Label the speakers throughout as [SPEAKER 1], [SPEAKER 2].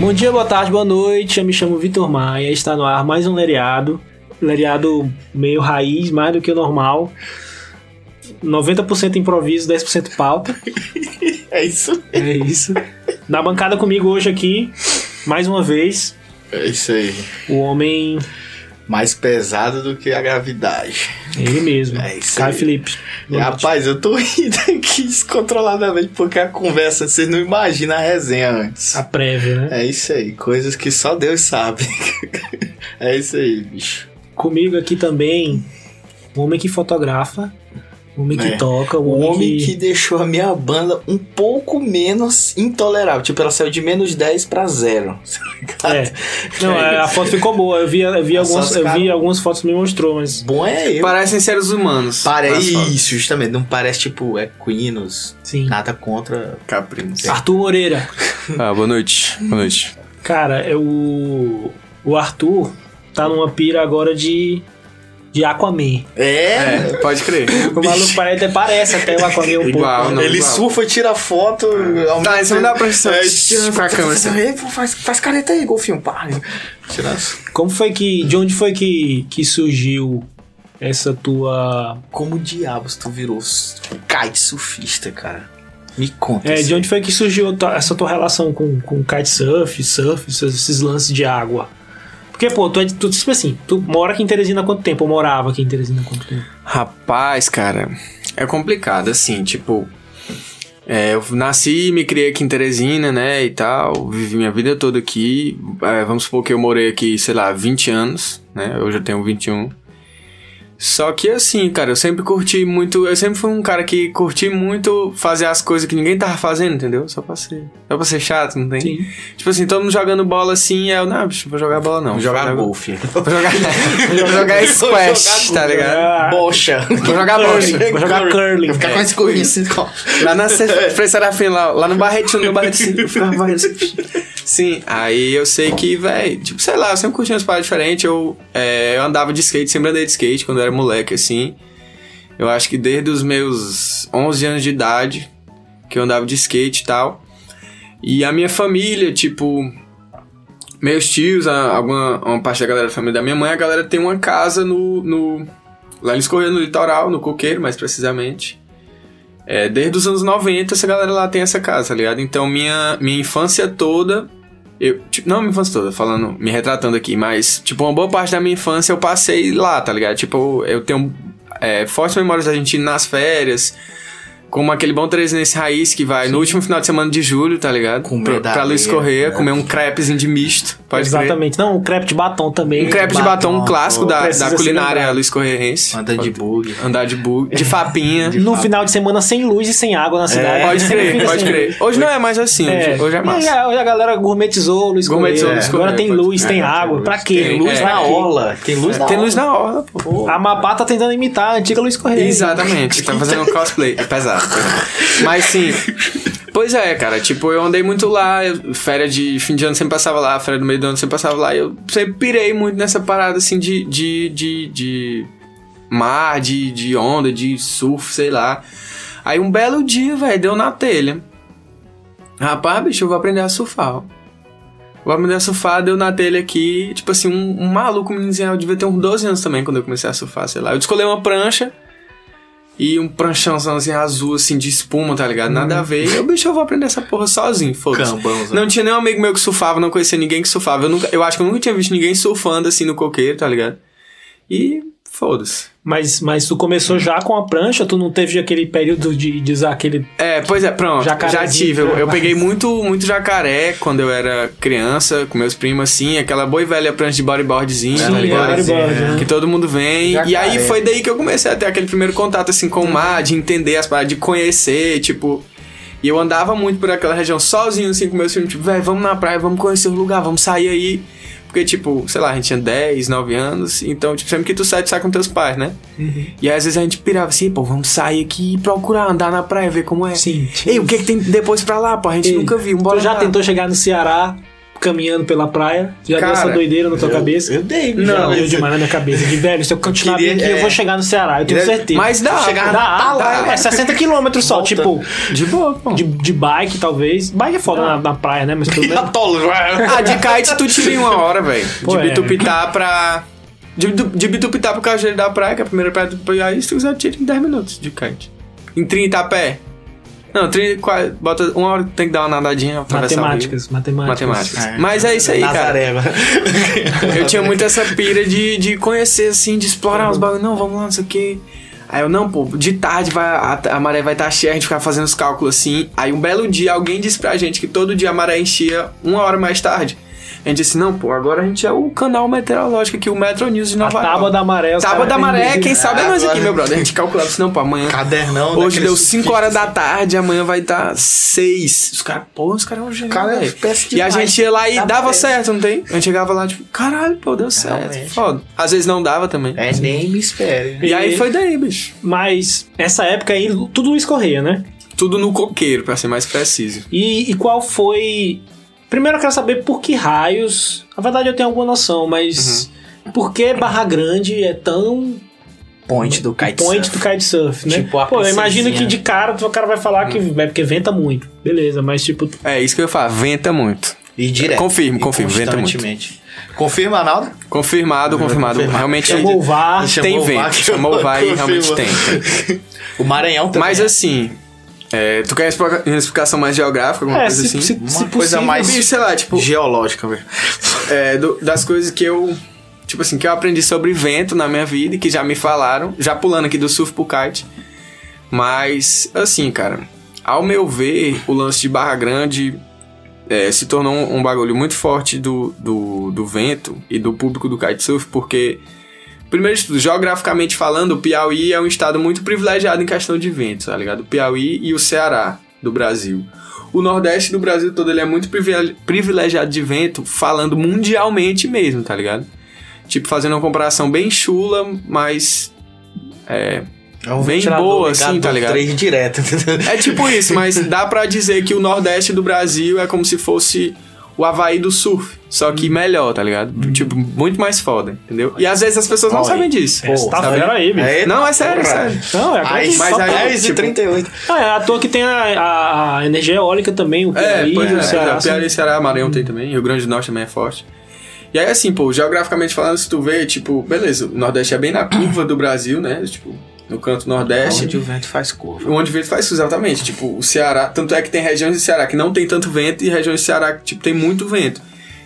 [SPEAKER 1] Bom dia, boa tarde, boa noite. Eu me chamo Vitor Maia. Está no ar mais um Leriado. Leriado meio raiz, mais do que o normal. 90% improviso, 10% pauta.
[SPEAKER 2] É isso.
[SPEAKER 1] É isso. Na bancada comigo hoje aqui, mais uma vez,
[SPEAKER 2] É isso aí.
[SPEAKER 1] o homem,
[SPEAKER 2] Mais pesado do que a gravidade.
[SPEAKER 1] ele mesmo.
[SPEAKER 2] É isso
[SPEAKER 1] Caio
[SPEAKER 2] aí.
[SPEAKER 1] Felipe. Boa noite.
[SPEAKER 2] Rapaz, eu tô rindo aqui descontroladamente porque a conversa, vocês não imaginam a resenha antes.
[SPEAKER 1] A prévia, né?
[SPEAKER 2] É isso aí, coisas que só Deus sabe. é isso aí, bicho.
[SPEAKER 1] Comigo aqui também, o homem que fotografa, o homem que
[SPEAKER 2] É.
[SPEAKER 1] toca, o,
[SPEAKER 2] O
[SPEAKER 1] homem,
[SPEAKER 2] homem
[SPEAKER 1] que...
[SPEAKER 2] que deixou a minha banda um pouco menos intolerável. Tipo, ela saiu de menos 10 pra zero. tá
[SPEAKER 1] É. Não, a a foto ficou boa. Eu vi, eu vi,
[SPEAKER 2] As
[SPEAKER 1] algumas,
[SPEAKER 2] fotos
[SPEAKER 1] eu vi
[SPEAKER 2] ficaram-
[SPEAKER 1] algumas fotos que me mostrou, mas.
[SPEAKER 2] Bom é eu.
[SPEAKER 3] Parecem seres humanos.
[SPEAKER 2] Parece
[SPEAKER 3] Nas fotos.
[SPEAKER 2] isso, justamente. Não parece, tipo, equinos.
[SPEAKER 1] Sim.
[SPEAKER 3] Tá
[SPEAKER 2] Nada contra caprinos.
[SPEAKER 1] Arthur Moreira.
[SPEAKER 3] Ah, boa noite. Boa noite.
[SPEAKER 1] Cara, é o. O Arthur tá numa pira agora de. De Aquaman.
[SPEAKER 2] É,
[SPEAKER 3] É, pode crer.
[SPEAKER 1] O maluco parece, até parece até o Aquaman um pouco.
[SPEAKER 3] Igual, não.
[SPEAKER 2] ele
[SPEAKER 3] igual.
[SPEAKER 2] surfa, tira foto. aumenta-
[SPEAKER 3] Tá, em cima da profissão.
[SPEAKER 2] Ah. É,
[SPEAKER 3] Tira pra câmera, assim.
[SPEAKER 2] Ei, pô, Faz, faz careta aí, golfinho, pá. Tira as-
[SPEAKER 1] Como foi que. De onde foi que, que surgiu essa tua.
[SPEAKER 2] Como diabos tu virou s- kite surfista, cara? Me conta.
[SPEAKER 1] É,
[SPEAKER 2] isso
[SPEAKER 1] de onde
[SPEAKER 2] aí.
[SPEAKER 1] foi que surgiu a tua- essa tua relação com, com kitesurf, surf, esses, esses lances de água? Porque, pô, tu, é de- tu tipo assim, tu mora aqui em Teresina há quanto tempo? Eu morava aqui em Teresina há quanto tempo?
[SPEAKER 3] Rapaz, cara, é complicado, assim, tipo. é, eu nasci e me criei aqui em Teresina, né, e tal, vivi minha vida toda aqui. É, vamos supor que eu morei aqui, sei lá, 20 anos, né, hoje eu tenho 21. Só que assim, cara, eu sempre curti muito, eu sempre fui um cara que curti muito fazer as coisas que ninguém tava fazendo, entendeu? Só pra ser, só pra ser chato, não tem?
[SPEAKER 1] Sim.
[SPEAKER 3] Tipo assim, todo mundo jogando bola assim, aí eu, não, bicho, vou jogar bola não.
[SPEAKER 2] Jogar
[SPEAKER 3] vou
[SPEAKER 2] golfe.
[SPEAKER 3] Vou jogar, vou jogar squash, tá ligado?
[SPEAKER 2] Bocha.
[SPEAKER 3] Vou jogar bocha.
[SPEAKER 1] Ah. Curling, vou jogar curling.
[SPEAKER 2] Ficar com esse corrinho assim. ó.
[SPEAKER 3] Lá na Frei Serafim, lá, lá no Barretinho, no Barretinho, eu ficava varrendo assim. Sim, aí eu sei que, véi, tipo, sei lá, eu sempre curti umas paradas diferentes. Eu, é, eu andava de skate, sempre andei de skate quando eu era moleque, assim. Eu acho que desde os meus 11 anos de idade que eu andava de skate e tal. E a minha família, tipo, meus tios, a- alguma uma parte da galera da família da minha mãe, a galera tem uma casa no. no lá eles corriam no litoral, no coqueiro, mais precisamente. É, desde os anos 90 essa galera lá tem essa casa, tá ligado? Então minha, minha infância toda. Eu, tipo, não minha infância toda, falando, me retratando aqui, mas, tipo, uma boa parte da minha infância eu passei lá, tá ligado? Tipo, eu tenho é, fortes memórias da gente ir nas férias, como aquele bom trezinense raiz que vai no último final de semana de julho, tá ligado?
[SPEAKER 2] Comer
[SPEAKER 3] pra, pra Luiz
[SPEAKER 2] daleira,
[SPEAKER 3] Correia,
[SPEAKER 2] né?
[SPEAKER 3] comer um crepezinho de misto, pode crer.
[SPEAKER 1] Exatamente. Não, o crepe de batom também.
[SPEAKER 3] Um crepe de batom,
[SPEAKER 2] Batom,
[SPEAKER 3] clássico da,
[SPEAKER 1] precisa
[SPEAKER 3] da
[SPEAKER 1] se
[SPEAKER 3] culinária
[SPEAKER 1] lembrar.
[SPEAKER 3] Luiz Correirense.
[SPEAKER 2] Anda de bug.
[SPEAKER 3] Andar de bug, de fapinha.
[SPEAKER 1] No final de semana sem luz e sem água na cidade.
[SPEAKER 3] Pode
[SPEAKER 1] Sempre
[SPEAKER 3] crer,
[SPEAKER 1] fica
[SPEAKER 3] pode
[SPEAKER 1] assim.
[SPEAKER 3] crer. Hoje não é mais assim, hoje, hoje é
[SPEAKER 1] E
[SPEAKER 3] massa.
[SPEAKER 1] a- Hoje a galera gourmetizou, Luiz
[SPEAKER 3] Gourmetizou,
[SPEAKER 1] Gourmetizou.
[SPEAKER 3] Luiz
[SPEAKER 1] Agora
[SPEAKER 3] Correia,
[SPEAKER 1] tem
[SPEAKER 3] pode
[SPEAKER 1] luz,
[SPEAKER 3] crer.
[SPEAKER 1] tem
[SPEAKER 3] É,
[SPEAKER 1] água.
[SPEAKER 3] tem
[SPEAKER 1] Pra
[SPEAKER 3] luz.
[SPEAKER 1] quê?
[SPEAKER 3] Tem
[SPEAKER 1] luz
[SPEAKER 3] É,
[SPEAKER 1] pra
[SPEAKER 2] na
[SPEAKER 1] quê?
[SPEAKER 2] orla. Tem luz na
[SPEAKER 3] Tem
[SPEAKER 2] orla.
[SPEAKER 3] luz na hora, pô.
[SPEAKER 1] A Mapá tá tentando imitar a antiga Luiz Correia.
[SPEAKER 3] Exatamente, tá fazendo um cosplay. É pesado. Mas sim. Pois é, cara, tipo, eu andei muito lá, eu- férias de fim de ano sempre passava lá, férias do meio do ano sempre passava lá, e eu sempre pirei muito nessa parada assim de. de, de, de mar, de, de onda, de surf, sei lá. Aí um belo dia, velho, deu na telha. Rapaz, bicho, eu vou aprender a surfar, ó. Vou aprender a surfar, deu na telha aqui, tipo assim, um, um maluco, um meninozinho, eu devia ter uns 12 anos também quando eu comecei a surfar, sei lá. Eu descolei uma prancha e um pranchãozão assim, azul, assim, de espuma, tá ligado? Nada a ver. Eu, bicho, eu vou aprender essa porra sozinho, foda-se.
[SPEAKER 2] Cambãozão.
[SPEAKER 3] Não tinha nenhum amigo meu que surfava, não conhecia ninguém que surfava. Eu, nunca, eu acho que eu nunca tinha visto ninguém surfando assim no coqueiro, tá ligado? E foda-se.
[SPEAKER 1] Mas, mas tu começou já com a prancha, tu não teve aquele período de, de usar aquele.
[SPEAKER 3] É, pois é, pronto. Já
[SPEAKER 1] Jacarezinho,
[SPEAKER 3] tive. Eu, eu
[SPEAKER 1] rapaz.
[SPEAKER 3] peguei muito, muito jacaré quando eu era criança, com meus primos, assim, aquela boa e velha prancha de bodyboardzinho.
[SPEAKER 2] Sim, é,
[SPEAKER 3] tá ligado?
[SPEAKER 2] bodyboard.
[SPEAKER 1] bodyboard,
[SPEAKER 3] Que
[SPEAKER 1] né?
[SPEAKER 3] todo mundo vem. E aí
[SPEAKER 2] Jacaré.
[SPEAKER 3] foi daí que eu comecei a ter aquele primeiro contato, assim, com o mar, de entender as paradas, de conhecer, tipo. E eu andava muito por aquela região sozinho, assim, com meus filhos, tipo, velho, vamos na praia, vamos conhecer o lugar, vamos sair aí. Porque, tipo, sei lá, a gente tinha 10, 9 anos, então, tipo, sempre que tu sai, tu sai com teus pais, né? E aí, às vezes a gente pirava assim, pô, vamos sair aqui e procurar andar na praia, ver como é.
[SPEAKER 1] Sim.
[SPEAKER 3] Ei, o que, que tem depois pra lá, pô? A gente
[SPEAKER 1] Ei,
[SPEAKER 3] nunca viu. Bora
[SPEAKER 1] Tu já
[SPEAKER 3] lá.
[SPEAKER 1] tentou chegar no Ceará caminhando pela praia? Já
[SPEAKER 3] Cara,
[SPEAKER 1] deu essa doideira na tua cabeça?
[SPEAKER 2] Eu dei,
[SPEAKER 3] Não,
[SPEAKER 1] Já
[SPEAKER 2] já.
[SPEAKER 1] deu demais na minha cabeça. De velho, se eu continuar
[SPEAKER 2] Queria-
[SPEAKER 1] bem aqui, eu
[SPEAKER 2] é.
[SPEAKER 1] vou chegar no Ceará, eu tenho certeza.
[SPEAKER 3] Mas dá.
[SPEAKER 2] Chegar-
[SPEAKER 1] Dá,
[SPEAKER 2] Tá lá,
[SPEAKER 1] dá, é 60 quilômetros só,
[SPEAKER 2] Volta.
[SPEAKER 1] tipo,
[SPEAKER 3] né? De boa, pô.
[SPEAKER 1] de, de bike talvez. Bike é foda na, na praia, né? Mas tudo bem.
[SPEAKER 3] Ah, de kite tu tira em uma hora, velho.
[SPEAKER 1] Pô,
[SPEAKER 3] De
[SPEAKER 1] é.
[SPEAKER 3] Bitupitá pra. De, Bitu- de Bitupitá pro Cajueiro da Praia, que é a primeira praia do Piauí, se tu quiser, tira em 10 minutos de kite. Em 30 a pé. Não, 30, qua- bota uma hora tem que dar uma nadadinha pra
[SPEAKER 1] Matemáticas, matemáticas.
[SPEAKER 3] Matemáticas.
[SPEAKER 2] É.
[SPEAKER 3] Mas é isso aí, cara.
[SPEAKER 2] Nazaré, mano.
[SPEAKER 3] Eu tinha muito essa pira de, de conhecer, assim, de explorar os bagulhos. Não, vamos lá, não sei o quê. Aí eu, não, pô, de tarde vai, a, a maré vai estar cheia, a gente ficava fazendo os cálculos assim. Aí um belo dia alguém disse pra gente que todo dia a maré enchia uma hora mais tarde. A gente disse, não, pô, agora a gente é o canal meteorológico aqui, o Metro News de
[SPEAKER 1] A
[SPEAKER 3] Nova
[SPEAKER 1] tábua
[SPEAKER 3] York.
[SPEAKER 1] da maré. os
[SPEAKER 3] Tábua
[SPEAKER 1] caras
[SPEAKER 3] da
[SPEAKER 1] têm-
[SPEAKER 3] maré, quem sabe é nós aqui,
[SPEAKER 2] Agora-
[SPEAKER 3] meu brother. A gente calculava assim, não, pô, amanhã.
[SPEAKER 2] Cadernão,
[SPEAKER 4] um
[SPEAKER 2] né,
[SPEAKER 3] Hoje
[SPEAKER 2] daqueles
[SPEAKER 3] deu 5 horas da
[SPEAKER 2] sufistas.
[SPEAKER 3] tarde, amanhã vai estar tá 6. Os caras, pô, os caras é um gênio.
[SPEAKER 2] Cara, é
[SPEAKER 3] velho.
[SPEAKER 2] péssimo
[SPEAKER 3] E a
[SPEAKER 2] demais.
[SPEAKER 3] gente ia lá e
[SPEAKER 2] Dá
[SPEAKER 3] dava
[SPEAKER 2] pra ver. é,
[SPEAKER 3] certo, não tem? A gente chegava lá, tipo, caralho, pô, deu certo.
[SPEAKER 2] Realmente.
[SPEAKER 3] Foda. Às vezes não dava também.
[SPEAKER 2] É, nem me espere. né?
[SPEAKER 3] E aí foi daí, bicho.
[SPEAKER 1] Mas essa época aí, tudo Luiz Correia, né?
[SPEAKER 3] Tudo no coqueiro, pra ser mais preciso.
[SPEAKER 1] E, e qual foi. Primeiro eu quero saber por que raios. Na verdade eu tenho alguma noção, mas.
[SPEAKER 3] Uhum.
[SPEAKER 1] Por que Barra Grande é tão
[SPEAKER 2] Point do kite.
[SPEAKER 1] point do kitesurf, né?
[SPEAKER 2] Tipo, a
[SPEAKER 1] Pô, eu imagino que
[SPEAKER 2] princesinha.
[SPEAKER 1] de cara o cara vai falar que é porque venta muito. Beleza, mas tipo,
[SPEAKER 3] É isso que eu ia falar, venta muito.
[SPEAKER 2] E direto.
[SPEAKER 3] Confirmo,
[SPEAKER 2] E
[SPEAKER 3] confirmo, venta muito.
[SPEAKER 2] constantemente. Confirma, Arnaldo?
[SPEAKER 3] Confirmado, confirmado.
[SPEAKER 2] confirmado.
[SPEAKER 3] Realmente é
[SPEAKER 1] chamou o VAR.
[SPEAKER 2] Deixa-
[SPEAKER 4] Tipo,
[SPEAKER 3] Ah, tem
[SPEAKER 2] Chamou o
[SPEAKER 3] vento.
[SPEAKER 2] VAR que
[SPEAKER 3] chamou o VAR e realmente
[SPEAKER 2] confirma.
[SPEAKER 3] tem.
[SPEAKER 2] O Maranhão também.
[SPEAKER 3] Mas assim, é, tu quer explica- explicação mais geográfica, alguma
[SPEAKER 1] É,
[SPEAKER 3] coisa
[SPEAKER 1] se,
[SPEAKER 3] assim?
[SPEAKER 1] se, se
[SPEAKER 2] Uma coisa
[SPEAKER 1] possível,
[SPEAKER 2] mais-
[SPEAKER 3] Bicho, sei lá, tipo,
[SPEAKER 2] Geológica, velho.
[SPEAKER 3] é, do- das coisas que eu. Tipo assim, que eu aprendi sobre vento na minha vida e que já me falaram, já pulando aqui do surf pro kite. Mas, assim, cara, ao meu ver, o lance de Barra Grande é, se tornou um, um bagulho muito forte do, do, do vento e do público do kitesurf, porque, primeiro de tudo, geograficamente falando, o Piauí é um estado muito privilegiado em questão de vento, tá ligado? O Piauí e o Ceará do Brasil. O Nordeste do Brasil todo ele é muito privile- privilegiado de vento, falando mundialmente mesmo, tá ligado? Tipo, fazendo uma comparação bem chula, mas.
[SPEAKER 2] É um
[SPEAKER 3] Bem
[SPEAKER 2] ventilador
[SPEAKER 3] boa,
[SPEAKER 2] ligado
[SPEAKER 3] assim, tá
[SPEAKER 2] no
[SPEAKER 3] ligado?
[SPEAKER 2] Três direto, entendeu?
[SPEAKER 3] É tipo isso, mas dá pra dizer que o Nordeste do Brasil é como se fosse o Havaí do surf, só
[SPEAKER 2] Uhum.
[SPEAKER 3] que melhor, tá ligado? Tipo, muito mais foda, entendeu? E às vezes as pessoas não
[SPEAKER 2] Olha.
[SPEAKER 3] sabem disso.
[SPEAKER 2] Pô,
[SPEAKER 1] Tá
[SPEAKER 3] sabe?
[SPEAKER 1] fera aí, bicho.
[SPEAKER 2] É,
[SPEAKER 3] Não, é sério, é
[SPEAKER 2] Porra.
[SPEAKER 3] sério.
[SPEAKER 1] Não, é a grande
[SPEAKER 2] Aí, mas
[SPEAKER 1] só-
[SPEAKER 2] aí,
[SPEAKER 3] aí,
[SPEAKER 2] 10 e
[SPEAKER 3] tipo-
[SPEAKER 2] 38.
[SPEAKER 1] Ah, é à toa que tem a, a- a energia eólica também, o
[SPEAKER 3] É,
[SPEAKER 1] Piauí,
[SPEAKER 3] pois é.
[SPEAKER 1] o Ceará.
[SPEAKER 3] é, Piauí, Ceará, Maranhão tem também. Rio Grande do Norte também é forte. E aí, assim, pô, geograficamente falando, se tu vê, tipo, beleza, o Nordeste é bem na curva do Brasil, né? Tipo, no canto Nordeste. tipo,
[SPEAKER 2] o vento faz curva.
[SPEAKER 3] Onde o vento faz isso, exatamente. Tipo, o Ceará. Tanto é que tem regiões do Ceará que não tem tanto vento e regiões do Ceará que, tipo, tem muito vento.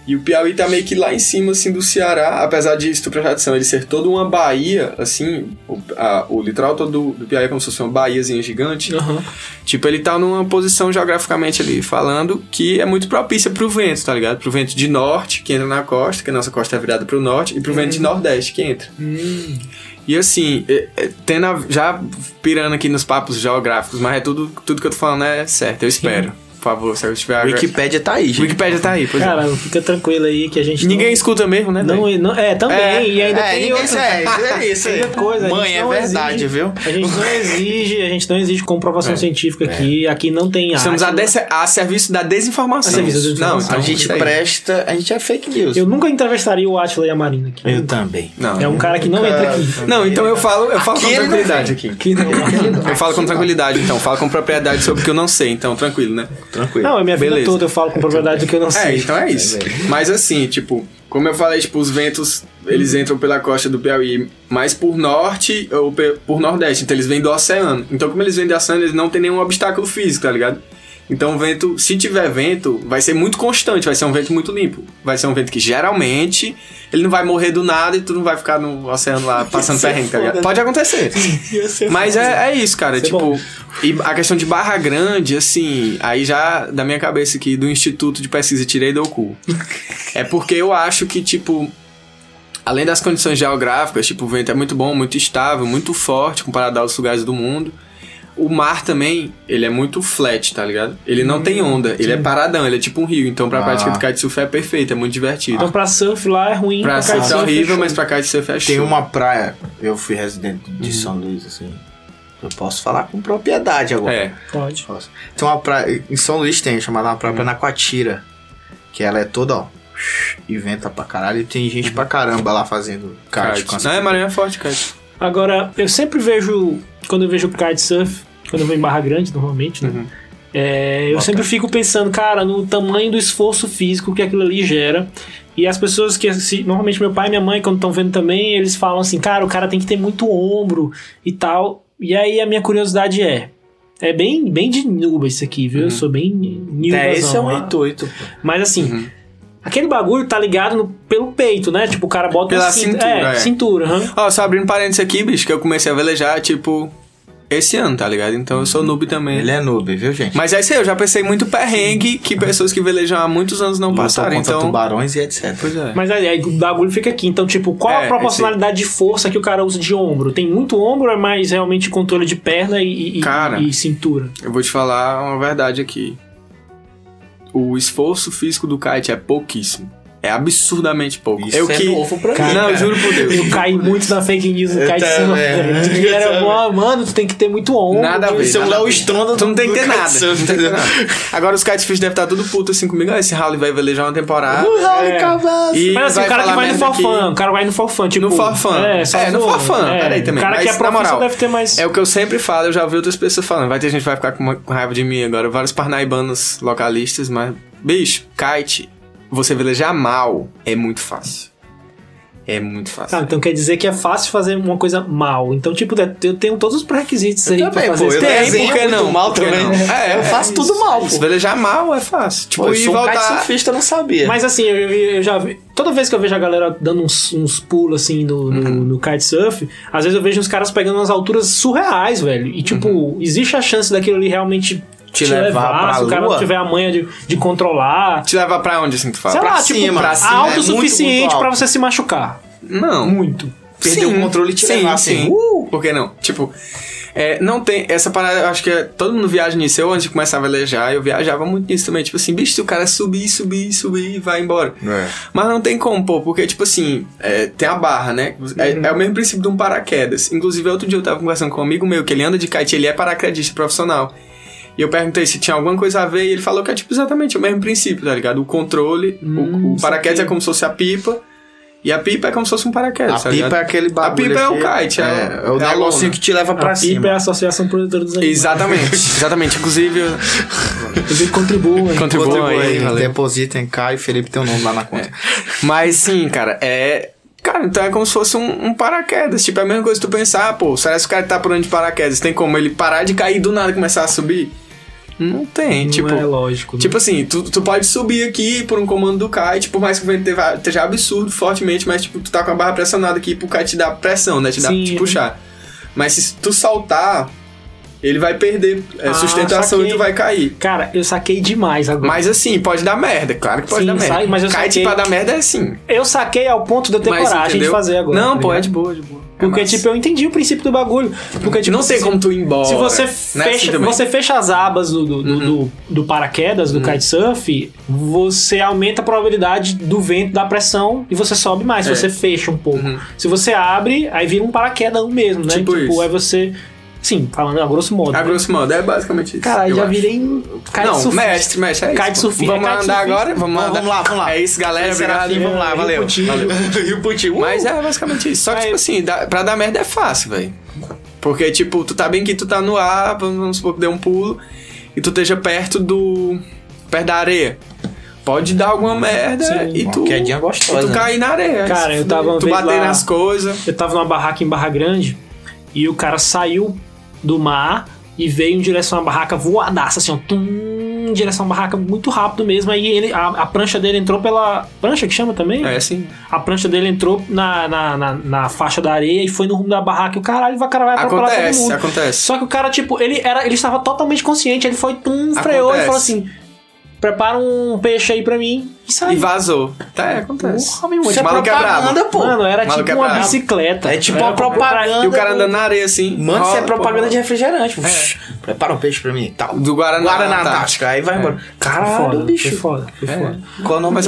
[SPEAKER 3] E o Piauí tá meio que lá em cima, assim, do Ceará, apesar de, se tu prestar atenção, ele ser toda uma baía, assim, o, a- o litoral todo do, do Piauí é como se fosse uma baiazinha gigante.
[SPEAKER 1] Aham.
[SPEAKER 3] Tipo, ele tá numa posição geograficamente ali, falando que é muito propícia pro vento, tá ligado? Pro vento de norte, que entra na costa, que a nossa costa é virada pro norte, e pro
[SPEAKER 1] Hum.
[SPEAKER 3] vento de nordeste, que entra. E assim, é- é, tendo a- já pirando aqui nos papos geográficos, mas é tudo, tudo que eu tô falando é certo, eu espero. Por favor, se eu estiver...
[SPEAKER 2] Wikipédia tá aí, gente.
[SPEAKER 3] Wikipédia tá aí, pois é.
[SPEAKER 1] Cara, fica tranquilo aí que a gente.
[SPEAKER 3] Ninguém escuta mesmo, né?
[SPEAKER 1] Não,
[SPEAKER 3] velho?
[SPEAKER 1] não, não, é, também.
[SPEAKER 3] É,
[SPEAKER 1] e ainda
[SPEAKER 2] é,
[SPEAKER 1] tem
[SPEAKER 2] ninguém-
[SPEAKER 1] outra.
[SPEAKER 2] é, é isso aí.
[SPEAKER 1] Tem outra coisa, a gente
[SPEAKER 2] Mãe, é
[SPEAKER 1] não
[SPEAKER 2] verdade,
[SPEAKER 1] exige-
[SPEAKER 2] viu?
[SPEAKER 1] A gente não exige, a gente não exige comprovação
[SPEAKER 3] É.
[SPEAKER 1] científica aqui. Aqui não tem
[SPEAKER 3] Estamos a,
[SPEAKER 1] arte,
[SPEAKER 3] des- a serviço da desinformação.
[SPEAKER 1] Ah, A serviço da desinformação.
[SPEAKER 3] Não,
[SPEAKER 2] A
[SPEAKER 3] então,
[SPEAKER 2] gente
[SPEAKER 3] isso aí.
[SPEAKER 2] presta. A gente é fake news.
[SPEAKER 1] Eu nunca entrevistaria o Atila e a Marina aqui.
[SPEAKER 2] também.
[SPEAKER 3] Não.
[SPEAKER 1] É um cara que não
[SPEAKER 2] Nunca-
[SPEAKER 1] entra aqui.
[SPEAKER 3] Não, então eu falo, eu falo
[SPEAKER 2] Aqui
[SPEAKER 3] com
[SPEAKER 2] ele não
[SPEAKER 3] tranquilidade
[SPEAKER 2] vem.
[SPEAKER 3] aqui.
[SPEAKER 1] Que não.
[SPEAKER 3] Eu falo com tranquilidade, então. Falo com propriedade sobre o que eu não sei, então, tranquilo, né?
[SPEAKER 2] Tranquilo.
[SPEAKER 1] Não, é minha vida
[SPEAKER 3] Beleza.
[SPEAKER 1] toda eu falo com propriedade do que eu não
[SPEAKER 3] É,
[SPEAKER 1] sei.
[SPEAKER 3] então é isso. Mas assim, tipo, como eu falei, tipo, os ventos, eles entram pela costa do Piauí, mas por norte ou pe- por nordeste, então eles vêm do oceano. Então, como eles vêm do oceano, eles não tem nenhum obstáculo físico, tá ligado? Então, o vento, se tiver vento, vai ser muito constante, vai ser um vento muito limpo. Vai ser um vento que geralmente ele não vai morrer do nada e tu não vai ficar no oceano lá passando
[SPEAKER 2] Isso é
[SPEAKER 3] perrengue, tá ligado?
[SPEAKER 2] foda, né?
[SPEAKER 3] Pode acontecer. Mas é, é isso, cara.
[SPEAKER 1] Isso é
[SPEAKER 3] tipo, e a questão de Barra Grande, assim, aí já da minha cabeça aqui, do Instituto de Pesquisa, tirei do cu. é porque eu acho que, tipo, além das condições geográficas, tipo, o vento é muito bom, muito estável, muito forte comparado aos lugares do mundo. O mar também, ele é muito flat, tá ligado? Ele não tem
[SPEAKER 1] Hum,
[SPEAKER 3] onda, ele é paradão, ele é tipo um rio. Então, pra
[SPEAKER 2] Ah.
[SPEAKER 3] prática do kitesurf é perfeito, é muito divertido.
[SPEAKER 1] Então pra surf lá é ruim.
[SPEAKER 3] pra surf é
[SPEAKER 1] kitesurf
[SPEAKER 3] horrível,
[SPEAKER 1] show.
[SPEAKER 3] mas pra kitesurf é
[SPEAKER 2] Tem
[SPEAKER 3] show. Uhum.
[SPEAKER 2] uma praia. Eu fui residente de São Luís, assim. Eu posso falar com propriedade agora.
[SPEAKER 3] É,
[SPEAKER 1] Pode.
[SPEAKER 3] Uhum.
[SPEAKER 2] Nossa. Tem uma praia. Em São Luís tem, chamada uma praia Panacoatira. Que ela é toda, ó. E venta pra caralho. E tem
[SPEAKER 3] Uhum.
[SPEAKER 2] gente pra caramba lá fazendo kart.
[SPEAKER 3] Kite. Não, é Maranhão é forte, kite.
[SPEAKER 1] Agora, eu sempre vejo, quando eu vejo kitesurf, quando eu vou em Barra Grande normalmente, né?
[SPEAKER 3] Uhum.
[SPEAKER 1] É, eu
[SPEAKER 2] Bota.
[SPEAKER 1] sempre fico pensando, cara, no tamanho do esforço físico que aquilo ali gera. E as pessoas que, se- normalmente meu pai e minha mãe, quando estão vendo também, eles falam assim, cara, o cara tem que ter muito ombro e tal. E aí a minha curiosidade é, é bem, bem de nuba isso aqui, viu? Eu
[SPEAKER 3] Uhum.
[SPEAKER 1] sou bem nubazão.
[SPEAKER 2] É, esse é um
[SPEAKER 1] lá.
[SPEAKER 3] né?
[SPEAKER 2] intuito. pô.
[SPEAKER 1] Mas assim,
[SPEAKER 3] Uhum.
[SPEAKER 1] aquele bagulho tá ligado no- pelo peito, né? Tipo, o cara bota
[SPEAKER 3] Pela
[SPEAKER 1] uma cinta-
[SPEAKER 3] cintura,
[SPEAKER 1] é,
[SPEAKER 3] é.
[SPEAKER 1] cintura, aham.
[SPEAKER 3] Ó, só abrindo parênteses aqui, bicho, que eu comecei a velejar, tipo, esse ano, tá ligado? Então eu sou noob também.
[SPEAKER 2] Ele é noob, viu, gente?
[SPEAKER 3] Mas é isso aí, eu já pensei muito perrengue que pessoas que velejam há muitos anos não
[SPEAKER 2] Lutam
[SPEAKER 3] passaram,
[SPEAKER 2] contra
[SPEAKER 3] então...
[SPEAKER 2] tubarões e etc.
[SPEAKER 3] Pois é.
[SPEAKER 1] Mas aí, aí o bagulho fica aqui. Então, tipo, qual a
[SPEAKER 3] É,
[SPEAKER 1] proporcionalidade de força que o cara usa de ombro? Tem muito ombro, é mais realmente controle de perna e, e-
[SPEAKER 3] Cara.
[SPEAKER 1] e cintura.
[SPEAKER 3] Eu vou te falar uma verdade aqui. O esforço físico do kite é pouquíssimo. É absurdamente pouco.
[SPEAKER 2] Isso
[SPEAKER 3] eu
[SPEAKER 2] é
[SPEAKER 3] que...
[SPEAKER 2] novo pra mim,
[SPEAKER 3] Não,
[SPEAKER 2] cara.
[SPEAKER 3] juro por Deus.
[SPEAKER 1] Eu caí muito na fake news do
[SPEAKER 2] Eu
[SPEAKER 1] Kai de Cima.
[SPEAKER 2] também,
[SPEAKER 1] velho.
[SPEAKER 2] né?
[SPEAKER 1] Tu era,
[SPEAKER 2] Eu também.
[SPEAKER 1] ó, Mano, tu tem que ter muito ombro.
[SPEAKER 3] Nada a ver. um
[SPEAKER 2] Esse é o
[SPEAKER 3] nada a
[SPEAKER 2] Léo
[SPEAKER 3] ver.
[SPEAKER 2] Stronda
[SPEAKER 3] Tu não tem que
[SPEAKER 2] do
[SPEAKER 3] ter nada.
[SPEAKER 2] kitesurf,
[SPEAKER 3] não tem que ter
[SPEAKER 2] entendeu?
[SPEAKER 3] nada. Agora os kitefishes devem estar tudo puto assim comigo. Ah, esse Rally vai velejar uma temporada.
[SPEAKER 1] É.
[SPEAKER 3] E
[SPEAKER 1] Mas assim, o
[SPEAKER 3] vai
[SPEAKER 1] cara que
[SPEAKER 3] falar
[SPEAKER 1] vai no
[SPEAKER 3] merda
[SPEAKER 1] forfã, o cara vai no forfã, tipo...
[SPEAKER 3] No forfã.
[SPEAKER 1] É, só
[SPEAKER 3] É, no
[SPEAKER 1] zoando.
[SPEAKER 3] forfã,
[SPEAKER 1] É,
[SPEAKER 3] peraí também.
[SPEAKER 1] O cara que é
[SPEAKER 3] Mas, na
[SPEAKER 1] profissional
[SPEAKER 3] moral,
[SPEAKER 1] deve ter mais...
[SPEAKER 3] É o que eu sempre falo, eu já vi outras pessoas falando. Vai ter gente que vai ficar com, uma- com raiva de mim agora. Vários parnaibanos localistas, mas. Bicho, kite, você velejar mal é muito fácil. É muito fácil.
[SPEAKER 1] Ah, então quer dizer que é fácil fazer uma coisa mal. Então, tipo, eu tenho todos os pré-requisitos aí pra
[SPEAKER 2] também,
[SPEAKER 1] fazer
[SPEAKER 2] pô,
[SPEAKER 1] esse
[SPEAKER 2] eu
[SPEAKER 1] teste.
[SPEAKER 2] tenho desenho muito mal
[SPEAKER 3] Por que
[SPEAKER 2] também.
[SPEAKER 3] não? É,
[SPEAKER 2] Eu faço
[SPEAKER 3] é
[SPEAKER 2] tudo
[SPEAKER 3] isso,
[SPEAKER 2] mal,
[SPEAKER 3] é isso.
[SPEAKER 2] pô.
[SPEAKER 3] Velejar mal é fácil. Tipo,
[SPEAKER 2] Pô, eu
[SPEAKER 3] e
[SPEAKER 2] sou um
[SPEAKER 3] voltar.
[SPEAKER 2] kitesurfista, eu não sabia.
[SPEAKER 1] Mas assim, eu, eu- eu já vi. Toda vez que eu vejo a galera dando uns, uns pulos assim no, no,
[SPEAKER 2] Uhum.
[SPEAKER 1] no kitesurf, às vezes eu vejo uns caras pegando umas alturas surreais, velho. E tipo, existe a chance daquilo ali realmente
[SPEAKER 2] Uhum. Te levar pra
[SPEAKER 1] se o cara
[SPEAKER 2] lua?
[SPEAKER 1] não tiver a manha de, de controlar.
[SPEAKER 3] Te levar pra onde assim que tu fala?
[SPEAKER 1] Sei
[SPEAKER 3] Pra-
[SPEAKER 1] lá,
[SPEAKER 2] cima,
[SPEAKER 1] tipo,
[SPEAKER 2] pra cima, é
[SPEAKER 1] alto o
[SPEAKER 2] muito,
[SPEAKER 1] suficiente
[SPEAKER 2] muito alto.
[SPEAKER 1] pra você se machucar.
[SPEAKER 3] Não.
[SPEAKER 1] Muito.
[SPEAKER 2] Perder
[SPEAKER 3] Sim,
[SPEAKER 2] o controle e te
[SPEAKER 3] sim,
[SPEAKER 2] levar
[SPEAKER 3] sim.
[SPEAKER 2] assim. Uh!
[SPEAKER 3] Por que não? Tipo, é, não tem. Essa parada, eu acho que é- todo mundo viaja nisso. Eu, antes de começar a velejar, eu viajava muito nisso também. Tipo assim, bicho, se o cara subir, subir, subir e vai embora. Mas não tem como, pô, porque, tipo assim, é, tem a barra, né? É,
[SPEAKER 2] Uhum.
[SPEAKER 3] é o mesmo princípio de um paraquedas. Inclusive, outro dia eu tava conversando com um amigo meu que ele anda de kite, ele é paraquedista profissional. E eu perguntei se tinha alguma coisa a ver, e ele falou que é tipo exatamente o mesmo princípio, tá ligado? O controle, o- o,
[SPEAKER 1] Hum,
[SPEAKER 3] paraquedas
[SPEAKER 1] saquei.
[SPEAKER 3] é como se fosse a pipa, e a pipa é como se fosse um paraquedas,
[SPEAKER 2] A
[SPEAKER 3] tá
[SPEAKER 2] pipa
[SPEAKER 3] ligado?
[SPEAKER 2] é aquele bagulho.
[SPEAKER 3] pipa é o
[SPEAKER 2] aqui,
[SPEAKER 3] kite, é
[SPEAKER 2] É,
[SPEAKER 3] o-
[SPEAKER 2] é o
[SPEAKER 3] é a
[SPEAKER 2] negocinho
[SPEAKER 3] lona.
[SPEAKER 2] que te leva pra
[SPEAKER 1] a PIPA é
[SPEAKER 2] cima.
[SPEAKER 1] a Associação Produtora dos Animais.
[SPEAKER 3] Exatamente, exatamente. Inclusive, eu-
[SPEAKER 1] Inclusive, contribuem.
[SPEAKER 3] Contribua aí, valeu. É.
[SPEAKER 2] Depositem, cai, Felipe tem o nome lá na conta.
[SPEAKER 3] Mas sim, cara, é. Cara, então é como se fosse um, um paraquedas. Tipo, é a mesma coisa que tu pensar, pô, será que o cara tá por onde de paraquedas? Tem como ele parar de cair e do nada e começar a subir? Não tem,
[SPEAKER 1] Não
[SPEAKER 3] tipo.
[SPEAKER 1] é lógico. né?
[SPEAKER 3] Tipo assim, tu, tu pode subir aqui por um comando do kite, por mais que o vento teva- esteja absurdo fortemente, mas tipo, tu tá com a barra pressionada aqui pro kite te dar pressão, né? Te, dar,
[SPEAKER 1] Sim. é.
[SPEAKER 3] te puxar. Mas se tu saltar, ele vai perder é,
[SPEAKER 1] Ah,
[SPEAKER 3] sustentação e
[SPEAKER 1] saquei.
[SPEAKER 3] tu vai cair.
[SPEAKER 1] Cara, eu saquei demais agora.
[SPEAKER 3] Mas assim, pode dar merda, claro que pode
[SPEAKER 1] Sim,
[SPEAKER 3] dar merda.
[SPEAKER 1] sai, mas eu
[SPEAKER 3] kite
[SPEAKER 1] saquei.
[SPEAKER 3] pra dar merda é assim.
[SPEAKER 1] Eu saquei ao ponto de eu ter
[SPEAKER 3] Mas,
[SPEAKER 1] coragem de
[SPEAKER 3] entendeu?
[SPEAKER 1] fazer agora.
[SPEAKER 3] Não,
[SPEAKER 1] tá
[SPEAKER 3] pô, é
[SPEAKER 1] ligado?
[SPEAKER 3] de boa, de boa.
[SPEAKER 1] Porque,
[SPEAKER 3] É massa.
[SPEAKER 1] tipo, eu entendi o princípio do bagulho. Porque, tipo,
[SPEAKER 3] não tem
[SPEAKER 1] se-
[SPEAKER 3] como tu ir embora.
[SPEAKER 1] Se você
[SPEAKER 3] né? Assim
[SPEAKER 1] fecha,
[SPEAKER 3] também. Uhum.
[SPEAKER 1] você fecha as abas do, do, do- do- do paraquedas, do kitesurf, você aumenta a probabilidade do vento, da pressão, e você sobe mais,
[SPEAKER 3] É.
[SPEAKER 1] se você fecha um pouco.
[SPEAKER 3] Uhum.
[SPEAKER 1] Se você abre, aí vira um paraquedas mesmo, né?
[SPEAKER 3] Tipo isso.
[SPEAKER 1] aí você. Sim, falando a grosso modo.
[SPEAKER 3] A grosso modo, é basicamente isso.
[SPEAKER 1] Cara,
[SPEAKER 3] eu
[SPEAKER 1] já
[SPEAKER 3] acho.
[SPEAKER 1] virei um
[SPEAKER 3] Não,
[SPEAKER 1] kitesurfista.
[SPEAKER 3] mestre, mestre, é isso.
[SPEAKER 1] Kitesurfista,
[SPEAKER 3] Vamos
[SPEAKER 1] é
[SPEAKER 3] andar
[SPEAKER 1] kitesurfista.
[SPEAKER 3] agora? Vamos
[SPEAKER 2] Vamos,
[SPEAKER 3] andar.
[SPEAKER 2] vamos lá, vamos lá.
[SPEAKER 3] É isso, galera.
[SPEAKER 2] Oi,
[SPEAKER 3] Obrigado.
[SPEAKER 2] Serafim, vamos lá,
[SPEAKER 1] Rio
[SPEAKER 2] valeu.
[SPEAKER 1] Putinho.
[SPEAKER 2] Rio Putinho.
[SPEAKER 3] Mas é basicamente isso. Só que,
[SPEAKER 1] Aí-
[SPEAKER 3] tipo assim, dá, pra dar merda é fácil, velho. Porque, tipo, tu tá bem que tu tá no ar, vamos vamos supor que deu um pulo, e tu esteja perto do. perto da areia. Pode dar alguma merda
[SPEAKER 1] Sim.
[SPEAKER 3] e
[SPEAKER 2] Uma
[SPEAKER 3] tu.
[SPEAKER 2] quedinha gostosa,
[SPEAKER 3] e tu
[SPEAKER 2] né?
[SPEAKER 3] cair na areia.
[SPEAKER 1] Cara, eu tava uma
[SPEAKER 3] Tu
[SPEAKER 1] vez
[SPEAKER 3] bater
[SPEAKER 1] lá-
[SPEAKER 3] nas coisas.
[SPEAKER 1] Eu tava numa barraca em Barra Grande e o cara saiu do mar e veio em direção à barraca voadaça, assim, ó, tum, em direção à barraca muito rápido mesmo. Aí ele, a, a prancha dele entrou pela. Prancha que chama também?
[SPEAKER 3] É assim.
[SPEAKER 1] A prancha dele entrou na, na, na, na faixa da areia e foi no rumo da barraca. E o caralho, o cara vai atropelar todo
[SPEAKER 3] Acontece,
[SPEAKER 1] mundo.
[SPEAKER 3] acontece.
[SPEAKER 1] Só que o cara, tipo, ele, era, ele estava totalmente consciente, ele foi, tum, freou e
[SPEAKER 3] Acontece.
[SPEAKER 1] falou assim: prepara um peixe aí pra mim e
[SPEAKER 3] E
[SPEAKER 1] saiu.
[SPEAKER 3] vazou. Tá, é, acontece.
[SPEAKER 1] Porra, meu irmão,
[SPEAKER 3] Isso é
[SPEAKER 1] tipo,
[SPEAKER 3] maluco é brabo.
[SPEAKER 2] propaganda, pô.
[SPEAKER 1] Mano, era
[SPEAKER 3] Maluco
[SPEAKER 1] tipo
[SPEAKER 3] é
[SPEAKER 1] uma
[SPEAKER 3] brabo.
[SPEAKER 1] bicicleta.
[SPEAKER 2] É tipo
[SPEAKER 1] Era
[SPEAKER 2] uma propaganda.
[SPEAKER 3] E o cara andando na areia assim.
[SPEAKER 2] Mano, isso é
[SPEAKER 3] rola,
[SPEAKER 2] propaganda
[SPEAKER 3] pô. É.
[SPEAKER 2] de refrigerante. Ush, Prepara um peixe pra mim e tal.
[SPEAKER 3] Do Guaraná,
[SPEAKER 2] Guaraná
[SPEAKER 3] tá.
[SPEAKER 2] Antártica. Aí vai
[SPEAKER 3] É.
[SPEAKER 2] embora. Caralho,
[SPEAKER 1] Foda, foi
[SPEAKER 2] bicho.
[SPEAKER 1] foda, foi foda.
[SPEAKER 2] Qual o nome?
[SPEAKER 3] Mas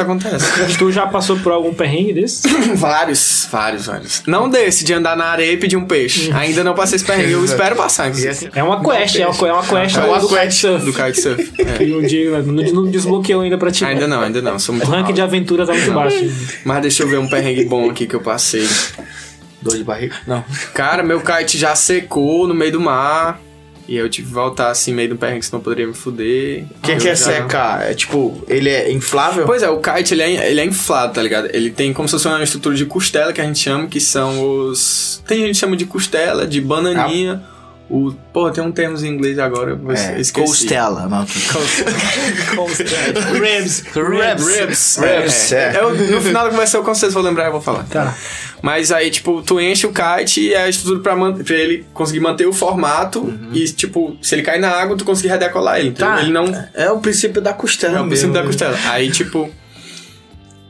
[SPEAKER 3] acontece.
[SPEAKER 1] Tu já passou por algum perrengue desse?
[SPEAKER 3] vários, vários, vários. Não desse de andar na areia e pedir um peixe. Ainda não passei esse
[SPEAKER 2] É,
[SPEAKER 3] perrengue. Eu espero passar,
[SPEAKER 2] E
[SPEAKER 3] inclusive.
[SPEAKER 2] assim,
[SPEAKER 1] É uma quest, é uma, é uma quest
[SPEAKER 2] É
[SPEAKER 1] do-
[SPEAKER 2] uma
[SPEAKER 1] do
[SPEAKER 2] quest
[SPEAKER 1] kitesurf.
[SPEAKER 3] Do kitesurf.
[SPEAKER 1] E um dia, não, não desbloqueou ainda pra ti.
[SPEAKER 3] É. Ainda não, ainda não. sou
[SPEAKER 1] O
[SPEAKER 3] muito
[SPEAKER 1] ranking
[SPEAKER 3] mal.
[SPEAKER 1] de aventura tá muito baixo.
[SPEAKER 3] Mas deixa eu ver um perrengue bom aqui que eu passei.
[SPEAKER 2] Dor de barriga?
[SPEAKER 3] Não. Cara, meu kite já secou no meio do mar. E eu tive que voltar assim, meio do perrengue, senão eu poderia me fuder. Ah,
[SPEAKER 2] O que,
[SPEAKER 3] Eu
[SPEAKER 2] que é
[SPEAKER 3] já-
[SPEAKER 2] secar? É tipo, ele é inflável?
[SPEAKER 3] Pois é, o kite ele é, ele é inflado, tá ligado? Ele tem como se fosse uma estrutura de costela que a gente chama, que são os. Tem gente que chama de costela, de bananinha. O. Porra, tem um termo em inglês agora, eu
[SPEAKER 2] É,
[SPEAKER 3] esqueci.
[SPEAKER 2] costela, mano.
[SPEAKER 1] Rams.
[SPEAKER 3] Ribs.
[SPEAKER 2] Ribs,
[SPEAKER 3] É.
[SPEAKER 2] é.
[SPEAKER 3] Eu- no final da conversa eu com vocês vou lembrar e vou falar.
[SPEAKER 1] Tá.
[SPEAKER 3] Mas aí, tipo, tu enche o kite e é a estrutura pra, man- pra ele conseguir manter o formato. E, tipo, se ele cair na água, tu conseguir redecolar ele. entendeu?
[SPEAKER 2] Tá.
[SPEAKER 3] Ele não.
[SPEAKER 2] É o princípio da costela
[SPEAKER 3] É o princípio da costela. Aí, tipo.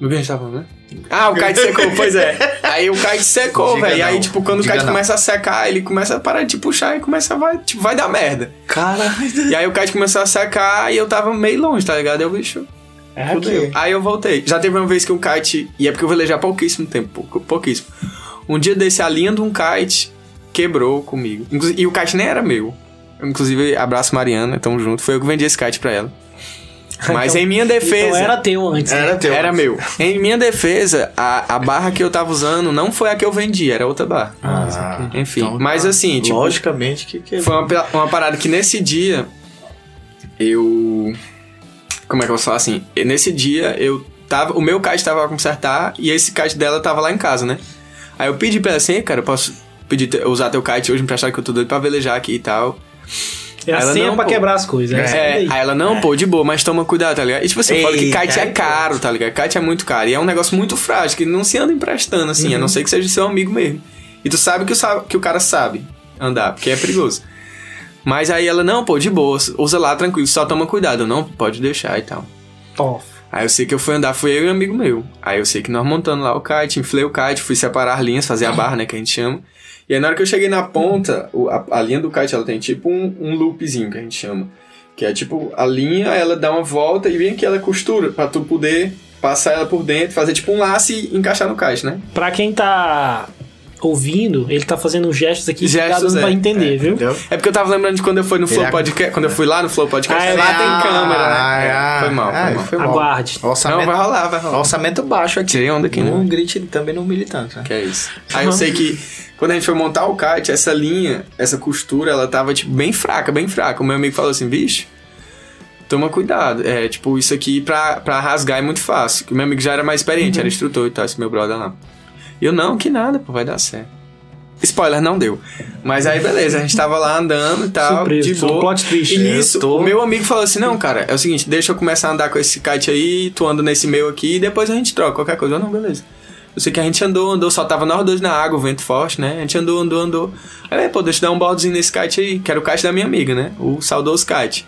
[SPEAKER 3] Do que a gente tava falando, né? Ah, o kite secou, pois é. Aí o kite secou,
[SPEAKER 2] Diga
[SPEAKER 3] velho. Aí,
[SPEAKER 2] não.
[SPEAKER 3] tipo, quando
[SPEAKER 2] Diga
[SPEAKER 3] o kite
[SPEAKER 2] não.
[SPEAKER 3] começa a secar, ele começa a parar de puxar e começa a vai, tipo, vai dar merda.
[SPEAKER 2] Caralho.
[SPEAKER 3] E aí o kite começou a secar e eu tava meio longe, tá ligado? Eu, bicho,
[SPEAKER 1] É aqui.
[SPEAKER 3] Aí eu voltei. Já teve uma vez que um kite. E é porque eu velejar pouquíssimo tempo pouco- pouquíssimo. Um dia desse, a linha de um kite quebrou comigo. Inclusi- E o kite nem era meu. Inclusive, abraço Mariana, tamo junto. Foi eu que vendi esse kite pra ela. Mas
[SPEAKER 1] Então-
[SPEAKER 3] em minha defesa.
[SPEAKER 1] Então era teu antes.
[SPEAKER 3] É,
[SPEAKER 1] né?
[SPEAKER 2] Era teu.
[SPEAKER 3] era meu. Em minha defesa, a, a barra que eu tava usando não foi a que eu vendi, era outra barra.
[SPEAKER 2] Ah,
[SPEAKER 3] Enfim,
[SPEAKER 2] então
[SPEAKER 3] mas
[SPEAKER 2] tá.
[SPEAKER 3] assim, tipo,
[SPEAKER 2] Logicamente que, que
[SPEAKER 3] foi uma, pela- uma parada que nesse dia eu. Como é que eu vou falar assim? Nesse dia eu tava. O meu kite tava pra consertar e esse kite dela tava lá em casa, né? Aí eu pedi pra ela assim, "Ei, cara, eu posso pedir te- usar teu kite hoje emprestado que eu tô doido pra velejar aqui e tal.
[SPEAKER 1] É a
[SPEAKER 3] Ela
[SPEAKER 1] senha
[SPEAKER 3] não,
[SPEAKER 1] pra
[SPEAKER 3] pô.
[SPEAKER 1] quebrar as coisas.
[SPEAKER 3] É,
[SPEAKER 1] É. isso
[SPEAKER 3] aí
[SPEAKER 1] aí.
[SPEAKER 3] ela, não, pô, de boa, mas toma cuidado, tá ligado? E tipo assim, eu falo que
[SPEAKER 2] Eita,
[SPEAKER 3] kite é
[SPEAKER 2] aí,
[SPEAKER 3] caro, tá ligado? Kite é muito caro. E é um negócio muito frágil, que não se anda emprestando, assim, a não ser que seja seu amigo mesmo. E tu sabe que o, sa- que o cara sabe andar, porque é perigoso. Mas aí ela, não, pô, de boa, usa lá tranquilo, só toma cuidado. Eu, não, pode deixar e tal.
[SPEAKER 1] Ó,
[SPEAKER 3] Aí eu sei que eu fui andar, fui eu e um amigo meu. Aí eu sei que nós montando lá o kite, inflei o kite, fui separar as linhas, fazer a barra, né, que a gente chama. E aí na hora que eu cheguei na ponta, o- a, a linha do kite, ela tem tipo um, um loopzinho, que a gente chama. Que é tipo, a linha, ela dá uma volta e vem aqui, ela costura, pra tu poder passar ela por dentro, fazer tipo um laço e encaixar no kite, né?
[SPEAKER 1] Pra quem tá ouvindo, ele tá fazendo gestos aqui
[SPEAKER 3] Gestos,
[SPEAKER 1] que dá
[SPEAKER 3] é.
[SPEAKER 1] pra entender, viu?
[SPEAKER 2] Entendeu?
[SPEAKER 3] É porque eu tava lembrando de quando eu fui no Flow
[SPEAKER 2] Ele-
[SPEAKER 3] Podcast, quando eu fui lá no Flow Podcast,
[SPEAKER 1] Ah, é
[SPEAKER 3] lá
[SPEAKER 1] lá.
[SPEAKER 3] tem câmera, né?
[SPEAKER 2] Ah,
[SPEAKER 3] É, foi mal,
[SPEAKER 2] ah,
[SPEAKER 3] foi mal.
[SPEAKER 2] foi mal.
[SPEAKER 1] Aguarde.
[SPEAKER 3] Não,
[SPEAKER 2] Orçamento,
[SPEAKER 3] vai rolar, vai rolar.
[SPEAKER 2] orçamento baixo aqui.
[SPEAKER 3] Tirei onda aqui, né?
[SPEAKER 2] Um grit também não
[SPEAKER 4] Tá.
[SPEAKER 2] militante, né?
[SPEAKER 3] Que é isso. Aí eu sei que quando a gente foi montar o kite, essa linha, essa costura, ela tava, tipo, bem fraca, bem fraca. O meu amigo falou assim, bicho, toma cuidado. É, tipo, isso aqui pra, pra rasgar é muito fácil. Que o meu amigo já era mais experiente, era instrutor e tal, esse meu brother lá. E eu, não, que nada, pô, vai dar certo. Spoiler, não deu. Mas aí, beleza, a gente tava lá andando e tal,
[SPEAKER 1] Surpresa.
[SPEAKER 3] Tá de
[SPEAKER 1] Um
[SPEAKER 3] boa.
[SPEAKER 1] plot twist.
[SPEAKER 3] E nisso,
[SPEAKER 2] Eu tô-
[SPEAKER 3] o meu amigo falou assim: Não, cara, é o seguinte, deixa eu começar a andar com esse kite aí, tu anda nesse meu aqui e depois a gente troca qualquer coisa. Eu não, beleza. Eu sei que a gente andou, andou, só tava nós dois na água, o vento forte, né? A gente andou, andou, andou. Aí, pô, deixa eu dar um baldezinho nesse kite aí, que era o kite da minha amiga, né? O saudoso kite.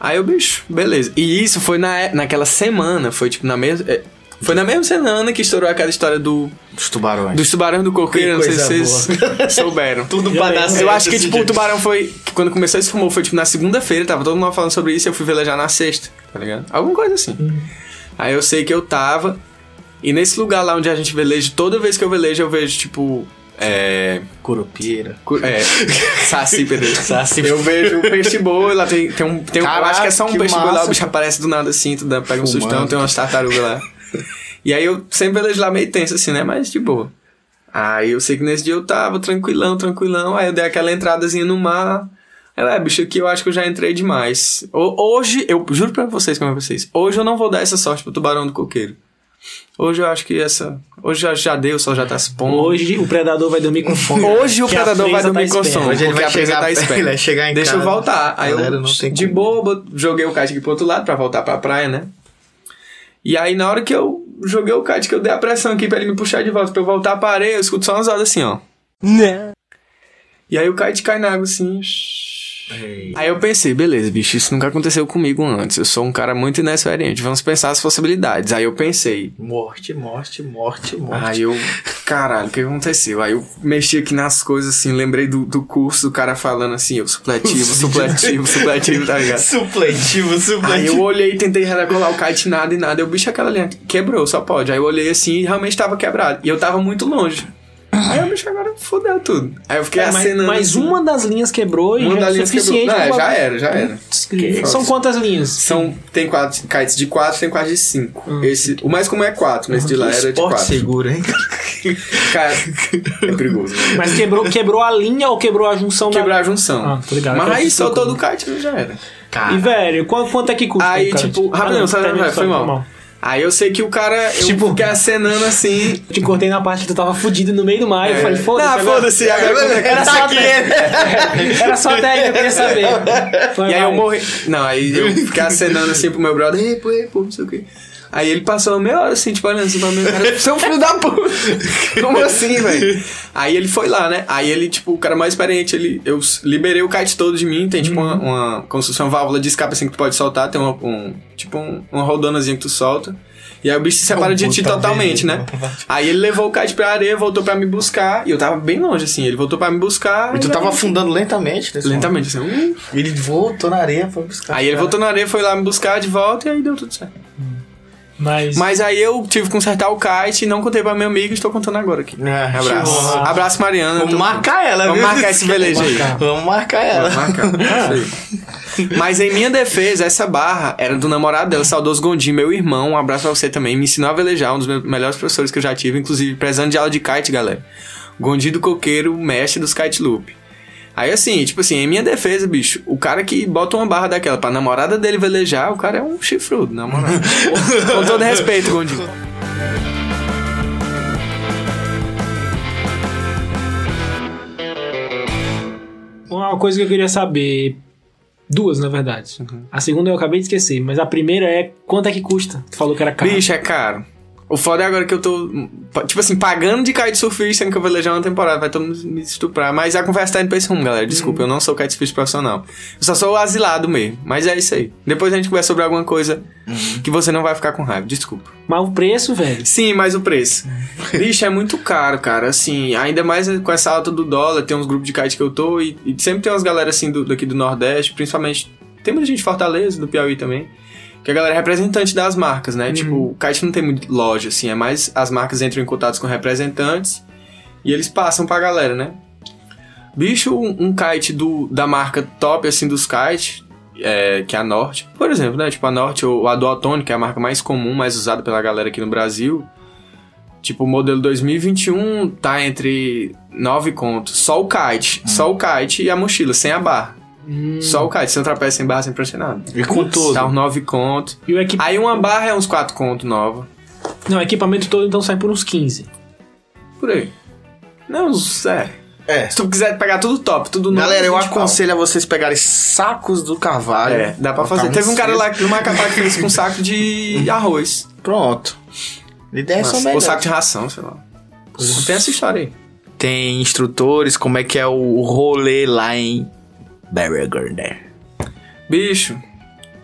[SPEAKER 3] Aí o bicho, beleza. E isso foi na, é, naquela semana, foi tipo na mesma. é, Foi na mesma semana que estourou aquela história do,
[SPEAKER 2] Dos tubarões.
[SPEAKER 3] dos tubarões do coqueiro, não sei se vocês souberam.
[SPEAKER 2] Tudo
[SPEAKER 1] pra dar
[SPEAKER 3] Eu acho que, tipo, o tubarão foi. que Quando começou esse rumor, foi tipo na segunda-feira, tava todo mundo falando sobre isso, eu fui velejar na sexta, tá ligado? Alguma coisa assim. Aí eu sei que eu tava. E nesse lugar lá onde a gente veleja, toda vez que eu velejo, eu vejo, tipo. É.
[SPEAKER 2] Curupira.
[SPEAKER 3] cu- É. Saci, Pedro. Eu vejo um peixe boi, lá tem, tem um. Tem um eu
[SPEAKER 2] Caraca,
[SPEAKER 3] acho que é só um
[SPEAKER 2] que
[SPEAKER 3] peixe boi lá,
[SPEAKER 2] massa.
[SPEAKER 3] o bicho aparece do nada assim, tu dá, pega um
[SPEAKER 2] Fumando.
[SPEAKER 3] sustão, tem umas tartarugas lá. E aí eu sempre velejo lá meio tenso assim, né? Mas de boa. Aí eu sei que nesse dia eu tava tranquilão, tranquilão. Aí eu dei aquela entradazinha no mar. Aí, eu, é, bicho, aqui eu acho que eu já entrei demais. Ho- Hoje, eu juro pra vocês, como é pra vocês, hoje eu não vou dar essa sorte pro tubarão do coqueiro. Hoje eu acho que essa. Hoje já, já deu, o sol já tá se pondo.
[SPEAKER 1] Hoje o predador vai dormir com fome.
[SPEAKER 3] Hoje o
[SPEAKER 1] Que a
[SPEAKER 3] predador vai
[SPEAKER 1] presa
[SPEAKER 3] dormir
[SPEAKER 1] tá
[SPEAKER 3] com
[SPEAKER 1] esperando.
[SPEAKER 3] sono.
[SPEAKER 2] Hoje ele
[SPEAKER 3] porque
[SPEAKER 2] vai
[SPEAKER 3] a presa
[SPEAKER 2] chegar-
[SPEAKER 3] tá esperta.
[SPEAKER 2] ele vai chegar em
[SPEAKER 3] Deixa
[SPEAKER 2] casa.
[SPEAKER 3] eu voltar. Aí
[SPEAKER 2] Galera,
[SPEAKER 3] eu,
[SPEAKER 2] não tem
[SPEAKER 3] de
[SPEAKER 2] como.
[SPEAKER 3] boba, joguei o kite aqui pro outro lado pra voltar pra praia, né? E aí na hora que eu joguei o kite, que eu dei a pressão aqui pra ele me puxar de volta, pra eu voltar pra areia, eu escuto só umas horas assim, ó. Né? E aí o kite cai na água assim. Aí eu pensei, beleza, bicho, isso nunca aconteceu comigo antes. Eu sou um cara muito inexperiente. Vamos pensar as possibilidades. Aí eu pensei,
[SPEAKER 2] Morte, morte, morte, morte.
[SPEAKER 3] Aí eu, caralho, o que aconteceu? Aí eu mexi aqui nas coisas, assim, lembrei do, do curso, do cara falando assim, eu supletivo, supletivo, supletivo, tá ligado?
[SPEAKER 2] Supletivo,
[SPEAKER 3] Aí eu
[SPEAKER 2] supletivo.
[SPEAKER 3] olhei, tentei redecolar o kite, nada e nada. Eu, bicho, aquela linha quebrou, só pode. Aí eu olhei assim e realmente tava quebrado. E eu tava muito longe. Aí Aí o bicho agora fudeu tudo. Aí eu fiquei
[SPEAKER 1] É, mas-
[SPEAKER 3] acenando.
[SPEAKER 1] mas
[SPEAKER 3] assim.
[SPEAKER 1] uma das linhas quebrou e
[SPEAKER 3] Uma
[SPEAKER 1] já
[SPEAKER 3] das
[SPEAKER 1] é
[SPEAKER 3] linhas quebrou.
[SPEAKER 1] suficiente.
[SPEAKER 3] Não, é,
[SPEAKER 1] pra-
[SPEAKER 3] já era, já era.
[SPEAKER 1] Que- São quantas linhas?
[SPEAKER 3] São, tem quatro, kites de 4, tem quatro de 5.
[SPEAKER 1] Hum.
[SPEAKER 3] Esse, o mais comum é 4, mas esse de lá era de
[SPEAKER 2] Esporte
[SPEAKER 3] 4.
[SPEAKER 2] seguro, hein?
[SPEAKER 3] Cara, é perigoso. Né?
[SPEAKER 1] Mas quebrou, quebrou a linha ou quebrou a junção da-
[SPEAKER 3] Quebrar a junção.
[SPEAKER 1] Ah, tô ligado.
[SPEAKER 3] Mas
[SPEAKER 1] Aquela
[SPEAKER 3] aí
[SPEAKER 1] junção
[SPEAKER 3] soltou do kite e já era.
[SPEAKER 1] E
[SPEAKER 2] Cara,
[SPEAKER 1] velho, quanto, quanto é que custa?
[SPEAKER 3] Aí,
[SPEAKER 1] cara?
[SPEAKER 3] tipo,
[SPEAKER 1] Ah,
[SPEAKER 3] rapidão, sabe,
[SPEAKER 1] termina a
[SPEAKER 3] vai, foi
[SPEAKER 1] história,
[SPEAKER 3] mal. Aí eu sei que o cara, eu
[SPEAKER 1] Tipo-
[SPEAKER 3] fiquei acenando assim.
[SPEAKER 1] Eu Te cortei na parte que tu tava fudido no meio do mar. Eu falei, foda-se.
[SPEAKER 3] Ah,
[SPEAKER 1] agora-
[SPEAKER 3] foda-se, agora tá
[SPEAKER 1] Era só até, era só até aí que eu queria saber. Foi
[SPEAKER 3] E aí eu
[SPEAKER 1] mal.
[SPEAKER 3] morri. Não, aí eu fiquei acenando assim pro meu brother, ei, pô, ei, pô, não sei o quê. Aí ele passou uma meia hora assim, tipo, olhando assim pra mim, cara, seu filho da puta! Como assim, velho? Aí ele foi lá, né? Aí ele, tipo, o cara mais experiente, ele, eu s- liberei o kite todo de mim, tem tipo uma,
[SPEAKER 1] Uhum.
[SPEAKER 3] uma, como se fosse uma válvula de escape assim que tu pode soltar, tem uma, um, tipo, um, uma rodonazinha que tu solta. E aí o bicho se separa de ti
[SPEAKER 2] puta
[SPEAKER 3] totalmente,
[SPEAKER 2] merda.
[SPEAKER 3] né? Aí ele levou o kite pra areia, voltou pra me buscar, e eu tava bem longe, assim, ele voltou pra me buscar.
[SPEAKER 2] e tu
[SPEAKER 3] aí-
[SPEAKER 2] tava afundando lentamente nesse
[SPEAKER 3] Lentamente, assim, tá "Uh,
[SPEAKER 2] momento. Ele voltou na areia pra buscar.
[SPEAKER 3] Aí ele
[SPEAKER 2] cara.
[SPEAKER 3] voltou na areia, foi lá me buscar de volta e aí deu tudo certo.
[SPEAKER 1] Mas,
[SPEAKER 3] Mas aí eu tive que consertar o kite e não contei pra meu amigo e estou contando agora aqui.
[SPEAKER 2] É,
[SPEAKER 3] Abraço.
[SPEAKER 2] chegou.
[SPEAKER 3] Abraço, Mariana.
[SPEAKER 2] Vamos
[SPEAKER 3] Tô-
[SPEAKER 2] marcar ela,
[SPEAKER 3] Vamos
[SPEAKER 2] viu?
[SPEAKER 3] marcar esse velejo aí.
[SPEAKER 2] Vamos marcar ela.
[SPEAKER 3] Vamos marcar. Isso aí. Ah. Mas em minha defesa, essa barra era do namorado dela, saudoso Gondim, meu irmão. Um abraço pra você também. Me ensinou a velejar, um dos meus melhores professores que eu já tive, inclusive prezando de aula de kite, galera. Gondi do Coqueiro, mestre dos kite loop. Aí assim, tipo assim, em minha defesa, bicho, o cara que bota uma barra daquela pra namorada dele velejar, o cara é um chifrudo, na moral. Com todo respeito, Gondim.
[SPEAKER 1] uma coisa que eu queria saber. Duas, na verdade.
[SPEAKER 3] Uhum.
[SPEAKER 1] A segunda eu acabei de esquecer, mas a primeira é quanto é que custa? Tu falou que era caro.
[SPEAKER 3] Bicho, é caro. O foda é agora que eu tô, tipo assim, pagando de kitesurfista, sendo que eu vou lejar uma temporada, vai todo mundo me estuprar. Mas a conversa tá indo pra esse rumo, galera. Desculpa, eu não sou kitesurfista profissional. Eu só sou asilado mesmo. Mas é isso aí. Depois a gente conversa sobre alguma coisa que você não vai ficar com raiva. Desculpa.
[SPEAKER 1] Mas o preço, velho.
[SPEAKER 3] Sim, mas o preço. Bicho, é muito caro, cara. Assim, ainda mais com essa alta do dólar, tem uns grupos de kite que eu tô e, e sempre tem umas galera assim do, daqui do Nordeste, principalmente. Tem muita gente de Fortaleza, do Piauí também. Que a galera é representante das marcas, né? Tipo, o kite não tem muito loja, assim, é mais as marcas entram em contato com representantes e eles passam pra galera, né? Bicho, um, um kite do, da marca top, assim, dos kites, é, que é a Norte, por exemplo, né? Tipo, a Norte ou a Dualtone, que é a marca mais comum, mais usada pela galera aqui no Brasil. Tipo, o modelo 2021 tá entre 9 contos. Só o kite.
[SPEAKER 2] Hum.
[SPEAKER 3] Só o kite e a mochila, sem a barra.
[SPEAKER 1] Hum.
[SPEAKER 3] Só o kite, sem o trapézio, sem barra, sem prancha, nada.
[SPEAKER 2] E com tudo.
[SPEAKER 3] Tá uns 9 contos.
[SPEAKER 1] E o equipa...
[SPEAKER 3] Aí uma barra é uns 4 contos nova.
[SPEAKER 1] Não, o equipamento todo então sai por uns 15.
[SPEAKER 3] Por aí. Não, sério.
[SPEAKER 2] É.
[SPEAKER 3] Se tu quiser pegar tudo top, tudo novo.
[SPEAKER 2] Galera, eu
[SPEAKER 3] 20 pau.
[SPEAKER 2] aconselho a vocês pegarem sacos do carvalho.
[SPEAKER 3] É, dá pra
[SPEAKER 2] botar
[SPEAKER 3] fazer.
[SPEAKER 2] uns
[SPEAKER 3] Teve um cara
[SPEAKER 2] três.
[SPEAKER 3] lá no Macapá que fez com um saco de arroz.
[SPEAKER 2] Pronto.
[SPEAKER 4] É
[SPEAKER 2] Ideias são
[SPEAKER 3] Nossa, ou
[SPEAKER 2] melhores.
[SPEAKER 3] saco de ração, sei lá. Tem essa história aí.
[SPEAKER 2] Tem instrutores, como é que é o rolê lá em Barrier Garden.
[SPEAKER 3] Bicho,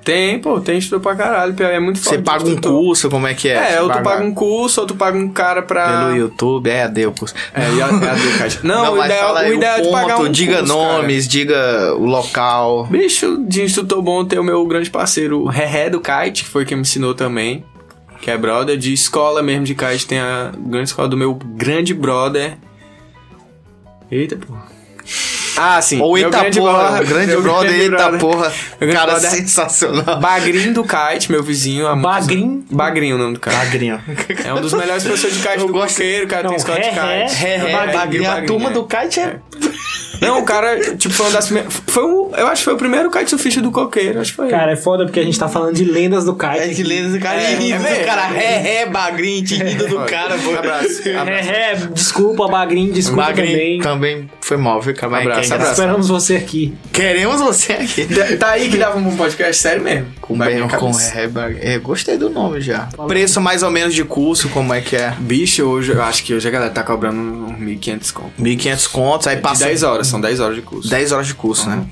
[SPEAKER 3] tem, pô, tem estudo pra caralho. Piauí é muito
[SPEAKER 2] Você
[SPEAKER 3] forte,
[SPEAKER 2] paga um
[SPEAKER 3] instrutor.
[SPEAKER 2] curso, como é que é?
[SPEAKER 3] É, ou tu
[SPEAKER 2] Paga
[SPEAKER 3] paga um curso, ou tu paga um cara pra.
[SPEAKER 2] Pelo YouTube, é, deu o curso.
[SPEAKER 3] É, e a, e a do caixa. Não, o
[SPEAKER 2] mas
[SPEAKER 3] ideal,
[SPEAKER 2] fala aí
[SPEAKER 3] o ideal é tu pagar
[SPEAKER 2] ponto,
[SPEAKER 3] um
[SPEAKER 2] Diga
[SPEAKER 3] curso,
[SPEAKER 2] nomes, diga o local.
[SPEAKER 3] cara. Bicho, de instrutor bom tem o meu grande parceiro, o Reré do Kite, que foi quem me ensinou também. Que é brother de escola mesmo de kite. Tem a grande escola do meu grande brother. Eita, porra. Ah, sim.
[SPEAKER 2] Ou
[SPEAKER 3] meu
[SPEAKER 2] eita
[SPEAKER 3] grande
[SPEAKER 2] porra, grande
[SPEAKER 3] meu
[SPEAKER 2] brother, eita porra.
[SPEAKER 3] Meu grande
[SPEAKER 2] Cara,
[SPEAKER 3] brother. é
[SPEAKER 2] sensacional.
[SPEAKER 3] Bagrinho do kite, meu vizinho. há muitos
[SPEAKER 1] Bagrinho?
[SPEAKER 3] anos. Bagrinho é o nome do cara.
[SPEAKER 2] Bagrinho.
[SPEAKER 3] É um dos melhores professores de kite
[SPEAKER 2] Eu
[SPEAKER 3] do
[SPEAKER 2] gosto-
[SPEAKER 3] coqueiro, cara.
[SPEAKER 1] Não,
[SPEAKER 3] tem escola de
[SPEAKER 1] ré, ré,
[SPEAKER 3] kite.
[SPEAKER 1] ré,
[SPEAKER 3] É,
[SPEAKER 1] ré,
[SPEAKER 3] bagrinho,
[SPEAKER 2] Bagrinho, a
[SPEAKER 3] bagrinho,
[SPEAKER 2] turma
[SPEAKER 3] é.
[SPEAKER 2] do kite é...
[SPEAKER 3] Não, o cara, tipo, foi uma das primeiras. Foi um, eu acho que foi o primeiro kite surfista do coqueiro, acho que foi.
[SPEAKER 1] Cara, é foda porque a gente tá falando de lendas do kite.
[SPEAKER 2] É que lendo do cara,
[SPEAKER 3] É,
[SPEAKER 2] é,
[SPEAKER 3] é
[SPEAKER 2] do
[SPEAKER 3] mesmo.
[SPEAKER 2] cara, é, é, bagrinho, tinido do
[SPEAKER 3] Foi.
[SPEAKER 2] cara, pô.
[SPEAKER 3] Abraço.
[SPEAKER 2] Ah,
[SPEAKER 3] abraço.
[SPEAKER 1] É, é, desculpa, Bagrinho, desculpa
[SPEAKER 2] Bagrinho
[SPEAKER 1] também.
[SPEAKER 2] também foi mal, viu, cara? Mas
[SPEAKER 3] Abraço,
[SPEAKER 2] que é
[SPEAKER 3] abraço.
[SPEAKER 1] Esperamos você aqui.
[SPEAKER 2] engraçado. Queremos você aqui.
[SPEAKER 3] Da- Tá aí que dava um bom podcast, sério mesmo.
[SPEAKER 2] Com
[SPEAKER 3] Vai
[SPEAKER 2] bem,
[SPEAKER 3] minha
[SPEAKER 2] com
[SPEAKER 3] cabeça.
[SPEAKER 2] é, bag- é, gostei do nome já. Preço mais ou menos de curso, como é que é?
[SPEAKER 3] Bicho, hoje, eu acho que hoje a galera tá cobrando uns 1.500 conto.
[SPEAKER 2] 1.500 contos, aí
[SPEAKER 3] De
[SPEAKER 2] passa
[SPEAKER 3] 10 horas, são 10 horas de curso.
[SPEAKER 2] 10 horas de curso, né?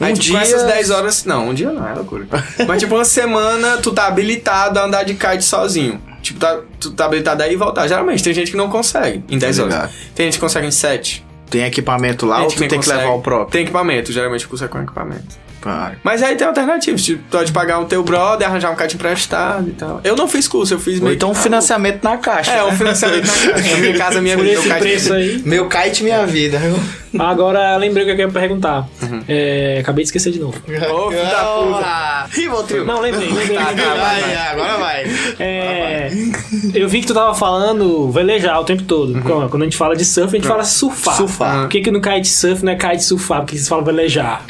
[SPEAKER 3] Aí,
[SPEAKER 2] Um
[SPEAKER 3] tipo, com
[SPEAKER 2] dia-
[SPEAKER 3] essas 10 horas. Não, um dia não, é loucura. Mas, tipo, uma semana tu tá habilitado a andar de kite sozinho. Tipo, tá, tu tá habilitado a ir e voltar. Geralmente, tem gente que não consegue em 10 horas.
[SPEAKER 2] ligado.
[SPEAKER 3] Tem gente que consegue em 7.
[SPEAKER 4] Tem equipamento lá
[SPEAKER 3] Gente
[SPEAKER 4] ou tu tem que
[SPEAKER 3] consegue.
[SPEAKER 4] levar o próprio?
[SPEAKER 3] Tem equipamento, geralmente consegue com equipamento.
[SPEAKER 4] Para.
[SPEAKER 3] Mas aí tem alternativas, tipo, pode pagar um teu brother, arranjar um cara de emprestado e tal. Eu não fiz curso, eu fiz
[SPEAKER 4] Ou
[SPEAKER 3] meio
[SPEAKER 4] então um
[SPEAKER 3] que-
[SPEAKER 4] financiamento na caixa.
[SPEAKER 3] É, um
[SPEAKER 4] né?
[SPEAKER 3] financiamento na casa. Minha casa, minha
[SPEAKER 1] Por
[SPEAKER 3] vida, eu
[SPEAKER 1] esse
[SPEAKER 3] caí
[SPEAKER 1] preço aí.
[SPEAKER 2] Meu kite, minha vida.
[SPEAKER 1] Agora lembrei o que eu queria perguntar.
[SPEAKER 3] Uhum.
[SPEAKER 1] É, acabei de esquecer de novo.
[SPEAKER 3] Ô, filho da puta.
[SPEAKER 4] Rivotril.
[SPEAKER 1] Não, lembrei, lembrei.
[SPEAKER 3] Tá, tá, vai, vai.
[SPEAKER 4] agora vai.
[SPEAKER 1] É, eu vi que tu tava falando velejar o tempo todo.
[SPEAKER 3] Uhum.
[SPEAKER 1] Quando- Quando a gente fala de surf, a gente fala surfar.
[SPEAKER 2] Surfar.
[SPEAKER 1] Por que, que no kite surf não é kite surfar? Porque eles falam velejar.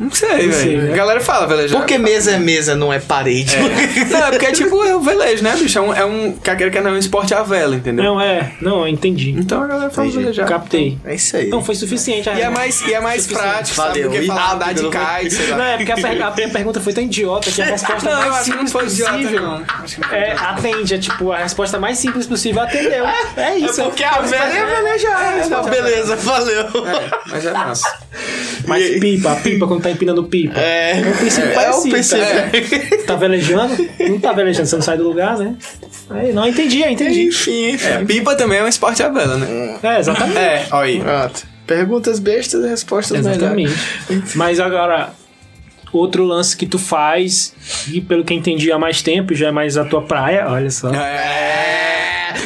[SPEAKER 3] Não sei,
[SPEAKER 1] Não sei,
[SPEAKER 3] velho.
[SPEAKER 1] né?
[SPEAKER 3] A galera fala velejar.
[SPEAKER 2] Porque mesa é mesa, não é parede.
[SPEAKER 3] Não, é porque é tipo é o velejo, né, bicho? É um, é um quer queira, quer não, é um esporte à vela, entendeu?
[SPEAKER 1] Não, é. Não, eu entendi.
[SPEAKER 3] Então a galera fala
[SPEAKER 4] Entendi.
[SPEAKER 3] velejar.
[SPEAKER 1] Captei.
[SPEAKER 2] É isso aí.
[SPEAKER 1] Não, foi suficiente.
[SPEAKER 3] E é
[SPEAKER 1] Arnaldo.
[SPEAKER 3] mais, e é mais prático, sabe?
[SPEAKER 2] Tipo assim, Valeu.
[SPEAKER 3] Do que
[SPEAKER 2] E
[SPEAKER 3] falar andar de
[SPEAKER 2] rápido, né?
[SPEAKER 3] kite, sei
[SPEAKER 1] Não,
[SPEAKER 3] lá.
[SPEAKER 1] é porque a, per- a minha pergunta foi tão idiota que a resposta
[SPEAKER 3] Não, eu
[SPEAKER 1] mais
[SPEAKER 3] acho que não
[SPEAKER 1] simples
[SPEAKER 3] foi idiota,
[SPEAKER 1] possível
[SPEAKER 3] não. Acho que não foi
[SPEAKER 1] é,
[SPEAKER 3] idiota.
[SPEAKER 1] atende. É tipo, a resposta mais simples possível atendeu. É isso.
[SPEAKER 2] Porque a velha é velejar.
[SPEAKER 3] É,
[SPEAKER 2] Não, beleza, valeu.
[SPEAKER 3] É, mas é massa.
[SPEAKER 1] Mas pipa, pripa quando tá empinando pipa.
[SPEAKER 2] É,
[SPEAKER 1] O princípio
[SPEAKER 2] é, o
[SPEAKER 1] parecido,
[SPEAKER 2] princípio.
[SPEAKER 1] tá ligado? Tá velejando? Não tá velejando, você não sai do lugar, né? Aí, não, eu entendi, eu entendi.
[SPEAKER 2] Enfim, enfim. Hum.
[SPEAKER 3] É, pipa também é um esporte à vela, né?
[SPEAKER 1] É, exatamente.
[SPEAKER 3] É, ó aí.
[SPEAKER 2] Pronto. Perguntas bestas e respostas melhores.
[SPEAKER 1] Exatamente. Mas agora, outro lance que tu faz, e pelo que eu entendi há mais tempo, já é mais a tua praia, olha só.
[SPEAKER 3] É.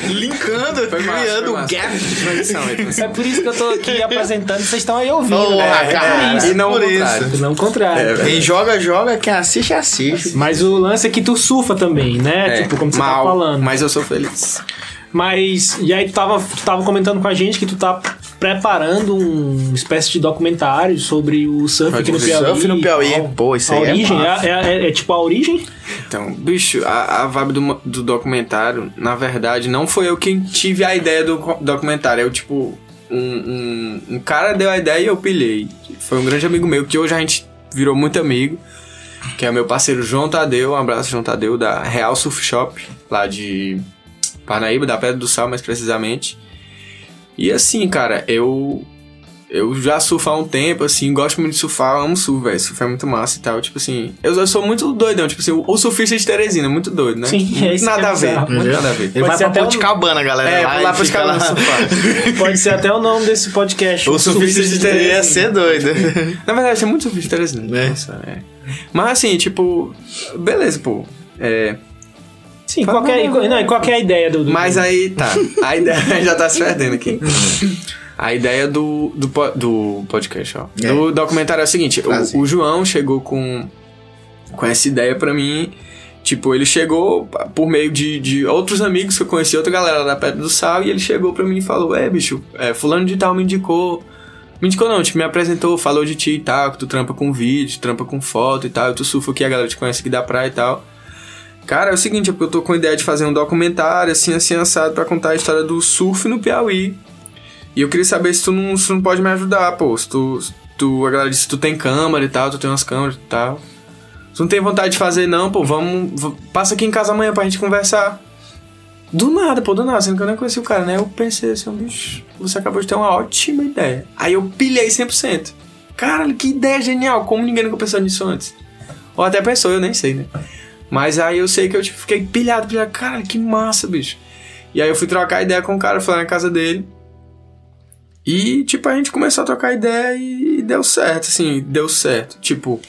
[SPEAKER 2] Linkando,
[SPEAKER 3] Foi massa,
[SPEAKER 2] criando
[SPEAKER 3] foi
[SPEAKER 2] um
[SPEAKER 3] massa.
[SPEAKER 2] gap.
[SPEAKER 3] Transição, aí,
[SPEAKER 1] É
[SPEAKER 3] transição.
[SPEAKER 1] por isso que eu tô aqui apresentando, vocês estão aí ouvindo,
[SPEAKER 2] Porra,
[SPEAKER 1] né?
[SPEAKER 2] cara.
[SPEAKER 1] Por isso.
[SPEAKER 3] E não
[SPEAKER 2] Por
[SPEAKER 3] o
[SPEAKER 2] isso.
[SPEAKER 3] contrário.
[SPEAKER 1] Não o contrário.
[SPEAKER 3] É, velho.
[SPEAKER 2] Quem joga, joga. Quem assiste, assiste.
[SPEAKER 1] Mas o lance é que tu surfa também, né?
[SPEAKER 3] É,
[SPEAKER 1] tipo, como você
[SPEAKER 3] mal,
[SPEAKER 1] tá falando.
[SPEAKER 3] Mas eu sou feliz.
[SPEAKER 1] Mas, e aí tu tava, tu tava comentando com a gente que tu tá preparando um- uma espécie de documentário sobre o surf aqui no
[SPEAKER 3] Sobre o
[SPEAKER 1] Piauí.
[SPEAKER 2] surf no Piauí.
[SPEAKER 1] e tal.
[SPEAKER 2] Pô, isso
[SPEAKER 1] a
[SPEAKER 2] aí é
[SPEAKER 1] origem,
[SPEAKER 2] massa.
[SPEAKER 1] é, é- é tipo a origem?
[SPEAKER 3] Então, bicho, a, a vibe do, mo- do documentário, na verdade, não foi eu quem tive a ideia do co- documentário. Eu, tipo, um, um- um cara deu a ideia e eu pilhei. Foi um grande amigo meu, que hoje a gente virou muito amigo, que é meu parceiro João Tadeu. Um abraço, João Tadeu, da Real Surf Shop, lá de Parnaíba, da Pedra do Sal, mais precisamente. E assim, cara, eu. Eu já surfo há um tempo, assim, gosto muito de surfar, amo surf, velho. Surf é muito massa e tal. Tipo assim, eu, eu sou muito doidão, tipo assim, o, o surfista de Teresina, é muito doido, né?
[SPEAKER 1] Sim, é isso que
[SPEAKER 3] Nada
[SPEAKER 1] é
[SPEAKER 3] a ver,
[SPEAKER 1] bizarro.
[SPEAKER 3] muito nada a ver.
[SPEAKER 4] Ele
[SPEAKER 1] Pode
[SPEAKER 4] vai
[SPEAKER 1] ser
[SPEAKER 4] pra
[SPEAKER 1] até um-
[SPEAKER 4] Porticabana, galera.
[SPEAKER 3] É, lá
[SPEAKER 4] e
[SPEAKER 3] pra
[SPEAKER 4] fica
[SPEAKER 3] escalar
[SPEAKER 4] lá.
[SPEAKER 3] surfar.
[SPEAKER 1] Pode ser até o nome desse podcast.
[SPEAKER 4] Tipo,
[SPEAKER 2] O surfista
[SPEAKER 3] surfista
[SPEAKER 2] de
[SPEAKER 3] de
[SPEAKER 2] TV ia
[SPEAKER 3] Teresina.
[SPEAKER 4] é
[SPEAKER 2] ser doido.
[SPEAKER 3] Na verdade, é muito surfista de Teresina.
[SPEAKER 2] Né?
[SPEAKER 3] Nossa, é. Mas assim, tipo, beleza, pô. É,
[SPEAKER 1] Sim, qualquer, e qual- não, e qual que é a ideia do... do
[SPEAKER 3] Mas aí tá. A ideia já tá se perdendo aqui. A ideia do, do, po- do podcast, ó.
[SPEAKER 4] É.
[SPEAKER 3] Do documentário é o seguinte:
[SPEAKER 4] Prazer.
[SPEAKER 3] o, o João chegou com, com essa ideia pra mim. Tipo, ele chegou por meio de, de outros amigos que eu conheci, outra galera da Pedra do Sal, e ele chegou pra mim e falou: É, bicho, é, fulano de tal me indicou. Me indicou não, tipo, me apresentou, falou de ti e tal, que tu trampa com vídeo, trampa com foto e tal, e tu surfa aqui, a galera te conhece aqui da praia e tal. Cara, é o seguinte, é porque eu tô com a ideia de fazer um documentário, assim, assim, assado, pra contar a história do surf no Piauí. E eu queria saber se tu não, se tu não pode me ajudar, pô. Se tu, se tu, a galera disse, tu tem câmera e tal, tu tem umas câmeras e tal. Tu não tem vontade de fazer, não, pô, vamos... v- Passa aqui em casa amanhã pra gente conversar. Do nada, pô, do nada, sendo que eu nem conheci o cara, né? Eu pensei assim, bicho, você acabou de ter uma ótima ideia. Aí eu pilhei 100%. Caralho, que ideia genial, como ninguém nunca pensou nisso antes. Ou até pensou, eu nem sei, né? Mas aí eu sei que eu tipo, fiquei pilhado, pilhado, cara, que massa, bicho. E aí eu fui trocar ideia com o cara, fui lá na casa dele. E, tipo, a gente começou a trocar ideia e deu certo, assim, deu certo. Tipo,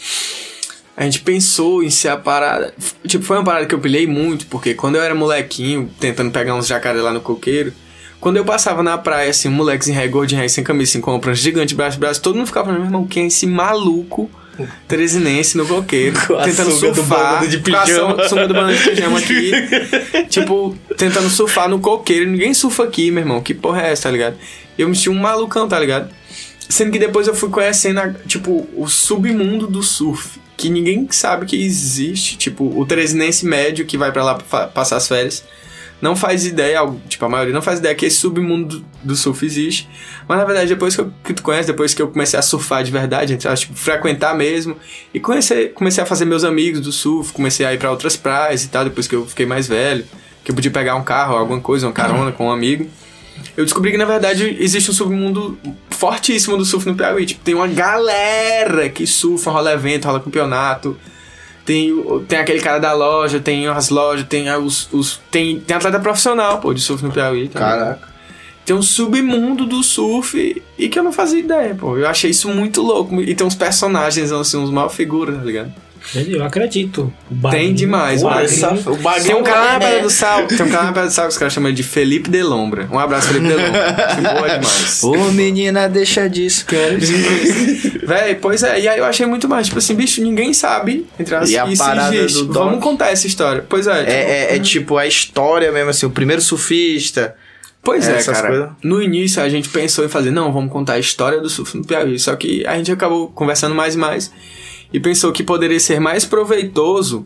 [SPEAKER 3] a gente pensou em ser a parada. Tipo, foi uma parada que eu pilhei muito, porque quando eu era molequinho, tentando pegar uns jacaré lá no coqueiro, quando eu passava na praia, assim, um moleque em ré, gordinho, ré, sem camisa, sem compra, um gigante, braço, braço, todo mundo ficava falando, meu irmão, quem é esse maluco trezinense no coqueiro,
[SPEAKER 2] Hum. Com a
[SPEAKER 3] tentando
[SPEAKER 2] sunga do
[SPEAKER 3] surfar,
[SPEAKER 2] bando de
[SPEAKER 3] com a sun-
[SPEAKER 2] pijama.
[SPEAKER 3] sunga do banana de pijama aqui, tipo, tentando surfar no coqueiro, ninguém surfa aqui, meu irmão, que porra é essa, tá ligado? Eu me senti um malucão, tá ligado? Sendo que depois eu fui conhecendo, a- tipo, o submundo do surf. Que ninguém sabe que existe. Tipo, o trezinense médio que vai pra lá fa- passar as férias. Não faz ideia, al- tipo, a maioria não faz ideia que esse submundo do- do surf existe. Mas na verdade, depois que, eu, que tu conhece, depois que eu comecei a surfar de verdade, entre aspas, tipo, frequentar mesmo. E comecei, comecei a fazer meus amigos do surf, comecei a ir pra outras praias e tal, depois que eu fiquei mais velho. Que eu podia pegar um carro, alguma coisa, uma carona com um amigo. Eu descobri que, na verdade, existe um submundo fortíssimo do surf no Piauí. Tipo, tem uma galera que surfa, rola evento, rola campeonato. Tem, o- tem aquele cara da loja, tem as lojas, tem os, os- tem, tem atleta profissional, pô, de surf no Piauí. também.
[SPEAKER 4] Caraca.
[SPEAKER 3] Tem um submundo do surf e que eu não fazia ideia, pô. Eu achei isso muito louco. E tem uns personagens, assim, uns mal figuras, tá ligado?
[SPEAKER 1] Eu acredito. O
[SPEAKER 3] Tem
[SPEAKER 1] Bagrinho-
[SPEAKER 3] demais,
[SPEAKER 1] o
[SPEAKER 3] mano.
[SPEAKER 4] É
[SPEAKER 1] Bagrinho-
[SPEAKER 2] Essa- o bagulho
[SPEAKER 3] Tem um cara na Pedra
[SPEAKER 2] é-
[SPEAKER 3] do Sal, tem um cara na Pedra do Sal que os caras chamam ele de Felipe Delombra. Um abraço, Felipe Delombra. Que boa demais.
[SPEAKER 2] Ô menina, deixa disso, cara.
[SPEAKER 3] Véi, pois é, e aí eu achei muito mais, tipo assim, bicho, ninguém sabe, entre as
[SPEAKER 4] E a
[SPEAKER 3] isso
[SPEAKER 4] parada
[SPEAKER 3] existe.
[SPEAKER 4] do
[SPEAKER 3] Vamos
[SPEAKER 4] Doc.
[SPEAKER 3] contar essa história. Pois é, tipo,
[SPEAKER 4] É, é- é tipo a história mesmo, assim, o primeiro surfista.
[SPEAKER 3] pois é,
[SPEAKER 4] essas
[SPEAKER 3] cara.
[SPEAKER 4] coisas.
[SPEAKER 3] No início a gente pensou em fazer, não, vamos contar a história do surf no Piauí, só que a gente acabou conversando mais e mais e pensou que poderia ser mais proveitoso,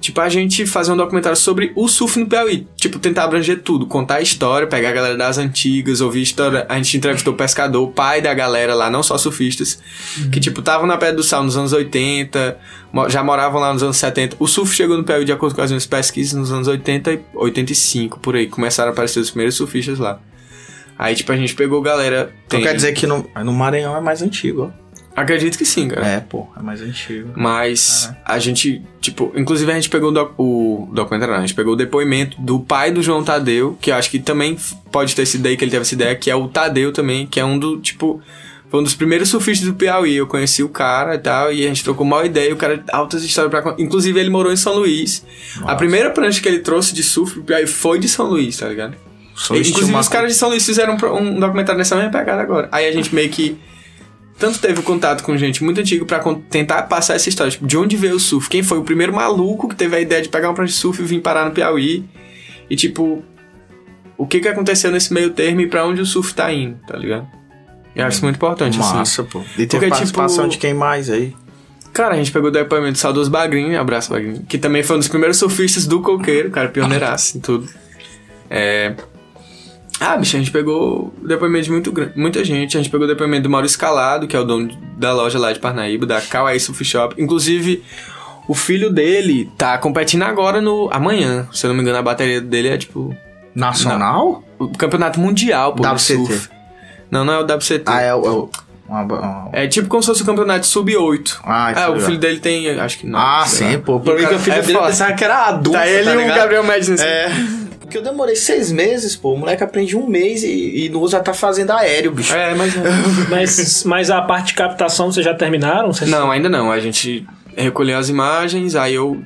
[SPEAKER 3] tipo, a gente fazer um documentário sobre o surf no Piauí, tipo, tentar abranger tudo, contar a história, pegar a galera das antigas, ouvir a história, a gente entrevistou o pescador, o pai da galera lá, não só surfistas, que tipo, estavam na Pedra do Sal nos anos 80, mo- já moravam lá nos anos 70. O surf chegou no Piauí de acordo com as minhas pesquisas nos anos 80 e 85, por aí, começaram a aparecer os primeiros surfistas lá. Aí, tipo, a gente pegou galera.
[SPEAKER 4] Então
[SPEAKER 3] tem-
[SPEAKER 4] quer dizer que no, no Maranhão é mais antigo,
[SPEAKER 3] Acredito que sim,
[SPEAKER 4] ó.
[SPEAKER 3] cara.
[SPEAKER 4] É, pô, é mais antigo.
[SPEAKER 3] Mas a gente, tipo, inclusive a gente pegou o, doc- o documentário, não, a gente pegou o depoimento do pai do João Tadeu, que eu acho que também f- pode ter sido daí que ele teve essa ideia, que é o Tadeu também, que é um do, tipo, foi um dos primeiros surfistas do Piauí. Eu conheci o cara e tal, e a gente trocou uma ideia, e o cara, altas histórias pra. con- Inclusive ele morou em São Luís. A primeira prancha que ele trouxe de surf pro Piauí foi de São Luís, tá ligado?
[SPEAKER 4] Só
[SPEAKER 3] E,
[SPEAKER 4] existe
[SPEAKER 3] Inclusive,
[SPEAKER 4] uma
[SPEAKER 3] os caras de São Luís fizeram um pro- um documentário nessa mesma pegada agora. Aí a gente meio que. Tanto teve contato com gente muito antiga pra con- tentar passar essa história. Tipo, de onde veio o surf? Quem foi o primeiro maluco que teve a ideia de pegar um prancha de surf e vir parar no Piauí? E, tipo, o que que aconteceu nesse meio termo e pra onde o surf tá indo, tá ligado? Eu acho isso muito importante, assim.
[SPEAKER 4] Massa, pô. E
[SPEAKER 3] Porque,
[SPEAKER 4] tem participação
[SPEAKER 3] tipo,
[SPEAKER 4] de quem mais aí?
[SPEAKER 3] Cara, a gente pegou o depoimento do Saudoso Bagrinho, um abraço Bagrinho, que também foi um dos primeiros surfistas do coqueiro, cara, pioneiraço em tudo. É... Ah, bicho, a gente pegou o depoimento de muito, gran- muita gente. A gente pegou o depoimento do Maurício Calado, que é o dono da loja lá de Parnaíba, da Kawaii Surf Shop. Inclusive, o filho dele tá competindo agora no... Amanhã, se eu não me engano, a bateria dele é tipo...
[SPEAKER 4] Nacional?
[SPEAKER 3] O campeonato mundial, pô, do
[SPEAKER 4] WCT.
[SPEAKER 3] surf. Não, não é o WCT.
[SPEAKER 4] Ah, é o. é o- uma- uma-
[SPEAKER 3] É tipo como se fosse o campeonato sub-8.
[SPEAKER 4] Ah, isso
[SPEAKER 3] Ah, o
[SPEAKER 4] aí, ó.
[SPEAKER 3] filho dele tem, acho que não.
[SPEAKER 4] Ah, sim, pô.
[SPEAKER 2] Por mim que eu fiz
[SPEAKER 3] É
[SPEAKER 2] dele, eu
[SPEAKER 3] foda.
[SPEAKER 2] pensava que era adulto.
[SPEAKER 3] Tá ele
[SPEAKER 2] tá
[SPEAKER 3] e o
[SPEAKER 2] ligado?
[SPEAKER 3] Gabriel Madison. assim.
[SPEAKER 4] É.
[SPEAKER 2] Porque eu demorei seis meses, pô. O moleque aprende um mês e, e no outro já tá fazendo aéreo, bicho.
[SPEAKER 3] É, mas.
[SPEAKER 1] Mas, mas a parte de captação vocês já terminaram? Vocês-
[SPEAKER 3] não, ainda não. A gente recolheu as imagens, aí eu.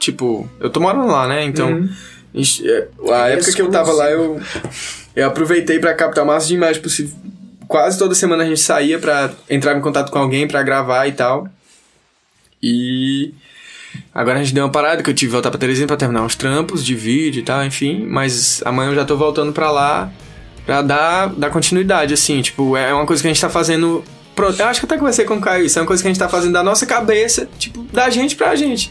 [SPEAKER 3] Tipo, eu tô morando lá, né? Então.
[SPEAKER 1] Uhum.
[SPEAKER 3] ixi, é, A
[SPEAKER 2] É
[SPEAKER 3] época que eu tava lá, eu. Eu aproveitei pra captar o máximo de imagens possível. Quase toda semana a gente saía pra entrar em contato com alguém pra gravar e tal. E. Agora a gente deu uma parada que eu tive que voltar pra Teresina pra terminar uns trampos de vídeo e tal, enfim. Mas amanhã eu já tô voltando pra lá pra dar, dar continuidade, assim. Tipo, é uma coisa que a gente tá fazendo. pro- Eu acho que eu até conversei com o Caio isso. É uma coisa que a gente tá fazendo da nossa cabeça, tipo, da gente pra gente.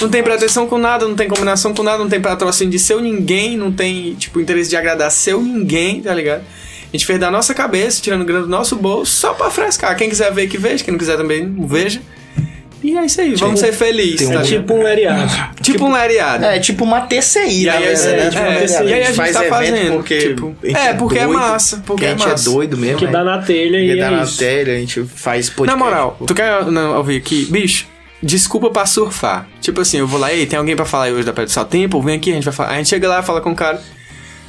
[SPEAKER 3] não tem pretensão com nada, não tem combinação com nada, não tem patrocínio de seu ninguém, não tem, tipo, interesse de agradar seu ninguém, tá ligado? A gente fez da nossa cabeça, tirando grana do nosso bolso, só pra frescar. Quem quiser ver, que veja. Quem não quiser também, não veja. E é isso aí, vamos
[SPEAKER 4] Tipo,
[SPEAKER 3] ser felizes, tá
[SPEAKER 1] É
[SPEAKER 3] ligado?
[SPEAKER 1] tipo um lereado.
[SPEAKER 3] Tipo, um lariado.
[SPEAKER 2] É, tipo uma TCI,
[SPEAKER 3] E
[SPEAKER 2] né?
[SPEAKER 3] aí,
[SPEAKER 2] velho?
[SPEAKER 3] é,
[SPEAKER 2] É,
[SPEAKER 1] tipo,
[SPEAKER 2] uma
[SPEAKER 1] é,
[SPEAKER 2] TCI.
[SPEAKER 3] e aí a gente
[SPEAKER 4] faz
[SPEAKER 3] tá
[SPEAKER 4] evento
[SPEAKER 3] fazendo.
[SPEAKER 4] porque
[SPEAKER 3] tipo,
[SPEAKER 4] a gente
[SPEAKER 3] é,
[SPEAKER 4] é
[SPEAKER 3] porque é
[SPEAKER 4] doido,
[SPEAKER 3] massa. Porque
[SPEAKER 4] Porque a
[SPEAKER 3] é
[SPEAKER 4] gente é
[SPEAKER 3] massa.
[SPEAKER 4] doido mesmo.
[SPEAKER 1] Que
[SPEAKER 4] né?
[SPEAKER 1] dá na telha
[SPEAKER 4] Porque
[SPEAKER 1] e
[SPEAKER 4] dá
[SPEAKER 1] é
[SPEAKER 4] na
[SPEAKER 1] isso.
[SPEAKER 4] telha, a gente faz
[SPEAKER 3] Na
[SPEAKER 4] podcast.
[SPEAKER 3] moral,
[SPEAKER 4] pô.
[SPEAKER 3] tu quer não, ouvir aqui? Bicho, desculpa pra surfar. Tipo assim, eu vou lá, ei, tem alguém pra falar aí hoje da Pedra do Sal? Tem, pô, vem aqui, a gente vai falar. Aí A gente chega lá, fala com o cara.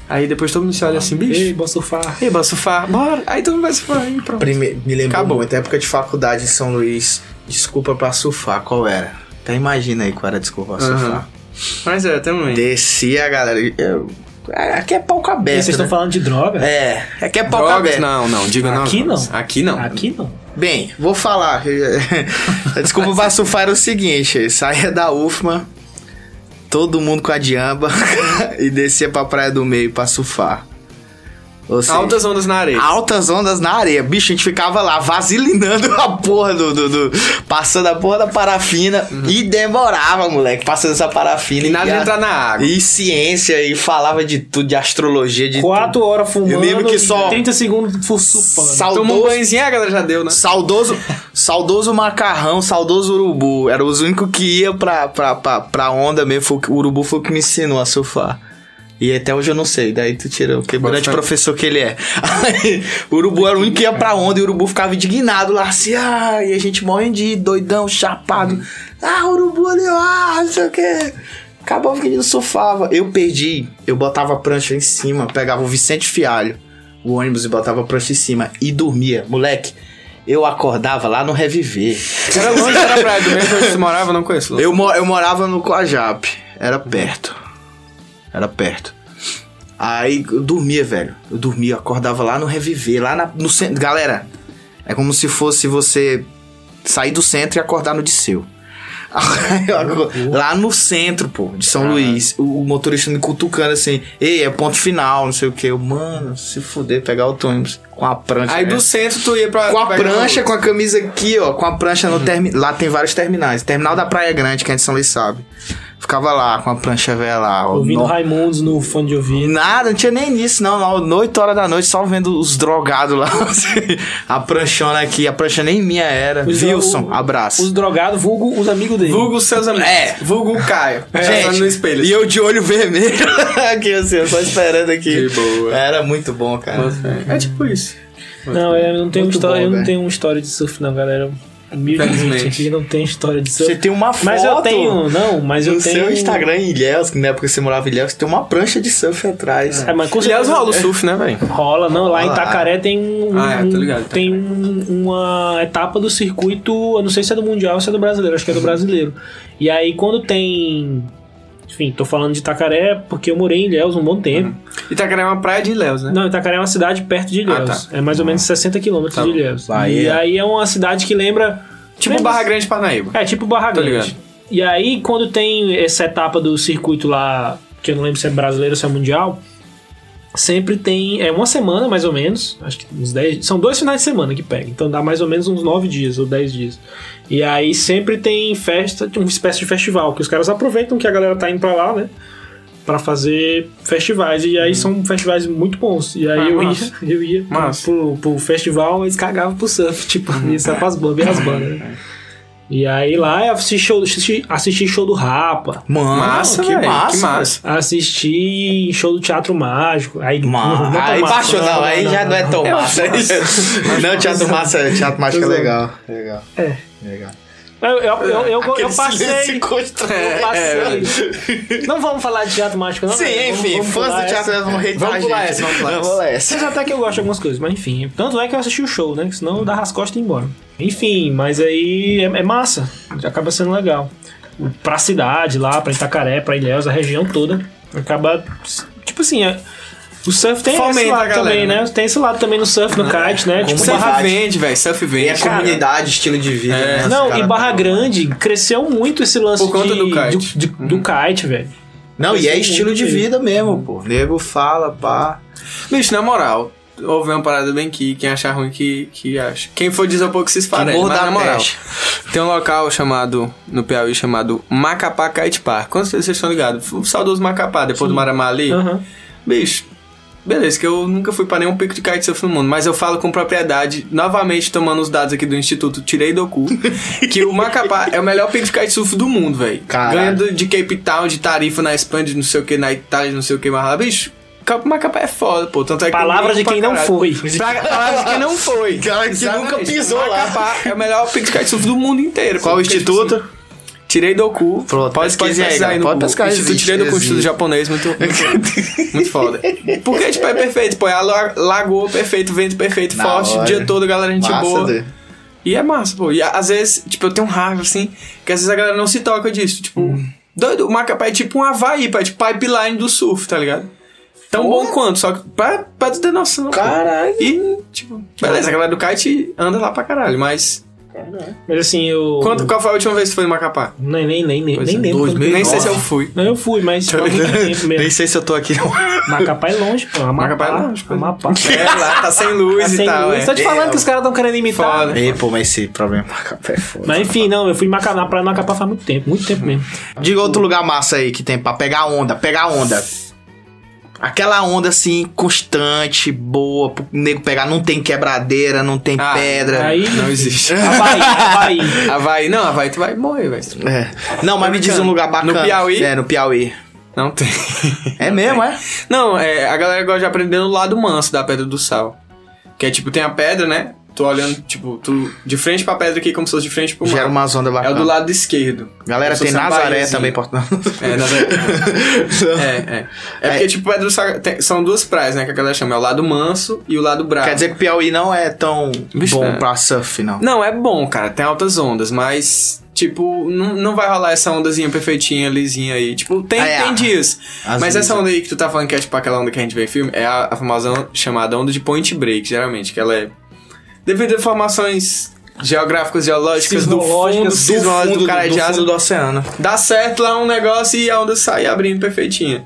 [SPEAKER 3] Aí depois todo mundo se olha assim,
[SPEAKER 1] Ei,
[SPEAKER 3] bicho,
[SPEAKER 1] bom surfar.
[SPEAKER 3] ei, bora surfar, bora. Aí todo mundo vai surfar, aí pronto.
[SPEAKER 4] Prime- Me lembrou
[SPEAKER 3] Acabou.
[SPEAKER 4] muito, época de faculdade em São Luís. Desculpa pra surfar, qual era? Até imagina aí qual era a desculpa pra
[SPEAKER 3] Aham.
[SPEAKER 4] surfar.
[SPEAKER 3] Mas é, também.
[SPEAKER 4] Descia, galera. eu- Aqui é palco
[SPEAKER 1] Ei,
[SPEAKER 4] aberto.
[SPEAKER 1] Vocês estão
[SPEAKER 4] né?
[SPEAKER 1] falando de droga?
[SPEAKER 4] É, aqui é palco
[SPEAKER 3] Drogas,
[SPEAKER 4] aberto.
[SPEAKER 3] não, não, diga não.
[SPEAKER 1] Aqui não.
[SPEAKER 3] Aqui não.
[SPEAKER 1] Aqui não.
[SPEAKER 4] Bem, vou falar. A Desculpa, o Bassufá era o seguinte: saía da UFMA, todo mundo com a diamba e descia pra Praia do Meio pra surfar. Ou seja,
[SPEAKER 3] Altas ondas na areia.
[SPEAKER 4] altas ondas na areia. Bicho, a gente ficava lá vazilinando a porra do. do- do- passando a porra da parafina e demorava, moleque, passando essa parafina.
[SPEAKER 3] Uhum. E nada de
[SPEAKER 4] a-
[SPEAKER 3] entrar na água.
[SPEAKER 4] E ciência, e falava de tudo, de astrologia, de
[SPEAKER 1] Quatro horas fumando.
[SPEAKER 4] Eu lembro que
[SPEAKER 1] e
[SPEAKER 4] só-
[SPEAKER 1] 30 segundos fu-
[SPEAKER 4] tudo.
[SPEAKER 1] surfando.
[SPEAKER 3] Tomou um
[SPEAKER 4] Saudoso
[SPEAKER 3] banhozinho, a galera já deu, né?
[SPEAKER 4] Saudoso, saudoso macarrão, saudoso urubu. Era os únicos que ia pra, pra, pra, pra onda mesmo. Foi, o que- o urubu foi o que me ensinou a surfar. E até hoje eu não sei, daí tu tirou, porque
[SPEAKER 3] Bota
[SPEAKER 4] grande
[SPEAKER 3] fé.
[SPEAKER 4] professor que ele é. Aí, o urubu era o único que ia pra onda e o urubu ficava indignado lá, assim, ah, e a gente morrendo de doidão, chapado. Ah, urubu ali, ah, não sei o quê. Acabava que ele não surfava. Eu perdi, eu botava a prancha em cima, pegava o Vicente Fialho. o ônibus e botava prancha em cima e dormia. Moleque, eu acordava lá no Reviver.
[SPEAKER 3] Era longe da praia do mesmo onde você morava, eu não conheço. Lucas.
[SPEAKER 4] Eu, mo- eu morava no Coajape.
[SPEAKER 3] Uhum.
[SPEAKER 4] Era perto. Era perto. Aí eu dormia, velho. Eu dormia, eu acordava lá no Reviver, lá na- no centro. Galera, é como se fosse você sair do centro e acordar no Disseu. Aí eu acor-
[SPEAKER 3] Uhum.
[SPEAKER 4] lá no centro, pô, de São Luís, o, o motorista me cutucando assim, ei, é ponto final, não sei o que. Eu, mano, se fuder, pegar o ônibus com a prancha.
[SPEAKER 3] Aí do centro tu ia pra.
[SPEAKER 4] Com a
[SPEAKER 3] pegar
[SPEAKER 4] prancha,
[SPEAKER 3] o-
[SPEAKER 4] com a camisa aqui, ó. Com a prancha no terminal. Lá tem vários terminais. Terminal da Praia Grande, que a gente São Luís sabe. Ficava lá com a prancha velha lá. Ó,
[SPEAKER 1] Ouvindo
[SPEAKER 4] no-
[SPEAKER 1] Raimundos no fone de ouvido.
[SPEAKER 4] Nada, não tinha nem isso, não. não. 8 horas da noite, só vendo os drogados lá. assim. a pranchona aqui, a prancha nem minha era.
[SPEAKER 1] Os-
[SPEAKER 4] Wilson,
[SPEAKER 1] o-
[SPEAKER 4] abraço.
[SPEAKER 1] Os drogados, vulgo, os amigos dele.
[SPEAKER 3] Vulgo seus amigos.
[SPEAKER 4] É.
[SPEAKER 3] Vulgo o Caio. Passando
[SPEAKER 4] Gente,
[SPEAKER 3] no espelho.
[SPEAKER 4] e eu de olho vermelho aqui, assim, eu só esperando aqui.
[SPEAKER 3] De boa.
[SPEAKER 4] Era muito bom, cara.
[SPEAKER 3] É tipo isso.
[SPEAKER 1] Não, é, eu não tenho
[SPEAKER 4] Muito
[SPEAKER 1] história,
[SPEAKER 4] bom,
[SPEAKER 1] eu não
[SPEAKER 4] velho.
[SPEAKER 1] tenho uma história de surf, não, galera. Humildemente,
[SPEAKER 3] Infelizmente.
[SPEAKER 1] aqui não tem história de surf.
[SPEAKER 4] Você tem uma foto.
[SPEAKER 1] Mas eu tenho, não, mas eu
[SPEAKER 4] no
[SPEAKER 1] tenho.
[SPEAKER 4] seu Instagram em Ilhéus, que na época você morava em Ilhéus, tem uma prancha de surf atrás.
[SPEAKER 1] É, mas com
[SPEAKER 3] Aliás,
[SPEAKER 1] certeza-
[SPEAKER 3] rola o surf, né, velho?
[SPEAKER 1] Rola, não. Lá em
[SPEAKER 4] Rola.
[SPEAKER 1] Itacaré tem um.
[SPEAKER 3] Ah, é, tô ligado,
[SPEAKER 1] um- Tem um- uma etapa do circuito. Eu não sei se é do Mundial ou se é do brasileiro, acho que é do brasileiro. E aí quando tem. Enfim, tô falando de Itacaré porque eu morei em Ilhéus um bom tempo.
[SPEAKER 3] Itacaré é uma praia de Léus, né?
[SPEAKER 1] Não, Itacaré é uma cidade perto de Ilhéus.
[SPEAKER 3] Ah,
[SPEAKER 1] É mais ou menos 60 quilômetros
[SPEAKER 3] Tá
[SPEAKER 1] de
[SPEAKER 3] bom.
[SPEAKER 1] Ilhéus. E
[SPEAKER 4] Bahia.
[SPEAKER 1] aí é uma cidade que lembra.
[SPEAKER 3] Tipo
[SPEAKER 1] lembra-
[SPEAKER 3] Barra Grande Parnaíba.
[SPEAKER 1] É, tipo Barra
[SPEAKER 3] Tô
[SPEAKER 1] Grande.
[SPEAKER 3] ligado.
[SPEAKER 1] E aí, quando tem essa etapa do circuito lá, que eu não lembro se é brasileiro ou se é mundial, sempre tem. É uma semana, mais ou menos. Acho que uns 10. São dois finais de semana que pega. Então dá mais ou menos uns 9 dias ou 10 dias. E aí sempre tem festa, tipo, uma espécie de festival, que os caras aproveitam que a galera tá indo pra lá, né? Pra fazer festivais. E aí são festivais muito bons. E aí
[SPEAKER 3] Uhum. Ah,
[SPEAKER 1] eu, ia,
[SPEAKER 3] massa.
[SPEAKER 1] eu ia pro-
[SPEAKER 3] Massa.
[SPEAKER 1] pro, pro festival, eles cagavam pro surf, tipo, ia sair pras bandas, ver as bandas, né? E aí lá eu assisti show, assisti, assisti show do Rapa,
[SPEAKER 4] Mano,
[SPEAKER 3] massa,
[SPEAKER 4] que,
[SPEAKER 3] velho,
[SPEAKER 4] massa,
[SPEAKER 3] que massa.
[SPEAKER 1] assisti show do Teatro Mágico. Aí,
[SPEAKER 4] Ma-
[SPEAKER 1] não, não tá
[SPEAKER 4] aí
[SPEAKER 1] massa,
[SPEAKER 4] baixou, não, aí já não é tão
[SPEAKER 3] Eu
[SPEAKER 4] massa.
[SPEAKER 3] acho
[SPEAKER 4] não, Teatro Massa, Teatro Mágico é
[SPEAKER 1] Pois é.
[SPEAKER 4] legal. Legal.
[SPEAKER 1] É.
[SPEAKER 4] Legal.
[SPEAKER 1] Eu, eu, eu, eu, eu
[SPEAKER 4] Aquele
[SPEAKER 1] passei.
[SPEAKER 4] silêncio constrangedor.
[SPEAKER 1] Eu passei. Não vamos falar de Teatro Mágico, não.
[SPEAKER 4] Sim,
[SPEAKER 1] né? Vamos-
[SPEAKER 4] enfim,
[SPEAKER 1] vamos
[SPEAKER 4] fãs
[SPEAKER 1] pular
[SPEAKER 4] do Teatro
[SPEAKER 1] essa.
[SPEAKER 4] vão reitar
[SPEAKER 3] Vamos
[SPEAKER 4] a
[SPEAKER 3] pular
[SPEAKER 4] gente.
[SPEAKER 3] essa, vamos pular
[SPEAKER 4] Vamos pular essa.
[SPEAKER 1] Vocês até que eu gosto de algumas coisas, mas enfim. Tanto é que eu assisti o show, né? Que senão eu dava as costas e ia embora. Enfim, mas aí é, é massa. Acaba sendo legal. Pra cidade lá, pra Itacaré, pra Ilhéus, a região toda. Acaba. Tipo assim, é- o surf tem esse
[SPEAKER 3] Fomenta
[SPEAKER 1] lado
[SPEAKER 3] a galera,
[SPEAKER 1] também, né?
[SPEAKER 3] né?
[SPEAKER 1] Tem esse lado também no surf, no kite, né?
[SPEAKER 3] Tipo,
[SPEAKER 1] Tipo,
[SPEAKER 3] surf
[SPEAKER 1] Barra...
[SPEAKER 3] vende, velho. Surf
[SPEAKER 4] E a
[SPEAKER 3] vende.
[SPEAKER 1] Cara.
[SPEAKER 4] comunidade, estilo de vida.
[SPEAKER 3] É.
[SPEAKER 4] né?
[SPEAKER 1] Não,
[SPEAKER 4] Os
[SPEAKER 1] e
[SPEAKER 4] cara-
[SPEAKER 1] Barra Grande cresceu muito esse lance
[SPEAKER 3] Por conta
[SPEAKER 1] de-
[SPEAKER 3] do kite.
[SPEAKER 1] de- do kite, velho.
[SPEAKER 4] Não, e é
[SPEAKER 1] Sim,
[SPEAKER 4] estilo de
[SPEAKER 1] muito
[SPEAKER 4] vida mesmo, pô. Nego fala, pá.
[SPEAKER 3] Bicho, na moral, houve uma parada bem que quem achar ruim que, que acha. Quem for diz um pouco que se esfarele,
[SPEAKER 4] morro
[SPEAKER 3] mas
[SPEAKER 4] da
[SPEAKER 3] na moral.
[SPEAKER 4] peste.
[SPEAKER 3] Tem um local chamado, no Piauí, chamado Macapá Kite Park. Quantos vocês estão ligados? O saudoso Macapá, depois do Maramá ali.
[SPEAKER 1] Aham.
[SPEAKER 3] Bicho, beleza, que eu nunca fui pra nenhum pico de kitesurf no mundo, mas eu falo com propriedade, novamente tomando os dados aqui do Instituto Tirei do Cu, que o Macapá é o melhor pico de kitesurf do mundo, velho.
[SPEAKER 4] Caralho.
[SPEAKER 3] Ganha do- de Cape Town, de Tarifa na Espanha, de não sei o que, na Itália, de não sei o que, mas lá, bicho, Cap- Macapá é foda, pô. Tanto é que
[SPEAKER 1] Palavra de
[SPEAKER 3] pra
[SPEAKER 1] quem não
[SPEAKER 3] caralho.
[SPEAKER 1] foi.
[SPEAKER 3] Pra- Palavra de quem não foi.
[SPEAKER 4] Cara, que nunca pisou lá.
[SPEAKER 3] Macapá é o melor pico de kitesurf do mundo inteiro.
[SPEAKER 4] Qual
[SPEAKER 3] pô,
[SPEAKER 4] o
[SPEAKER 3] porque, tipo
[SPEAKER 4] instituto?
[SPEAKER 3] assim, Tirei do cu.
[SPEAKER 4] Pronto,
[SPEAKER 3] pode, pode
[SPEAKER 4] pesquisa aí,
[SPEAKER 3] pesquisar aí,
[SPEAKER 4] cara.
[SPEAKER 3] no
[SPEAKER 4] Pode
[SPEAKER 3] Google.
[SPEAKER 4] pesquisar,
[SPEAKER 3] Instituto
[SPEAKER 4] existe,
[SPEAKER 3] Tirei do cu,
[SPEAKER 4] existe.
[SPEAKER 3] Instituto japonês, muito, muito, muito foda. Porque, tipo, é perfeito, pô. É a la- lagoa perfeito, vento perfeito,
[SPEAKER 4] Na
[SPEAKER 3] forte, o
[SPEAKER 4] hora.
[SPEAKER 3] dia todo, galera, gente
[SPEAKER 4] Massa, né?
[SPEAKER 3] boa.
[SPEAKER 4] doido.
[SPEAKER 3] E é massa, pô. E a- às vezes, tipo, eu tenho um raiva, assim, que às vezes a galera não se toca disso. Tipo,
[SPEAKER 4] Hum.
[SPEAKER 3] doido, o Macapá é tipo um Havaí, pá, é tipo pipeline do surf, tá ligado? Tão bom quanto, só que pra, pra tu ter noção. pô.
[SPEAKER 4] Caralho.
[SPEAKER 3] E, tipo, beleza, a galera do kite anda lá pra caralho, mas.
[SPEAKER 1] Mas assim, eu.
[SPEAKER 3] Quanto, qual foi a última vez que tu foi em Macapá?
[SPEAKER 1] Nem, nem, nem, nem,
[SPEAKER 3] Pois
[SPEAKER 1] nem
[SPEAKER 3] é,
[SPEAKER 1] lembro.
[SPEAKER 4] dois
[SPEAKER 1] quando-
[SPEAKER 4] meses.
[SPEAKER 3] Nem sei
[SPEAKER 4] Nossa.
[SPEAKER 3] se eu fui.
[SPEAKER 1] Não, eu fui, mas faz muito tempo mesmo.
[SPEAKER 4] é. Nem sei se eu tô aqui.
[SPEAKER 1] Macapá é longe, pô. Amapá,
[SPEAKER 3] Macapá é longe, pô.
[SPEAKER 1] Amapá.
[SPEAKER 3] É, lá tá sem luz
[SPEAKER 1] Tá
[SPEAKER 3] e
[SPEAKER 1] sem
[SPEAKER 3] tal.
[SPEAKER 1] luz.
[SPEAKER 3] é.
[SPEAKER 1] Tô te falando
[SPEAKER 4] É,
[SPEAKER 1] que os caras estão querendo imitar.
[SPEAKER 3] Foda.
[SPEAKER 4] Ei, pô, mas esse problema Macapá é foda.
[SPEAKER 1] Mas enfim, não, eu fui em Maca- na praia de Macapá faz muito tempo, muito tempo mesmo.
[SPEAKER 4] Diga outro lugar massa aí que tem pra pegar onda, pegar onda. Aquela onda assim, constante, boa, pro nego pegar. Não tem quebradeira, não tem
[SPEAKER 3] Ah,
[SPEAKER 4] pedra.
[SPEAKER 1] Aí.
[SPEAKER 3] Não existe.
[SPEAKER 1] Havaí, Havaí.
[SPEAKER 3] Havaí, não, Havaí tu vai morrer, velho.
[SPEAKER 4] É. Não, mas me diz um
[SPEAKER 3] brincando.
[SPEAKER 4] lugar bacana.
[SPEAKER 3] No Piauí?
[SPEAKER 4] É, no Piauí.
[SPEAKER 3] Não tem.
[SPEAKER 4] É mesmo, é?
[SPEAKER 3] Não, é, a galera gosta de aprender no lado manso da Pedra do Sal. Que é tipo, tem a pedra, né? tu olhando, tipo, tu de frente pra pedra aqui, como se fosse de frente pro mar.
[SPEAKER 4] Gera uma onda
[SPEAKER 3] É o
[SPEAKER 4] bacana.
[SPEAKER 3] do lado esquerdo.
[SPEAKER 4] Galera,
[SPEAKER 3] Como
[SPEAKER 4] tem
[SPEAKER 3] se fosse uma
[SPEAKER 4] Nazaré
[SPEAKER 3] baiazinha.
[SPEAKER 4] também, Portugal.
[SPEAKER 3] É, Nazaré. assim. é, é. É porque, tipo, Pedra do Sagra... tem- são duas praias, né, que a galera chama. É o lado manso e o lado bravo.
[SPEAKER 4] Quer dizer que Piauí não é tão
[SPEAKER 3] Bicho,
[SPEAKER 4] bom
[SPEAKER 3] é.
[SPEAKER 4] pra surf, não.
[SPEAKER 3] Não, é bom, cara. Tem altas ondas, mas... Tipo, não, não vai rolar essa ondazinha perfeitinha, lisinha aí. Tipo, tem,
[SPEAKER 4] Ah, é.
[SPEAKER 3] tem dias.
[SPEAKER 4] Às
[SPEAKER 3] mas
[SPEAKER 4] vezes,
[SPEAKER 3] essa onda aí que tu tá falando que é tipo aquela onda que a gente vê em filme, é a, a famosa on- chamada onda de point break, geralmente. Que ela é... Devido a formações geográficas, geológicas, do fundo,
[SPEAKER 1] Sismológicas,
[SPEAKER 3] do fundo, do cara de asa,
[SPEAKER 4] do oceano.
[SPEAKER 3] dá certo lá um negócio e a onda sai abrindo perfeitinha.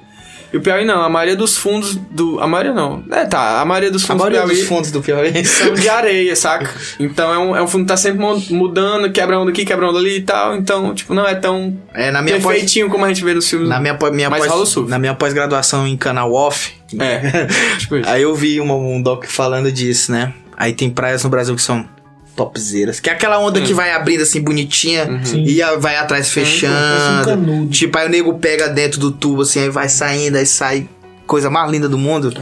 [SPEAKER 3] E o Piauí não, a maioria dos fundos do. A maioria não. É, tá, a maioria dos
[SPEAKER 4] A
[SPEAKER 3] fundos do
[SPEAKER 4] maioria
[SPEAKER 3] Piauí
[SPEAKER 4] dos fundos do Piauí.
[SPEAKER 3] são de areia, saca? Então é um, é um fundo que tá sempre mon- mudando, quebra onda aqui, quebra onda ali e tal. Então, tipo, não é tão
[SPEAKER 4] É, na minha pós,
[SPEAKER 3] perfeitinho como a gente vê nos filmes.
[SPEAKER 4] na minha, pós- minha
[SPEAKER 3] Mas
[SPEAKER 4] pós-
[SPEAKER 3] rola o surf.
[SPEAKER 4] na minha pós-graduação em canal off,
[SPEAKER 3] É, tipo isso.
[SPEAKER 4] aí eu vi uma- um doc falando disso, né? Aí tem praias no Brasil que são topzeiras. Que é aquela onda que vai abrindo assim bonitinha
[SPEAKER 1] Sim.
[SPEAKER 4] e a- vai
[SPEAKER 1] Parece
[SPEAKER 4] atrás
[SPEAKER 1] um
[SPEAKER 4] fechando.
[SPEAKER 1] canudo.
[SPEAKER 4] Tipo, aí o nego pega dentro do tubo, assim, aí vai saindo, aí sai coisa mais linda do mundo.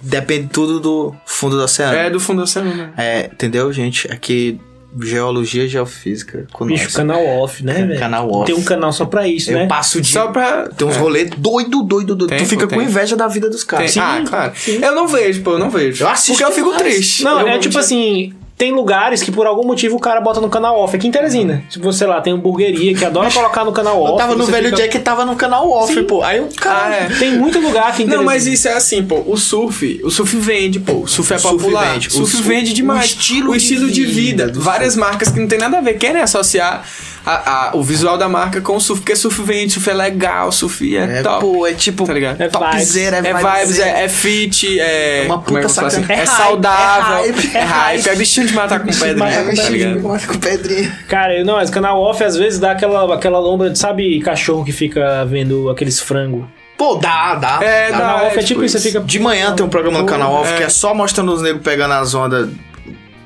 [SPEAKER 4] Depende tudo do fundo do oceano.
[SPEAKER 3] É do fundo do oceano, né?
[SPEAKER 4] É, entendeu, gente? Aqui, geologia e geofísica. Com
[SPEAKER 1] Bicho,
[SPEAKER 4] nós.
[SPEAKER 1] canal off, né, velho?
[SPEAKER 4] Canal off.
[SPEAKER 1] Tem um canal só pra isso,
[SPEAKER 4] Eu
[SPEAKER 1] né?
[SPEAKER 4] passo o dia.
[SPEAKER 3] Só pra.
[SPEAKER 4] Tem uns
[SPEAKER 3] é,
[SPEAKER 4] rolês doido, doido, doido.
[SPEAKER 3] Tem,
[SPEAKER 4] tu fica
[SPEAKER 3] pô,
[SPEAKER 4] com
[SPEAKER 3] tem.
[SPEAKER 4] inveja da vida dos
[SPEAKER 3] tem-
[SPEAKER 4] caras. Sim.
[SPEAKER 3] ah, claro.
[SPEAKER 1] sim.
[SPEAKER 3] Eu não vejo, pô, eu não vejo.
[SPEAKER 4] Eu assisto
[SPEAKER 3] Porque eu fico
[SPEAKER 4] demais.
[SPEAKER 3] triste.
[SPEAKER 1] Não,
[SPEAKER 3] Eu
[SPEAKER 1] é
[SPEAKER 3] vou
[SPEAKER 1] tipo
[SPEAKER 3] mentir.
[SPEAKER 1] assim. Tem lugares que por algum motivo o cara bota no canal off. Aqui em Teresina.
[SPEAKER 3] Uhum.
[SPEAKER 1] Tipo, sei lá, tem hamburgueria que adora colocar no canal off.
[SPEAKER 4] Eu tava no
[SPEAKER 1] você
[SPEAKER 4] velho
[SPEAKER 1] fica-
[SPEAKER 4] Jack e tava no canal off,
[SPEAKER 1] Sim.
[SPEAKER 4] pô. Aí o cara.
[SPEAKER 3] Ah, é.
[SPEAKER 1] Tem muito lugar aqui em
[SPEAKER 3] Não,
[SPEAKER 1] Teresina.
[SPEAKER 3] mas isso é assim, pô. O surf, o surf vende, pô. O surf é
[SPEAKER 4] O surf
[SPEAKER 3] popular.
[SPEAKER 4] vende.
[SPEAKER 3] O surf
[SPEAKER 4] O-
[SPEAKER 3] vende demais.
[SPEAKER 4] o estilo
[SPEAKER 3] O estilo
[SPEAKER 4] de
[SPEAKER 3] de vida.
[SPEAKER 4] vida do
[SPEAKER 3] Várias marcas que não tem nada a ver querem associar a- a- o visual da marca com o surf, porque surf vende, surf é legal, surf é,
[SPEAKER 4] É,
[SPEAKER 3] top.
[SPEAKER 4] pô, é tipo.
[SPEAKER 3] Tá ligado?
[SPEAKER 1] É
[SPEAKER 4] topzera,
[SPEAKER 3] É vibes, é, é fit, é.
[SPEAKER 4] É uma
[SPEAKER 3] como é que eu
[SPEAKER 4] puta
[SPEAKER 3] falo assim?
[SPEAKER 4] sacanagem.
[SPEAKER 3] É,
[SPEAKER 1] É hype,
[SPEAKER 3] saudável,
[SPEAKER 4] é hype,
[SPEAKER 3] é
[SPEAKER 4] é
[SPEAKER 3] hype,
[SPEAKER 4] hype.
[SPEAKER 3] é bichinho de matar com pedra,
[SPEAKER 4] Mas é
[SPEAKER 3] né, tá ligado?
[SPEAKER 4] com pedrinha.
[SPEAKER 1] Cara, eu- não, mas canal off às vezes dá aquela, aquela lombra de, sabe, cachorro que fica vendo aqueles frango.
[SPEAKER 4] Pô, dá, dá.
[SPEAKER 3] É,
[SPEAKER 1] Canal
[SPEAKER 3] dá,
[SPEAKER 1] off é tipo isso, você fica.
[SPEAKER 4] De manhã tem um programa no canal off
[SPEAKER 3] é.
[SPEAKER 4] que é só mostrando os negros pegando as ondas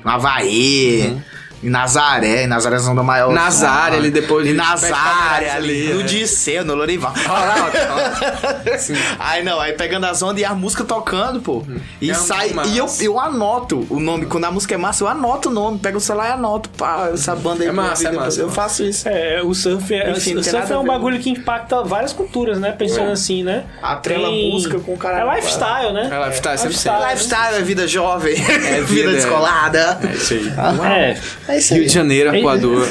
[SPEAKER 4] na Havaí, em Nazaré, em Nazaré é a onda maior.
[SPEAKER 3] Uhum.
[SPEAKER 4] Ah,
[SPEAKER 3] Nazaré, ali depois
[SPEAKER 4] Em
[SPEAKER 3] de-
[SPEAKER 4] Nazaré, ali.
[SPEAKER 3] ali,
[SPEAKER 4] No
[SPEAKER 3] é.
[SPEAKER 4] Disseu, no Lorival.
[SPEAKER 3] Sim.
[SPEAKER 4] Aí não, aí pegando as ondas e a música tocando, pô. E
[SPEAKER 3] É
[SPEAKER 4] sai.
[SPEAKER 3] massa.
[SPEAKER 4] E eu, eu anoto o nome. Quando a música é massa, eu anoto o nome. Pego o celular e anoto. Pá, essa banda aí.
[SPEAKER 3] É
[SPEAKER 4] eu-
[SPEAKER 3] massa, é massa,
[SPEAKER 4] Eu
[SPEAKER 3] é massa.
[SPEAKER 4] faço isso.
[SPEAKER 1] É, o surf é,
[SPEAKER 4] Enfim, não
[SPEAKER 1] o
[SPEAKER 4] tem
[SPEAKER 1] surf
[SPEAKER 4] nada
[SPEAKER 1] é
[SPEAKER 4] a
[SPEAKER 1] um
[SPEAKER 4] ver,
[SPEAKER 1] bagulho que impacta várias culturas, né? Pensando
[SPEAKER 3] É.
[SPEAKER 1] assim, né?
[SPEAKER 4] Atrela
[SPEAKER 1] Tem-
[SPEAKER 4] música com o cara.
[SPEAKER 1] É lifestyle, né?
[SPEAKER 3] É lifestyle, 100%.
[SPEAKER 4] Lifestyle é vida jovem. É vida,
[SPEAKER 3] vida-
[SPEAKER 4] descolada.
[SPEAKER 3] É isso aí.
[SPEAKER 1] É,
[SPEAKER 4] É isso
[SPEAKER 3] Rio de
[SPEAKER 4] aí.
[SPEAKER 3] Janeiro, Arcoador,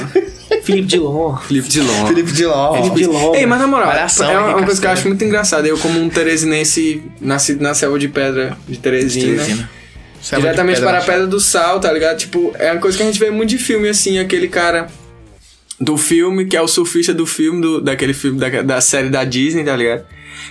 [SPEAKER 1] Felipe Dilon.
[SPEAKER 3] Felipe Dilon.
[SPEAKER 4] Felipe Dilon.
[SPEAKER 1] Felipe Dilon.
[SPEAKER 3] Ei, mas na moral,
[SPEAKER 4] Malhação,
[SPEAKER 3] é uma,
[SPEAKER 4] Henrique
[SPEAKER 3] uma coisa que eu
[SPEAKER 4] Castelo.
[SPEAKER 3] acho muito engraçada. Eu, como um teresinense, nascido na selva de pedra de Teresina, né? diretamente para a Pedra do Sal, tá ligado? Tipo, é uma coisa que a gente vê muito de filme, assim, aquele cara do filme, que é o surfista do filme, do- daquele filme, da, da série da Disney, tá ligado?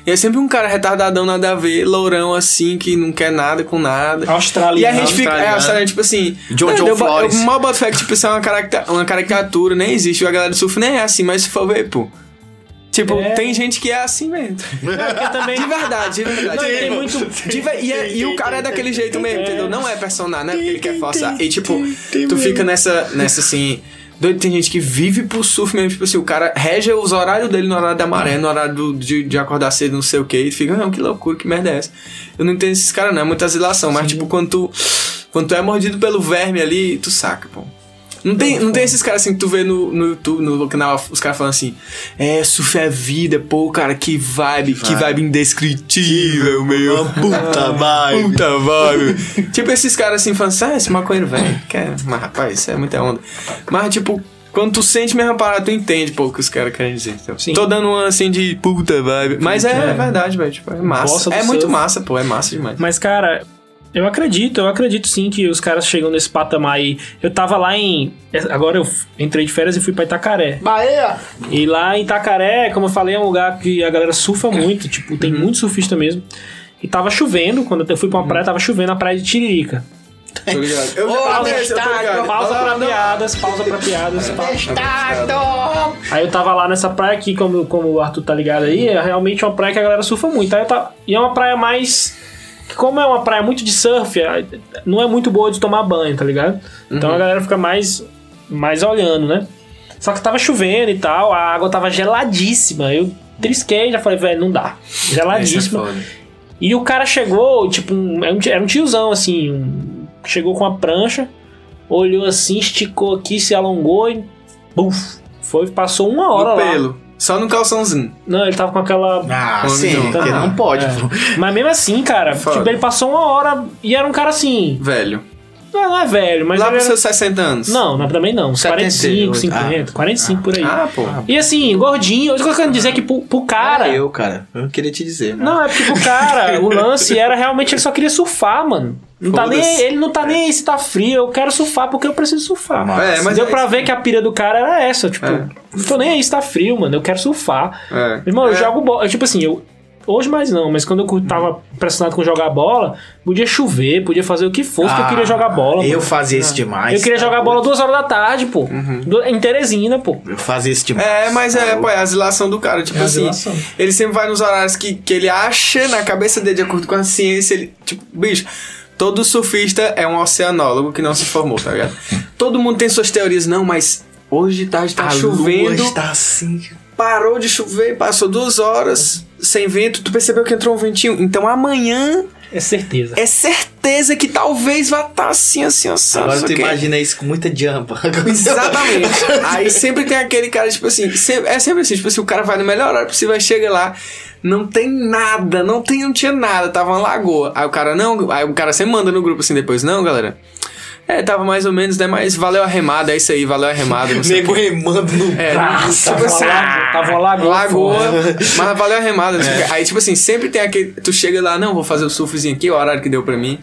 [SPEAKER 3] E é sempre um cara retardadão, nada a ver, lourão, assim, que não quer nada com nada. E a
[SPEAKER 1] Australiano.
[SPEAKER 3] gente fica. É,
[SPEAKER 4] Australiano.
[SPEAKER 3] australiano, tipo assim.
[SPEAKER 4] tá John-
[SPEAKER 3] mano,
[SPEAKER 4] John
[SPEAKER 3] eu, ba-
[SPEAKER 4] Flores.
[SPEAKER 3] Eu mal boto fé que, tipo, isso é uma, caracta- uma caricatura, nem existe. A galera do surf nem é assim, mas se for ver, pô. Tipo,
[SPEAKER 1] É.
[SPEAKER 3] tem gente que é assim mesmo.
[SPEAKER 1] Porque também.
[SPEAKER 3] De verdade, de verdade.
[SPEAKER 1] Não, tem
[SPEAKER 3] Tipo,
[SPEAKER 1] muito-
[SPEAKER 3] de ve- e, é- e o cara é daquele jeito mesmo, entendeu? Não é personagem, né? Porque ele quer forçar. E, tipo, tu fica nessa, nessa assim. Doido, tem gente que vive pro surf mesmo. Tipo assim, o cara rege os horários dele no horário da maré, no horário do- de, de acordar cedo, não sei o que. E tu fica, não, que loucura, que merda é essa? Eu não entendo esses caras, não. É muita zilação. Mas, tipo, quando tu, quando tu é mordido pelo verme ali, tu saca, pô. Não tem, não tem esses caras assim que tu vê no, no YouTube, no canal, os caras falando assim: É, surf é vida, pô, cara, que vibe, que vibe indescritível, meu.
[SPEAKER 4] Puta, vai.
[SPEAKER 3] Puta vibe. tipo, esses caras assim falando assim: Ah, esse maconheiro, velho. que é- Mas, rapaz, isso é muita onda. Mas, tipo, quando tu sente mesmo a parada, tu entende, pô, o que os caras querem dizer. Então,
[SPEAKER 1] Sim.
[SPEAKER 3] Tô dando uma assim de puta vibe. Mas é,
[SPEAKER 1] É.
[SPEAKER 3] verdade, velho. Tipo, é
[SPEAKER 1] Gosta
[SPEAKER 3] massa.
[SPEAKER 1] do
[SPEAKER 3] É muito
[SPEAKER 1] surf.
[SPEAKER 3] massa, pô, é massa demais.
[SPEAKER 1] Mas, cara, eu acredito, eu acredito sim que os caras chegam nesse patamar aí. Eu tava lá em. Agora eu f- entrei de férias e fui pra Itacaré.
[SPEAKER 4] Bahia.
[SPEAKER 1] E lá em Itacaré, como eu falei, é um lugar que a galera surfa muito, tipo, tem muito surfista mesmo. E tava chovendo, quando eu fui pra uma praia, tava chovendo a praia de Tiririca.
[SPEAKER 3] Tô ligado. Eu,
[SPEAKER 4] Ô,
[SPEAKER 3] eu tô ligado.
[SPEAKER 1] Pausa pra piadas, pausa pra piadas. pausa.
[SPEAKER 4] Estado.
[SPEAKER 1] Aí eu tava lá nessa praia aqui, como, como o Arthur tá ligado aí, é realmente uma praia que a galera surfa muito. Aí eu tava- e é uma praia mais. que Como é uma praia muito de surf, é- não é muito boa de tomar banho, tá ligado? Então a galera fica mais, mais olhando, né? Só que tava chovendo e tal, a água tava geladíssima. Eu trisquei, já falei, velho, não dá.
[SPEAKER 3] é
[SPEAKER 1] Geladíssima. é um, E o cara chegou, tipo, um, era um tiozão, assim, um- chegou com a prancha, olhou assim, esticou aqui, se alongou e. Buf! Foi, passou uma hora
[SPEAKER 3] no
[SPEAKER 1] lá.
[SPEAKER 3] pelo. Só no calçãozinho.
[SPEAKER 1] Não, ele tava com aquela.
[SPEAKER 4] Ah,
[SPEAKER 3] Homem
[SPEAKER 4] sim,
[SPEAKER 3] não.
[SPEAKER 4] porque
[SPEAKER 1] Tá.
[SPEAKER 4] não pode.
[SPEAKER 1] É.
[SPEAKER 4] pô.
[SPEAKER 1] Mas mesmo assim, cara,
[SPEAKER 3] Foda.
[SPEAKER 1] tipo, ele passou uma hora e era um cara assim.
[SPEAKER 3] Velho.
[SPEAKER 1] Não, não é velho, mas.
[SPEAKER 3] Lá
[SPEAKER 1] ele
[SPEAKER 3] pros
[SPEAKER 1] era...
[SPEAKER 3] seus 60 anos.
[SPEAKER 1] Não, não, também não. Uns 45,
[SPEAKER 4] 78,
[SPEAKER 1] 50, 45 por aí.
[SPEAKER 3] Ah, pô.
[SPEAKER 1] E assim, gordinho. Outra coisa que eu quero dizer é que pro, pro
[SPEAKER 3] Ah,
[SPEAKER 1] cara.
[SPEAKER 4] eu, cara. Eu queria te dizer. né?
[SPEAKER 1] Não, é porque o cara, o lance era realmente ele só queria surfar, mano. Não tá nem,
[SPEAKER 3] Foda-se.
[SPEAKER 1] ele não tá nem aí se tá frio, eu quero surfar porque eu preciso surfar.
[SPEAKER 3] É, mas
[SPEAKER 1] Deu
[SPEAKER 3] é
[SPEAKER 1] pra
[SPEAKER 3] isso.
[SPEAKER 1] ver que a pira do cara era essa, tipo,
[SPEAKER 3] É.
[SPEAKER 1] não tô nem aí se tá frio, mano, eu quero surfar.
[SPEAKER 3] É.
[SPEAKER 1] Meu Irmão, eu
[SPEAKER 3] É.
[SPEAKER 1] jogo bola, tipo assim, eu hoje mais não, mas quando eu tava pressionado com jogar bola, podia chover, podia fazer o que fosse que eu
[SPEAKER 4] Ah,
[SPEAKER 1] queria jogar bola.
[SPEAKER 4] Eu
[SPEAKER 1] mano.
[SPEAKER 4] fazia isso demais.
[SPEAKER 1] Eu queria
[SPEAKER 4] cara.
[SPEAKER 1] jogar bola duas horas da tarde, pô.
[SPEAKER 3] Uhum.
[SPEAKER 1] Du- Em Teresina, pô. Tipo
[SPEAKER 4] Eu fazia isso demais.
[SPEAKER 3] É, mas é, pô, é a zilação do cara. Tipo
[SPEAKER 1] É a
[SPEAKER 3] assim,
[SPEAKER 1] zilação.
[SPEAKER 3] ele sempre vai nos horários que, que ele acha na cabeça dele, de acordo com a ciência. Ele, tipo, bicho, todo surfista é um oceanólogo que não se formou, tá ligado? todo mundo tem suas teorias, não, mas hoje tarde tá
[SPEAKER 4] A
[SPEAKER 3] chovendo,
[SPEAKER 4] lua está assim.
[SPEAKER 3] parou de chover, passou duas horas sem vento, tu percebeu que entrou um ventinho. Então amanhã
[SPEAKER 1] É certeza.
[SPEAKER 3] é certeza que talvez vá estar assim, assim, assim. não
[SPEAKER 4] Agora
[SPEAKER 3] sei
[SPEAKER 4] tu
[SPEAKER 3] o quê.
[SPEAKER 4] imagina isso com muita jamba.
[SPEAKER 3] Exatamente. Aí sempre tem aquele cara, tipo assim, se- é sempre assim, tipo assim, o cara vai no melhor horário possível, aí chega lá, não tem nada, não tem, não tinha nada, tava uma lagoa. Aí o cara, não, aí o cara sempre manda no grupo assim depois, não, galera. É, tava mais ou menos, né? Mas valeu a remada, é isso aí, valeu a remada, não sei o
[SPEAKER 4] Nego remando no
[SPEAKER 3] É,
[SPEAKER 4] braço.
[SPEAKER 3] tipo assim,
[SPEAKER 1] lagoa- tava uma lagoa fora.
[SPEAKER 3] mas valeu a remada. não sei o quê. Aí, tipo assim, sempre tem aquele. Tu chega lá, não, vou fazer o surfzinho aqui, o horário que deu pra mim.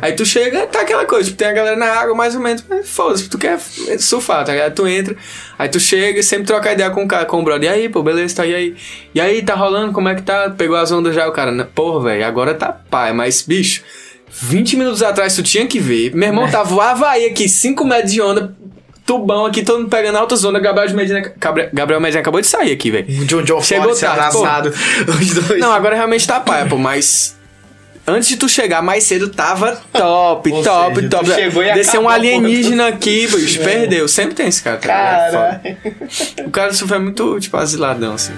[SPEAKER 3] Aí tu chega, tá aquela coisa, tipo, tem a galera na água mais ou menos, mas foda-se, tu quer surfar, tá ligado? Tu entra, aí tu chega e sempre troca ideia com o cara, com o brother. E aí, pô, beleza, tá e aí? E aí, tá rolando, como é que tá? Pegou as ondas já, o cara, "Não, porra, velho, agora tá pai, mas bicho, 20 minutos atrás tu tinha que ver. Meu irmão tava o Havaí aqui, 5 metros de onda, tubão aqui, todo mundo pegando altas ondas. Gabriel de Medina, Gabriel, Gabriel Medina acabou de sair aqui, velho.
[SPEAKER 4] O John John
[SPEAKER 3] Chegou
[SPEAKER 4] Ford se
[SPEAKER 3] tarde, pô.
[SPEAKER 4] abraçado. Os dois.
[SPEAKER 3] Não, agora realmente tá paia, pô, mas. Antes de tu chegar mais cedo, tava top,
[SPEAKER 4] Ou
[SPEAKER 3] top,
[SPEAKER 4] seja, tu
[SPEAKER 3] top.
[SPEAKER 4] chegou e
[SPEAKER 3] Desceu um
[SPEAKER 4] acabou. É.
[SPEAKER 3] alienígena aqui, bicho, perdeu. Sempre tem esse cara. tá ligado? Foda. O cara do surf é muito, tipo, asiladão, assim.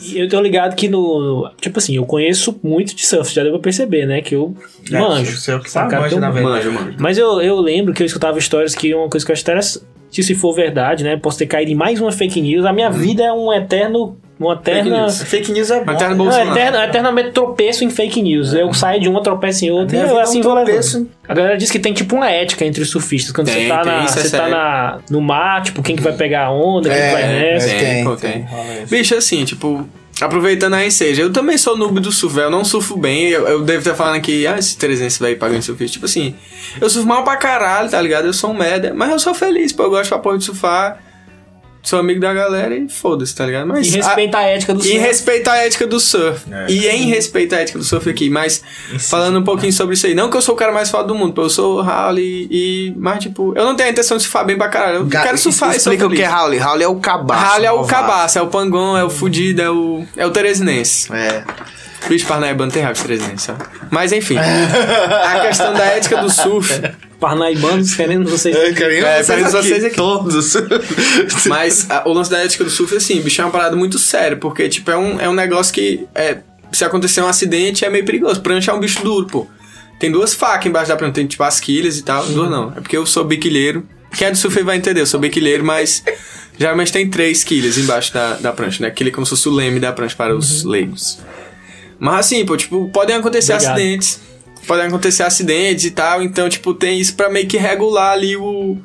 [SPEAKER 1] E Eu tô ligado que no. Tipo assim, eu conheço muito de surf, já deu pra perceber, né? Que eu
[SPEAKER 4] É,
[SPEAKER 1] manjo.
[SPEAKER 4] você é o que
[SPEAKER 3] um
[SPEAKER 1] Saca?
[SPEAKER 4] manja,
[SPEAKER 1] Então,
[SPEAKER 4] na verdade.
[SPEAKER 3] Manjo, mano.
[SPEAKER 1] Mas eu, eu lembro que eu escutava histórias que uma coisa que eu acho interessante, que se for verdade, né? Posso ter caído em mais uma fake news. A minha vida é um eterno. Uma eterna.
[SPEAKER 3] Hum. news.
[SPEAKER 4] Fake news é bom.
[SPEAKER 3] Até no
[SPEAKER 1] Não,
[SPEAKER 3] Bolsonaro.
[SPEAKER 1] eterno, eternamente tropeço em fake news.
[SPEAKER 3] É.
[SPEAKER 1] Eu saio de uma, tropeço em outra
[SPEAKER 4] Minha
[SPEAKER 1] e eu
[SPEAKER 4] vida é um
[SPEAKER 1] assim vou
[SPEAKER 4] tropeço.
[SPEAKER 1] levando. A galera diz que tem tipo uma ética entre os surfistas. Quando
[SPEAKER 3] Tem,
[SPEAKER 1] você tá,
[SPEAKER 3] tem,
[SPEAKER 1] na,
[SPEAKER 3] isso é
[SPEAKER 1] você tá
[SPEAKER 3] sério. Hum.
[SPEAKER 1] na- no mar, tipo, quem que vai pegar a onda, quem que vai nessa.
[SPEAKER 3] é, tem, pô, tem. Bicho, assim, tipo, aproveitando a enseja, eu também sou noob do surf, velho, eu não surfo bem, eu, eu devo estar falando que, ah, esse 300 vai pagando surfista, tipo assim, eu surfo mal pra caralho, tá ligado? Eu sou um merda, mas eu sou feliz, pô, eu gosto pra porra de surfar, sou amigo da galera e foda-se, tá ligado?
[SPEAKER 1] E
[SPEAKER 3] Mas,
[SPEAKER 1] respeita a, ética do
[SPEAKER 3] a, em
[SPEAKER 1] surf.
[SPEAKER 3] respeito à ética do surf,
[SPEAKER 4] É.
[SPEAKER 3] e em respeito à ética do surf aqui, mas falando um pouquinho sobre isso aí, não que eu sou o cara mais foda do mundo, pô, eu sou rally e, mas tipo, eu não tenho a intenção de surfar bem pra caralho, eu quero surfar e sou
[SPEAKER 4] Explica o que é
[SPEAKER 3] feliz.
[SPEAKER 4] Raul. Raul é o cabaço.
[SPEAKER 3] Ralho é o
[SPEAKER 4] malvado.
[SPEAKER 3] cabaço, é o pangon, é o fudido, é o. É o teresinense.
[SPEAKER 4] É.
[SPEAKER 3] Bicho Parnaibano tem raiva de teresinense, sabe? Mas enfim. a questão da ética do surf.
[SPEAKER 1] Parnaibanos querendo vocês.
[SPEAKER 3] É, querendo vocês aqui.
[SPEAKER 4] Todos.
[SPEAKER 3] Mas a- o lance da ética do surf, assim, bicho, é uma parada muito séria, porque, tipo, é um, é um negócio que. é, se acontecer um acidente, é meio perigoso. Prancha é um bicho duro, pô. Tem duas facas embaixo da prancha, tem tipo as quilhas e tal. Duas não. É porque eu sou biquilheiro. Quem é do surf aí vai entender, eu sou biquilheiro, mas. Geralmente tem três quilhas embaixo da, da prancha, né? Aquele como se fosse o leme da prancha para os leigos. Mas assim, pô, tipo, podem acontecer
[SPEAKER 1] Obrigado.
[SPEAKER 3] acidentes. Podem acontecer acidentes e tal. Então, tipo, tem isso pra meio que regular ali o.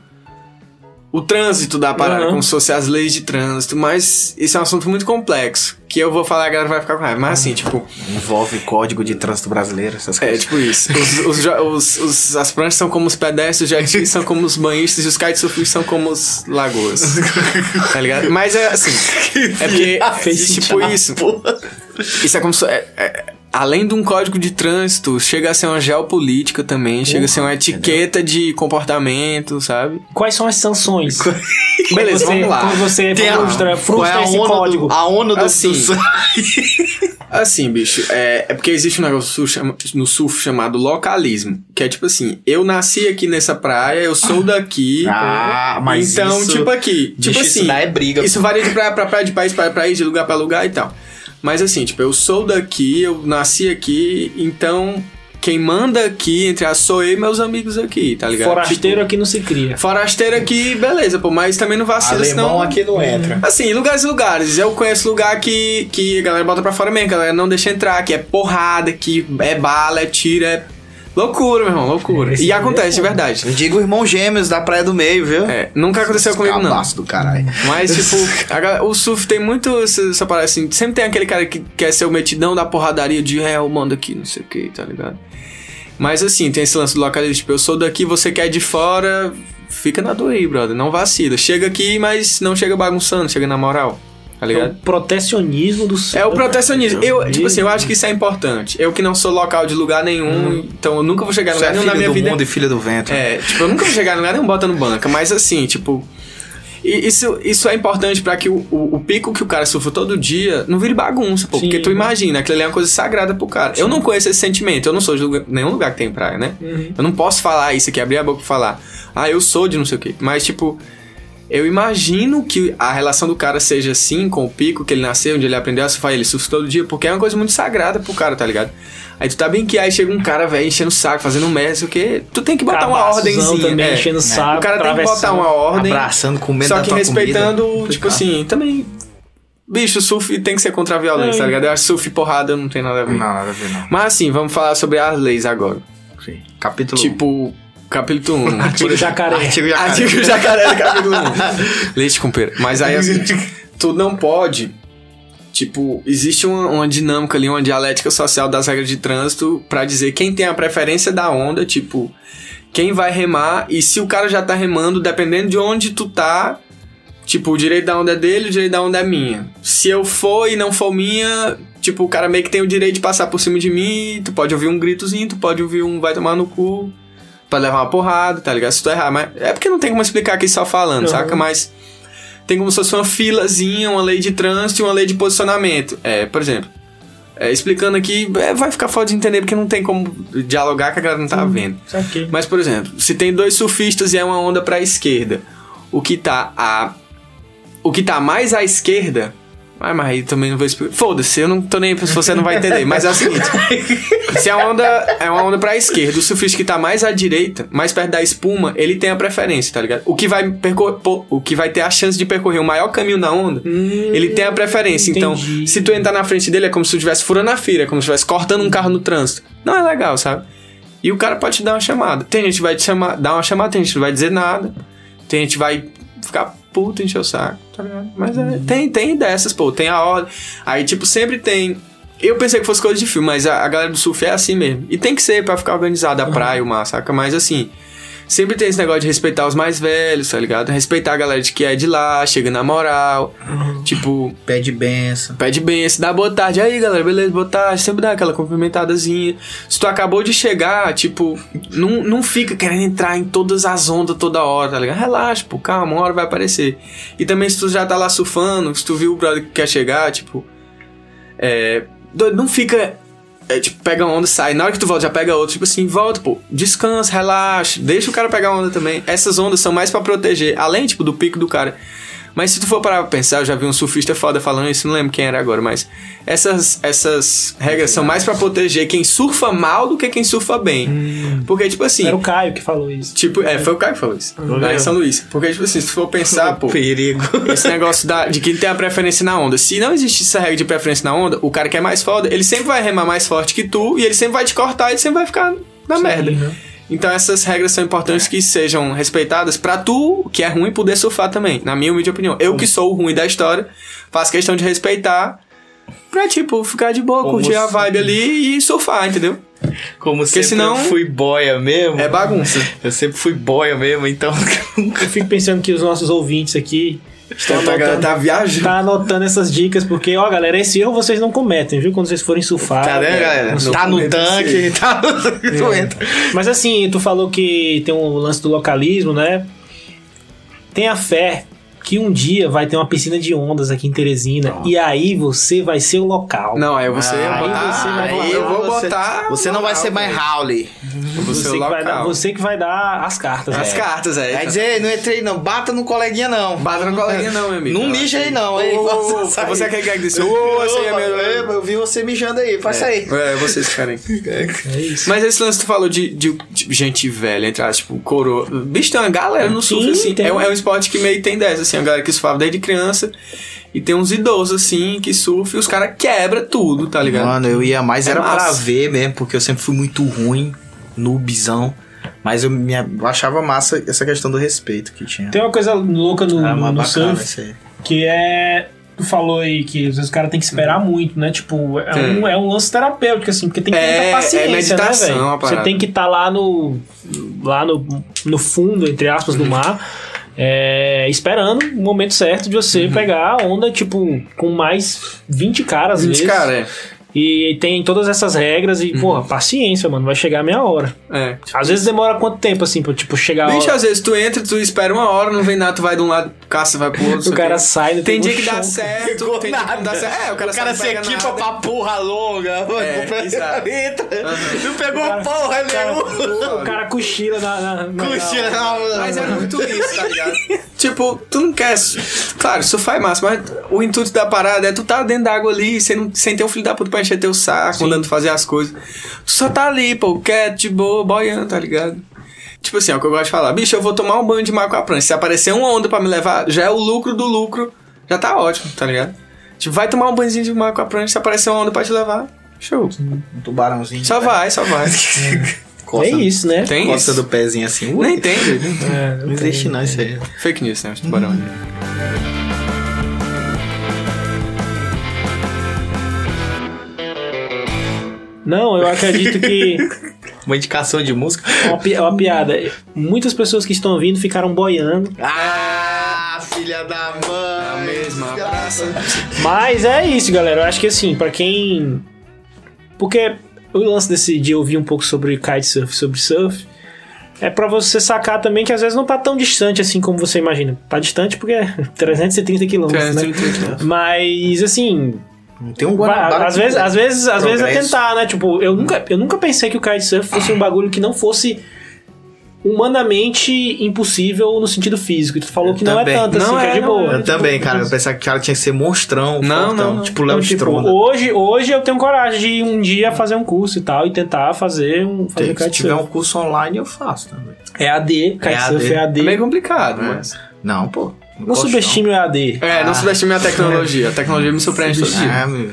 [SPEAKER 3] O trânsito da parada,
[SPEAKER 1] Aham.
[SPEAKER 3] como se fosse as leis de trânsito, mas isso é um assunto muito complexo, que eu vou falar e a galera vai ficar com raiva. Mas assim, tipo,
[SPEAKER 4] Envolve código de trânsito brasileiro, essas
[SPEAKER 3] é,
[SPEAKER 4] coisas.
[SPEAKER 3] tipo isso. Os, os jo- os- os- as pranchas são como os pedestres, os jet skis são como os banhistas e os kitesurfistas são como os lagoas. tá ligado? Mas é assim. É porque,
[SPEAKER 1] Fez
[SPEAKER 3] tipo
[SPEAKER 1] sentido.
[SPEAKER 3] isso. Isso é como se. é- é- além de um código de trânsito, chega a ser uma geopolítica também, chega a ser uma etiqueta de comportamento, sabe?
[SPEAKER 1] Quais são as sanções? é
[SPEAKER 3] Beleza,
[SPEAKER 1] você,
[SPEAKER 3] vamos lá.
[SPEAKER 1] Quando você
[SPEAKER 4] Tem a-
[SPEAKER 1] frustra,
[SPEAKER 3] é
[SPEAKER 4] Qual
[SPEAKER 1] frustra esse código.
[SPEAKER 4] Do, a ONU do
[SPEAKER 3] Assim.
[SPEAKER 4] do surf.
[SPEAKER 3] Assim, bicho, é, é porque existe um negócio no surf chama- no surf chamado localismo. Que é tipo assim, eu nasci aqui nessa praia, eu sou daqui.
[SPEAKER 4] Ah, mas
[SPEAKER 3] então,
[SPEAKER 4] isso-
[SPEAKER 3] tipo aqui. Tipo
[SPEAKER 4] Bicho,
[SPEAKER 3] assim,
[SPEAKER 4] isso daí é briga.
[SPEAKER 3] isso varia de praia pra praia, de país pra país, de lugar pra lugar e tal. Mas assim, tipo, eu sou daqui, eu nasci aqui, então quem manda aqui, entre as sou eu e meus amigos aqui, tá ligado?
[SPEAKER 1] Forasteiro
[SPEAKER 3] Tipo,
[SPEAKER 1] aqui não se cria.
[SPEAKER 3] forasteiro aqui, beleza, pô, mas também não vacila,
[SPEAKER 2] Alemão
[SPEAKER 3] senão...
[SPEAKER 2] aqui não
[SPEAKER 4] É.
[SPEAKER 2] entra.
[SPEAKER 3] Assim, lugares e lugares. Eu conheço lugar que, que a galera bota pra fora mesmo, que a galera não deixa entrar, que é porrada, que é bala, é tiro, é... Loucura, meu irmão, loucura.
[SPEAKER 1] Esse
[SPEAKER 3] E
[SPEAKER 1] é
[SPEAKER 3] acontece, de verdade.
[SPEAKER 4] Eu digo irmão gêmeos da Praia do Meio, viu?
[SPEAKER 3] É, nunca aconteceu comigo, não.
[SPEAKER 4] Cabaço do caralho.
[SPEAKER 3] Mas, tipo, a galera- o surf tem muito essa, essa parada assim. Sempre tem aquele cara que quer ser o metidão da porradaria de é, eu mando aqui, não sei o que, tá ligado? Mas assim, tem esse lance do localismo. Tipo, eu sou daqui, você quer de fora, fica na do aí, brother. Não vacila. Chega aqui, mas não chega bagunçando, chega na moral, tá
[SPEAKER 1] É o
[SPEAKER 3] ligado?
[SPEAKER 1] protecionismo do Uhum. surf.
[SPEAKER 3] É o protecionismo. Eu, tipo assim, eu acho que isso é importante. Eu que não sou local de lugar nenhum, então eu nunca vou chegar em
[SPEAKER 4] Hum. Você é filho
[SPEAKER 3] lugar nenhum na minha
[SPEAKER 4] do
[SPEAKER 3] vida.
[SPEAKER 4] mundo e filha do vento.
[SPEAKER 3] É, tipo, eu nunca vou chegar em lugar nenhum botando banca, mas assim, tipo. i- Isso, isso é importante pra que o, o- o pico que o cara surfa todo dia não vire bagunça, pô.
[SPEAKER 1] Sim.
[SPEAKER 3] Porque tu imagina, aquilo ali é uma coisa sagrada pro cara. Eu não conheço esse sentimento, eu não sou de lugar- nenhum lugar que tem praia, né?
[SPEAKER 1] Uhum.
[SPEAKER 3] Eu não posso falar isso aqui, abrir a boca e falar, ah, eu sou de não sei o quê. Mas, tipo, eu imagino que a relação do cara seja assim com o pico que ele nasceu, onde ele aprendeu a surfar, ele surfa todo dia, porque é uma coisa muito sagrada pro cara, tá ligado? Aí tu tá bem que aí chega um cara, velho, enchendo o saco, fazendo merda, sei o quê. Tu tem que botar uma ordenzinha.
[SPEAKER 1] também,
[SPEAKER 3] é.
[SPEAKER 1] enchendo o saco,
[SPEAKER 3] O cara tem que botar
[SPEAKER 1] atravessando.
[SPEAKER 3] uma ordem.
[SPEAKER 4] Abraçando, comendo
[SPEAKER 3] Só
[SPEAKER 4] da
[SPEAKER 3] que
[SPEAKER 4] tua
[SPEAKER 3] respeitando,
[SPEAKER 4] comida.
[SPEAKER 3] tipo assim, também. Bicho, surf tem que ser contra a violência,
[SPEAKER 1] É.
[SPEAKER 3] tá ligado? Eu acho surf e porrada não tem nada a ver.
[SPEAKER 4] Não, nada a ver, não.
[SPEAKER 3] Mas assim, vamos falar sobre as leis agora.
[SPEAKER 4] Sim. Capítulo
[SPEAKER 3] Tipo, capítulo 1.
[SPEAKER 1] Artigo Tipo jacaré.
[SPEAKER 4] é, Artigo
[SPEAKER 3] Ah,
[SPEAKER 4] jacaré.
[SPEAKER 3] tinha o jacaré do capítulo 1. Leite com pera. Mas aí, assim, tu não pode. Tipo, existe uma, uma dinâmica ali, uma dialética social das regras de trânsito pra dizer quem tem a preferência da onda, tipo, quem vai remar e se o cara já tá remando, dependendo de onde tu tá, tipo, o direito da onda é dele, o direito da onda é minha. Se eu for e não for minha, tipo, o cara meio que tem o direito de passar por cima de mim, tu pode ouvir um gritozinho, tu pode ouvir um vai tomar no cu, pode levar uma porrada, tá ligado? Se tu errar, mas é porque não tem como explicar aqui só falando,
[SPEAKER 1] Uhum.
[SPEAKER 3] saca? Mas tem como se fosse uma filazinha, uma lei de trânsito e uma lei de posicionamento. É, por exemplo. é, explicando aqui, é, vai ficar foda de entender porque não tem como dialogar que a galera não tá vendo.
[SPEAKER 1] Saquei.
[SPEAKER 3] Mas, por exemplo, se tem dois surfistas e é uma onda pra esquerda, o que tá a. O que tá mais à esquerda. Ah, mas aí também não vou explicar. Foda-se, eu não tô nem. Se você não vai entender. Mas é o seguinte: se a onda é uma onda pra esquerda, o surfista que tá mais à direita, mais perto da espuma, ele tem a preferência, tá ligado? O que vai, percor- pô, o que vai ter a chance de percorrer o maior caminho na onda ele tem a preferência. Então,
[SPEAKER 1] entendi.
[SPEAKER 3] se tu entrar na frente dele, é como se tu estivesse furando a fila, é como se estivesse cortando um carro no trânsito. Não é legal, sabe? E o cara pode te dar uma chamada. Tem gente que vai te chamar, dar uma chamada, tem gente que não vai dizer nada. Tem gente que vai ficar puto, encher o saco, tá ligado? Mas é, tem, tem dessas, pô. Tem a ordem. Aí, tipo, sempre tem. Eu pensei que fosse coisa de filme, mas a, a galera do surf é assim mesmo. E tem que ser pra ficar organizada a praia, o mar, saca? Mas assim, sempre tem esse negócio de respeitar os mais velhos, tá ligado? Respeitar a galera de que é de lá, chega na moral. Tipo,
[SPEAKER 4] Pede benção.
[SPEAKER 3] Pede bem, se dá boa tarde. Aí, galera, beleza, boa tarde. Sempre dá aquela cumprimentadazinha. Se tu acabou de chegar, tipo, não, não fica querendo entrar em todas as ondas toda hora, tá ligado? Relaxa, pô, calma, uma hora vai aparecer. E também se tu já tá lá surfando, se tu viu o brother que quer chegar, tipo. É. doido, Não fica. é, tipo, pega uma onda, sai. Na hora que tu volta, já pega outra. Tipo assim, volta, pô. Descansa, relaxa. Deixa o cara pegar a onda também. Essas ondas são mais pra proteger. Além, tipo, do pico do cara. Mas se tu for parar pra pensar, eu já vi um surfista foda falando isso, não lembro quem era agora, mas essas, essas regras são mais pra proteger quem surfa mal do que quem surfa bem. Porque, tipo assim.
[SPEAKER 1] Hum. Era o Caio que falou isso.
[SPEAKER 3] Tipo, é, foi o Caio que falou isso. Lá em São Luís. Porque, tipo assim, se tu for pensar, pô,
[SPEAKER 4] Perigo.
[SPEAKER 3] esse negócio da, de quem tem a preferência na onda. Se não existisse essa regra de preferência na onda, o cara que é mais foda, ele sempre vai remar mais forte que tu e ele sempre vai te cortar e ele sempre vai ficar na merda.
[SPEAKER 1] né?
[SPEAKER 3] Então essas regras são importantes que sejam respeitadas pra tu, que é ruim, poder surfar também, na minha humilde opinião. Eu que sou o ruim da história, faço questão de respeitar pra, tipo, ficar de boa,
[SPEAKER 4] Como
[SPEAKER 3] curtir a
[SPEAKER 4] assim?
[SPEAKER 3] vibe ali e surfar, entendeu?
[SPEAKER 4] Como sempre
[SPEAKER 3] senão-
[SPEAKER 4] eu fui boia mesmo.
[SPEAKER 3] É bagunça.
[SPEAKER 4] Eu sempre fui boia mesmo, então
[SPEAKER 1] Eu fico pensando que os nossos ouvintes aqui estão
[SPEAKER 3] Tá,
[SPEAKER 1] anotando,
[SPEAKER 3] tá viajando.
[SPEAKER 1] tá anotando essas dicas, porque, ó, galera, esse erro vocês não cometem, viu? Quando vocês forem surfar. é,
[SPEAKER 4] tá, né, galera?
[SPEAKER 3] não
[SPEAKER 4] tá no
[SPEAKER 3] comenta
[SPEAKER 4] tanque, tá no tanque, tu entra.
[SPEAKER 1] Mas assim, tu falou que tem um lance do localismo, né? Tenha fé que um dia vai ter uma piscina de ondas aqui em Teresina. E aí você vai ser o local.
[SPEAKER 3] Não, aí você
[SPEAKER 1] Ah, Aí
[SPEAKER 3] ia botar.
[SPEAKER 1] você vai
[SPEAKER 3] aí
[SPEAKER 1] botar-
[SPEAKER 3] eu vou
[SPEAKER 4] você-
[SPEAKER 3] botar.
[SPEAKER 4] Você não vai ser mais Howley.
[SPEAKER 3] Você,
[SPEAKER 1] Você,
[SPEAKER 3] o
[SPEAKER 1] que vai dar,
[SPEAKER 3] local.
[SPEAKER 1] você É. que vai dar as cartas.
[SPEAKER 3] As
[SPEAKER 1] velho.
[SPEAKER 3] cartas aí.
[SPEAKER 4] Vai dizer, "Ei, não entrei não, bata no coleguinha não.
[SPEAKER 3] Bata no coleguinha não, meu amigo.
[SPEAKER 4] Não mija aí não, hein?
[SPEAKER 3] Ô, ô, ô,
[SPEAKER 4] Você
[SPEAKER 3] ô,
[SPEAKER 4] sai.
[SPEAKER 3] você é aquele cara que disse, ô, essa aí é minha-
[SPEAKER 4] Opa, Eu vi você mijando aí, passa aí.
[SPEAKER 3] É, vocês querem.
[SPEAKER 1] É isso.
[SPEAKER 3] Mas esse lance que tu falou de, de- de gente velha, entre aspas, tipo, coroa. Bicho, tem uma galera no surf,
[SPEAKER 1] Sim,
[SPEAKER 3] assim.
[SPEAKER 1] tem.
[SPEAKER 3] É, um- é um esporte que meio tem dessa, assim, a galera que surfava desde criança. E tem uns idosos, assim, que surfam e os caras quebram tudo, tá ligado?
[SPEAKER 4] Mano, eu ia mais,
[SPEAKER 3] É
[SPEAKER 4] era pra
[SPEAKER 3] massa.
[SPEAKER 4] ver mesmo, porque eu sempre fui muito ruim, noobzão. Mas eu, me, eu achava massa essa questão do respeito que tinha.
[SPEAKER 1] Tem uma coisa louca no,
[SPEAKER 4] Era
[SPEAKER 1] no,
[SPEAKER 4] uma
[SPEAKER 1] no
[SPEAKER 4] Ah, bacana
[SPEAKER 1] surf
[SPEAKER 4] isso aí.
[SPEAKER 1] que é. Tu falou aí que às vezes o cara tem que esperar
[SPEAKER 3] Uhum.
[SPEAKER 1] muito, né? Tipo, é
[SPEAKER 3] Tem.
[SPEAKER 1] um, é um lance terapêutico, assim, porque tem que ter
[SPEAKER 3] É,
[SPEAKER 1] muita paciência,
[SPEAKER 3] é meditação,
[SPEAKER 1] né,
[SPEAKER 3] a
[SPEAKER 1] velho? Você
[SPEAKER 3] parada.
[SPEAKER 1] tem que estar lá no. lá no, no fundo, entre aspas,
[SPEAKER 3] Uhum.
[SPEAKER 1] do mar. é, esperando o momento certo de
[SPEAKER 3] Uhum.
[SPEAKER 1] você pegar a onda, tipo, com mais 20 caras às
[SPEAKER 3] 20
[SPEAKER 1] vezes.
[SPEAKER 3] cara, é. Uhum.
[SPEAKER 1] E tem todas essas regras e, porra, paciência, mano. Vai chegar a meia hora.
[SPEAKER 3] É.
[SPEAKER 1] Às vezes demora quanto tempo, assim, pra, tipo, chegar a
[SPEAKER 3] Bicho,
[SPEAKER 1] hora.
[SPEAKER 3] às vezes tu entra, tu espera uma hora, não vem nada, tu vai de um lado, caça, vai pro outro.
[SPEAKER 1] O cara
[SPEAKER 3] sabe?
[SPEAKER 1] sai,
[SPEAKER 3] Tem dia que
[SPEAKER 1] puxão,
[SPEAKER 3] dá
[SPEAKER 1] cara.
[SPEAKER 3] certo,
[SPEAKER 4] Ficou
[SPEAKER 3] tem dia que não dá
[SPEAKER 4] nada.
[SPEAKER 3] certo. É, o cara,
[SPEAKER 4] O cara se
[SPEAKER 3] só não pega
[SPEAKER 4] equipa
[SPEAKER 3] nada.
[SPEAKER 4] pra porra longa. mano.
[SPEAKER 3] É,
[SPEAKER 4] O cara
[SPEAKER 3] exato.
[SPEAKER 4] entra.
[SPEAKER 3] Aham.
[SPEAKER 4] Não pegou porra nenhuma.
[SPEAKER 1] O cara cochila na. na, na
[SPEAKER 4] Cochila
[SPEAKER 1] na-
[SPEAKER 4] na onda.
[SPEAKER 3] Mas é muito isso, tá ligado? tipo, tu não quer. Claro, isso faz massa, mas o intuito da parada é tu tá dentro da água ali, sem, não- sem ter um filho da puta pra encher teu saco, mandando fazer as coisas. Tu só tá ali, pô, quieto, de boa, boiando, tá ligado? Tipo assim, é o que eu gosto de falar. Bicho, eu vou tomar um banho de mar com a prancha. Se aparecer uma onda pra me levar, já é o lucro do lucro. Já tá ótimo, tá ligado? Tipo, vai tomar um banhozinho de mar com a prancha. Se aparecer uma onda pra te levar, show.
[SPEAKER 4] Um tubarãozinho.
[SPEAKER 3] Só vai, só vai.
[SPEAKER 4] Costa,
[SPEAKER 1] É isso, né?
[SPEAKER 3] Tem
[SPEAKER 4] costa
[SPEAKER 3] isso.
[SPEAKER 4] do pezinho assim. Ui,
[SPEAKER 3] Nem tem, gente.
[SPEAKER 1] É,
[SPEAKER 4] não existe não isso aí.
[SPEAKER 3] Fake news, né? Os tubarões.
[SPEAKER 1] Não, eu acredito que.
[SPEAKER 4] Uma indicação de música.
[SPEAKER 1] é uma, pi- é uma piada. Muitas pessoas que estão vindo ficaram boiando.
[SPEAKER 4] Ah, filha da mãe.
[SPEAKER 3] A mesma praça.
[SPEAKER 1] Mas é isso, galera. Eu acho que assim, pra quem. Porque o lance desse de ouvir um pouco sobre kitesurf, sobre surf. É pra você sacar também que às vezes não tá tão distante assim como você imagina. Tá distante porque é 330 quilômetros, né?
[SPEAKER 3] 330.
[SPEAKER 1] Mas, assim,
[SPEAKER 4] Não tem um
[SPEAKER 1] Vai,
[SPEAKER 4] Guanabara.
[SPEAKER 1] às
[SPEAKER 4] aqui,
[SPEAKER 1] vezes,
[SPEAKER 4] velho.
[SPEAKER 1] às vezes, às vezes é
[SPEAKER 4] Progresso.
[SPEAKER 1] tentar, né? Tipo, eu nunca, eu nunca pensei que o kitesurf fosse um bagulho que não fosse humanamente impossível no sentido físico. E tu falou
[SPEAKER 4] Eu
[SPEAKER 1] que
[SPEAKER 4] também.
[SPEAKER 1] não é tanto assim,
[SPEAKER 3] Não
[SPEAKER 1] que
[SPEAKER 3] é,
[SPEAKER 1] é de
[SPEAKER 3] não
[SPEAKER 1] boa.
[SPEAKER 3] é.
[SPEAKER 4] Eu também, cara. Eu pensava que o cara tinha que ser monstrão.
[SPEAKER 3] Não,
[SPEAKER 4] fortão,
[SPEAKER 3] não, não.
[SPEAKER 4] Tipo Léo
[SPEAKER 1] Então, tipo,
[SPEAKER 4] Stronda.
[SPEAKER 1] hoje, hoje eu tenho coragem de ir um dia fazer um curso e tal e tentar fazer um fazer
[SPEAKER 4] Se tiver
[SPEAKER 1] kitesurf.
[SPEAKER 4] um curso online, eu faço também.
[SPEAKER 1] É AD, kitesurf é AD.
[SPEAKER 3] É meio complicado,
[SPEAKER 4] É. Ah.
[SPEAKER 3] mas.
[SPEAKER 4] Não, pô.
[SPEAKER 1] Não
[SPEAKER 4] gosto,
[SPEAKER 1] subestime o AD.
[SPEAKER 3] É, não subestime a tecnologia. A tecnologia me surpreende todo dia.
[SPEAKER 4] Ah, meu.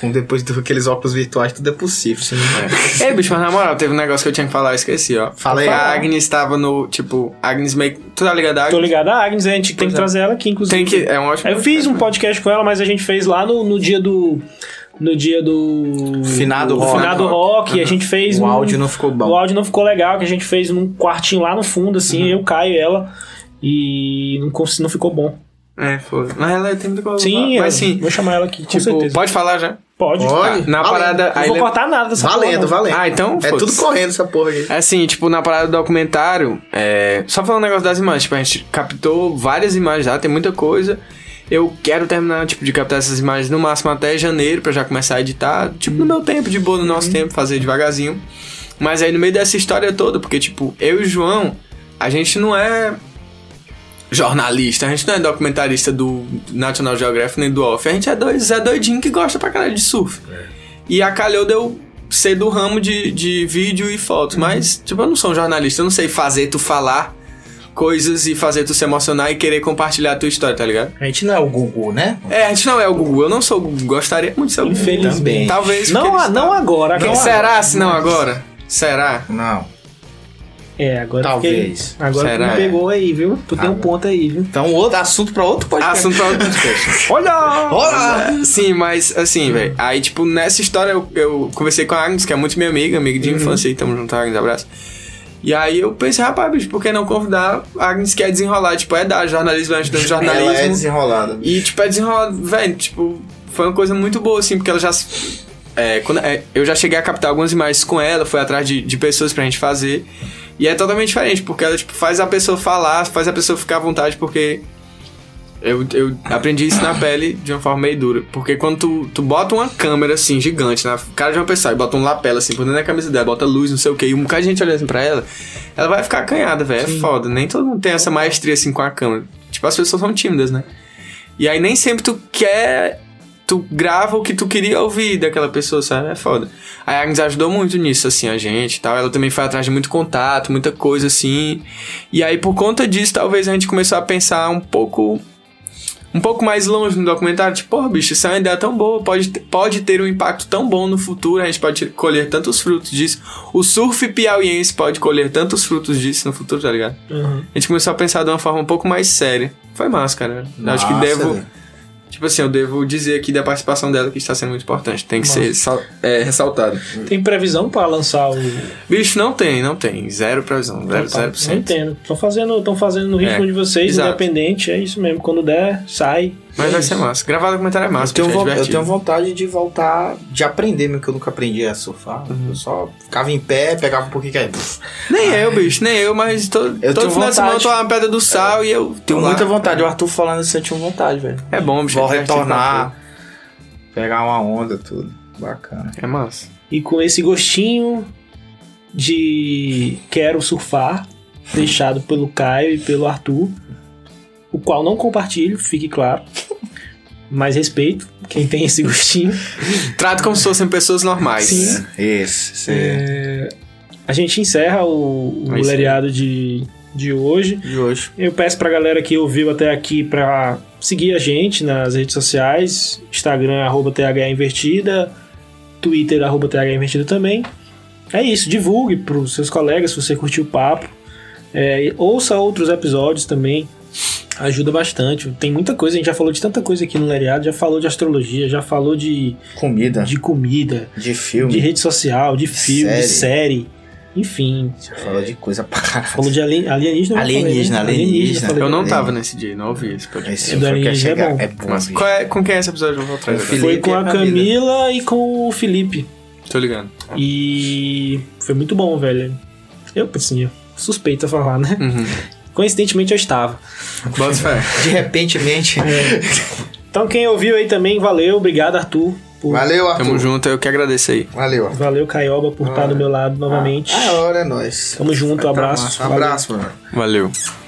[SPEAKER 4] Com depois daqueles óculos virtuais, tudo é possível. Você não é.
[SPEAKER 3] Ei, bicho, mas na moral, teve um negócio que eu tinha que falar, eu esqueci, ó.
[SPEAKER 4] Fala aí.
[SPEAKER 3] A Agnes tava no. Tipo, a Agnes meio. Tu tá ligado,
[SPEAKER 1] Tô
[SPEAKER 3] Agnes?
[SPEAKER 1] ligado a Agnes, a gente
[SPEAKER 4] é.
[SPEAKER 1] tem que trazer ela aqui, inclusive.
[SPEAKER 3] Tem que. É um ótimo.
[SPEAKER 1] Eu fiz um podcast com ela, mas a gente fez lá no, no dia do. No dia do.
[SPEAKER 4] Finado
[SPEAKER 1] do
[SPEAKER 4] rock. Uhum.
[SPEAKER 1] Finado rock. A gente fez.
[SPEAKER 4] O
[SPEAKER 1] um-
[SPEAKER 4] áudio não ficou bom.
[SPEAKER 1] O áudio não ficou legal, que a gente fez num quartinho lá no fundo, assim,
[SPEAKER 4] Uhum.
[SPEAKER 1] eu, Caio e ela. E não, cons- não ficou bom.
[SPEAKER 3] É, foda. Mas ela tem muito coisa.
[SPEAKER 1] Sim,
[SPEAKER 3] mas
[SPEAKER 1] eu-
[SPEAKER 3] sim.
[SPEAKER 1] vou chamar ela aqui, com
[SPEAKER 3] Tipo,
[SPEAKER 1] certeza.
[SPEAKER 3] pode falar já.
[SPEAKER 1] Pode.
[SPEAKER 4] Pode.
[SPEAKER 3] Na
[SPEAKER 4] Valendo.
[SPEAKER 3] parada.
[SPEAKER 1] Não
[SPEAKER 3] aí
[SPEAKER 1] vou
[SPEAKER 3] le-
[SPEAKER 1] cortar nada dessa
[SPEAKER 4] Valendo,
[SPEAKER 1] porra, não.
[SPEAKER 4] valendo.
[SPEAKER 3] Ah, então,
[SPEAKER 4] É
[SPEAKER 3] foda-se.
[SPEAKER 4] tudo correndo essa porra aí.
[SPEAKER 3] É assim, tipo, na parada do documentário, é, só falando o negócio das imagens, tipo, a gente captou várias imagens lá, tem muita coisa. Eu quero terminar, tipo, de captar essas imagens no máximo até janeiro pra já começar a editar, tipo, no meu tempo, de boa, no nosso tempo, fazer devagarzinho. Mas aí no meio dessa história toda, porque, tipo, eu e o João, a gente não é jornalista, a gente não é documentarista do National Geographic nem do Off, a gente é dois, é doidinho que gosta pra caralho de surf. E a calhou deu ser do ramo de, de vídeo e fotos,
[SPEAKER 1] Uhum.
[SPEAKER 3] mas tipo, eu não sou um jornalista, eu não sei fazer tu falar coisas e fazer tu se emocionar e querer compartilhar a tua história, tá ligado?
[SPEAKER 4] A gente não é o Gugu, né?
[SPEAKER 3] É, a gente não é o Google, eu não sou o Google, gostaria muito de ser o Google.
[SPEAKER 1] Infelizmente.
[SPEAKER 4] Também.
[SPEAKER 3] Talvez
[SPEAKER 1] Não,
[SPEAKER 3] porque
[SPEAKER 1] a-
[SPEAKER 3] eles-
[SPEAKER 1] não agora.
[SPEAKER 3] Quem
[SPEAKER 1] não
[SPEAKER 3] será se não agora? Será?
[SPEAKER 4] Não.
[SPEAKER 1] agora. É, agora
[SPEAKER 4] Talvez.
[SPEAKER 1] fiquei- Agora
[SPEAKER 3] Será?
[SPEAKER 1] me pegou aí, viu? Tu tem um ponto aí, viu?
[SPEAKER 4] Então, outro assunto pra outro podcast.
[SPEAKER 3] Assunto pra outro podcast.
[SPEAKER 1] Olha!
[SPEAKER 4] Olá! Hum.
[SPEAKER 3] Sim, mas assim, velho. Aí, tipo, nessa história eu, eu conversei com a Agnes, que é muito minha amiga, amiga
[SPEAKER 4] Uhum.
[SPEAKER 3] de infância, aí tamo junto, Agnes, abraço. E aí eu pensei, rapaz, bicho, por que não convidar? A Agnes quer desenrolar, tipo, é da jornalismo, é estudante de jornalismo.
[SPEAKER 4] Ela é desenrolada.
[SPEAKER 3] E, tipo, é desenrolado, velho, tipo, foi uma coisa muito boa, assim, porque ela já. se- É, quando, é, eu já cheguei a captar algumas imagens com ela, foi atrás de, de pessoas pra gente fazer. E é totalmente diferente, porque ela, tipo, faz a pessoa falar, faz a pessoa ficar à vontade, porque Eu, eu aprendi isso na pele de uma forma meio dura. Porque quando tu, tu bota uma câmera assim, gigante, na cara de uma pessoa, e bota um lapela assim, por dentro da camisa dela, bota luz, não sei o que, e um bocado de gente olhando assim pra ela, ela vai ficar acanhada, velho. É foda. Nem todo mundo tem essa maestria assim com a câmera. Tipo, as pessoas são tímidas, né? E aí nem sempre tu quer. Tu grava o que tu queria ouvir daquela pessoa, sabe? É foda. A Agnes ajudou muito nisso, assim, a gente e tal. Ela também foi atrás de muito contato, muita coisa, assim. E aí, por conta disso, talvez a gente começou a pensar um pouco. Um pouco mais longe no documentário, tipo, porra, bicho, isso é uma ideia tão boa, pode, ter- pode ter um impacto tão bom no futuro, a gente pode colher tantos frutos disso. O surf piauiense pode colher tantos frutos disso no futuro, tá ligado?
[SPEAKER 1] Uhum.
[SPEAKER 3] A gente começou a pensar de uma forma um pouco mais séria. Foi massa, cara. Eu Acho que
[SPEAKER 2] Massa,
[SPEAKER 3] devo.
[SPEAKER 4] né?
[SPEAKER 2] velho.
[SPEAKER 3] Tipo assim, eu devo dizer aqui da participação dela que está sendo muito importante. Tem que
[SPEAKER 1] Massa.
[SPEAKER 3] ser sal- é, ressaltado.
[SPEAKER 1] Tem previsão pra lançar o.
[SPEAKER 3] Bicho, não tem, não tem. Zero previsão. Zero, zero por
[SPEAKER 1] Não
[SPEAKER 3] cento.
[SPEAKER 1] entendo. Estão fazendo, tão fazendo no ritmo
[SPEAKER 3] É,
[SPEAKER 1] de vocês,
[SPEAKER 3] exato.
[SPEAKER 1] independente. É isso mesmo. Quando der, sai.
[SPEAKER 3] Mas vai ser massa. Gravar documentário é massa,
[SPEAKER 2] Eu tenho,
[SPEAKER 3] bicho, é
[SPEAKER 2] vo- eu
[SPEAKER 3] divertido.
[SPEAKER 2] tenho vontade de voltar, de aprender mesmo, que eu nunca aprendi a surfar. Eu só ficava em pé, pegava um pouquinho que aí. pff,
[SPEAKER 3] Nem eu, bicho, nem eu, mas todo,
[SPEAKER 2] Eu
[SPEAKER 3] todo
[SPEAKER 2] tenho
[SPEAKER 3] final de semana eu
[SPEAKER 2] vontade.
[SPEAKER 3] tô lá na Pedra do Sal e eu.
[SPEAKER 2] Tenho
[SPEAKER 3] tô lá.
[SPEAKER 2] muita vontade. O Arthur falando assim, eu tinha vontade, velho.
[SPEAKER 3] É bom, bicho. é
[SPEAKER 2] Vou
[SPEAKER 3] divertido pra
[SPEAKER 2] retornar, pegar uma onda, tudo. Bacana.
[SPEAKER 3] porra. É massa.
[SPEAKER 1] E com esse gostinho de quero surfar, deixado pelo Caio e pelo Arthur, o qual não compartilho, fique claro. Mas respeito quem tem esse gostinho.
[SPEAKER 3] Trato como se fossem pessoas normais.
[SPEAKER 1] Sim.
[SPEAKER 2] É, Esse, esse
[SPEAKER 1] A gente encerra o, o
[SPEAKER 3] É isso aí.
[SPEAKER 1] leriado de, de hoje.
[SPEAKER 2] de hoje.
[SPEAKER 1] Eu peço pra galera que ouviu até aqui pra seguir a gente nas redes sociais, Instagram, arroba THInvertida, Twitter, arroba THInvertida também. É isso, divulgue pros seus colegas se você curtiu o papo. É, e ouça outros episódios também, ajuda bastante. Tem muita coisa, a gente já falou de tanta coisa aqui no Leriado, já falou de astrologia, já falou de,
[SPEAKER 4] É.
[SPEAKER 2] Comida, de,
[SPEAKER 1] de comida,
[SPEAKER 2] filme.
[SPEAKER 1] de rede social, de filme, de série, enfim.
[SPEAKER 2] Você falou de coisa pra caralho.
[SPEAKER 1] Falou de alien- alienígena. eu falei, né?
[SPEAKER 2] Alienígena, alienígena.
[SPEAKER 1] falei.
[SPEAKER 3] Eu não tava nesse dia, não ouvi esse podcast.
[SPEAKER 2] Esse
[SPEAKER 1] do
[SPEAKER 2] foi o que eu ia
[SPEAKER 1] alienígena é
[SPEAKER 2] chegar.
[SPEAKER 1] bom.
[SPEAKER 2] É bom,
[SPEAKER 3] Mas
[SPEAKER 2] bicho.
[SPEAKER 3] qual é- com quem é esse episódio eu vou trazer?
[SPEAKER 2] Com o
[SPEAKER 1] Foi com a
[SPEAKER 2] Felipe e a
[SPEAKER 1] Camila e com o Felipe.
[SPEAKER 3] Tô ligando.
[SPEAKER 1] E foi muito bom, velho. Eu, assim, eu suspeito a falar, né?
[SPEAKER 3] Uhum.
[SPEAKER 1] Coincidentemente eu estava.
[SPEAKER 3] Bota fé.
[SPEAKER 2] De repente, mente.
[SPEAKER 1] Então quem ouviu aí também, valeu. Obrigado, Arthur. Por...
[SPEAKER 4] Valeu, Arthur.
[SPEAKER 3] Tamo junto, eu que agradeço aí.
[SPEAKER 4] Valeu, Arthur.
[SPEAKER 1] Valeu, Caioba,
[SPEAKER 4] Ah,
[SPEAKER 1] por estar do meu lado novamente.
[SPEAKER 2] A hora é nóis.
[SPEAKER 1] Tamo junto,
[SPEAKER 4] Tá
[SPEAKER 2] Vai pra
[SPEAKER 1] abraço.
[SPEAKER 2] massa.
[SPEAKER 1] Valeu.
[SPEAKER 4] Abraço, mano.
[SPEAKER 3] Valeu.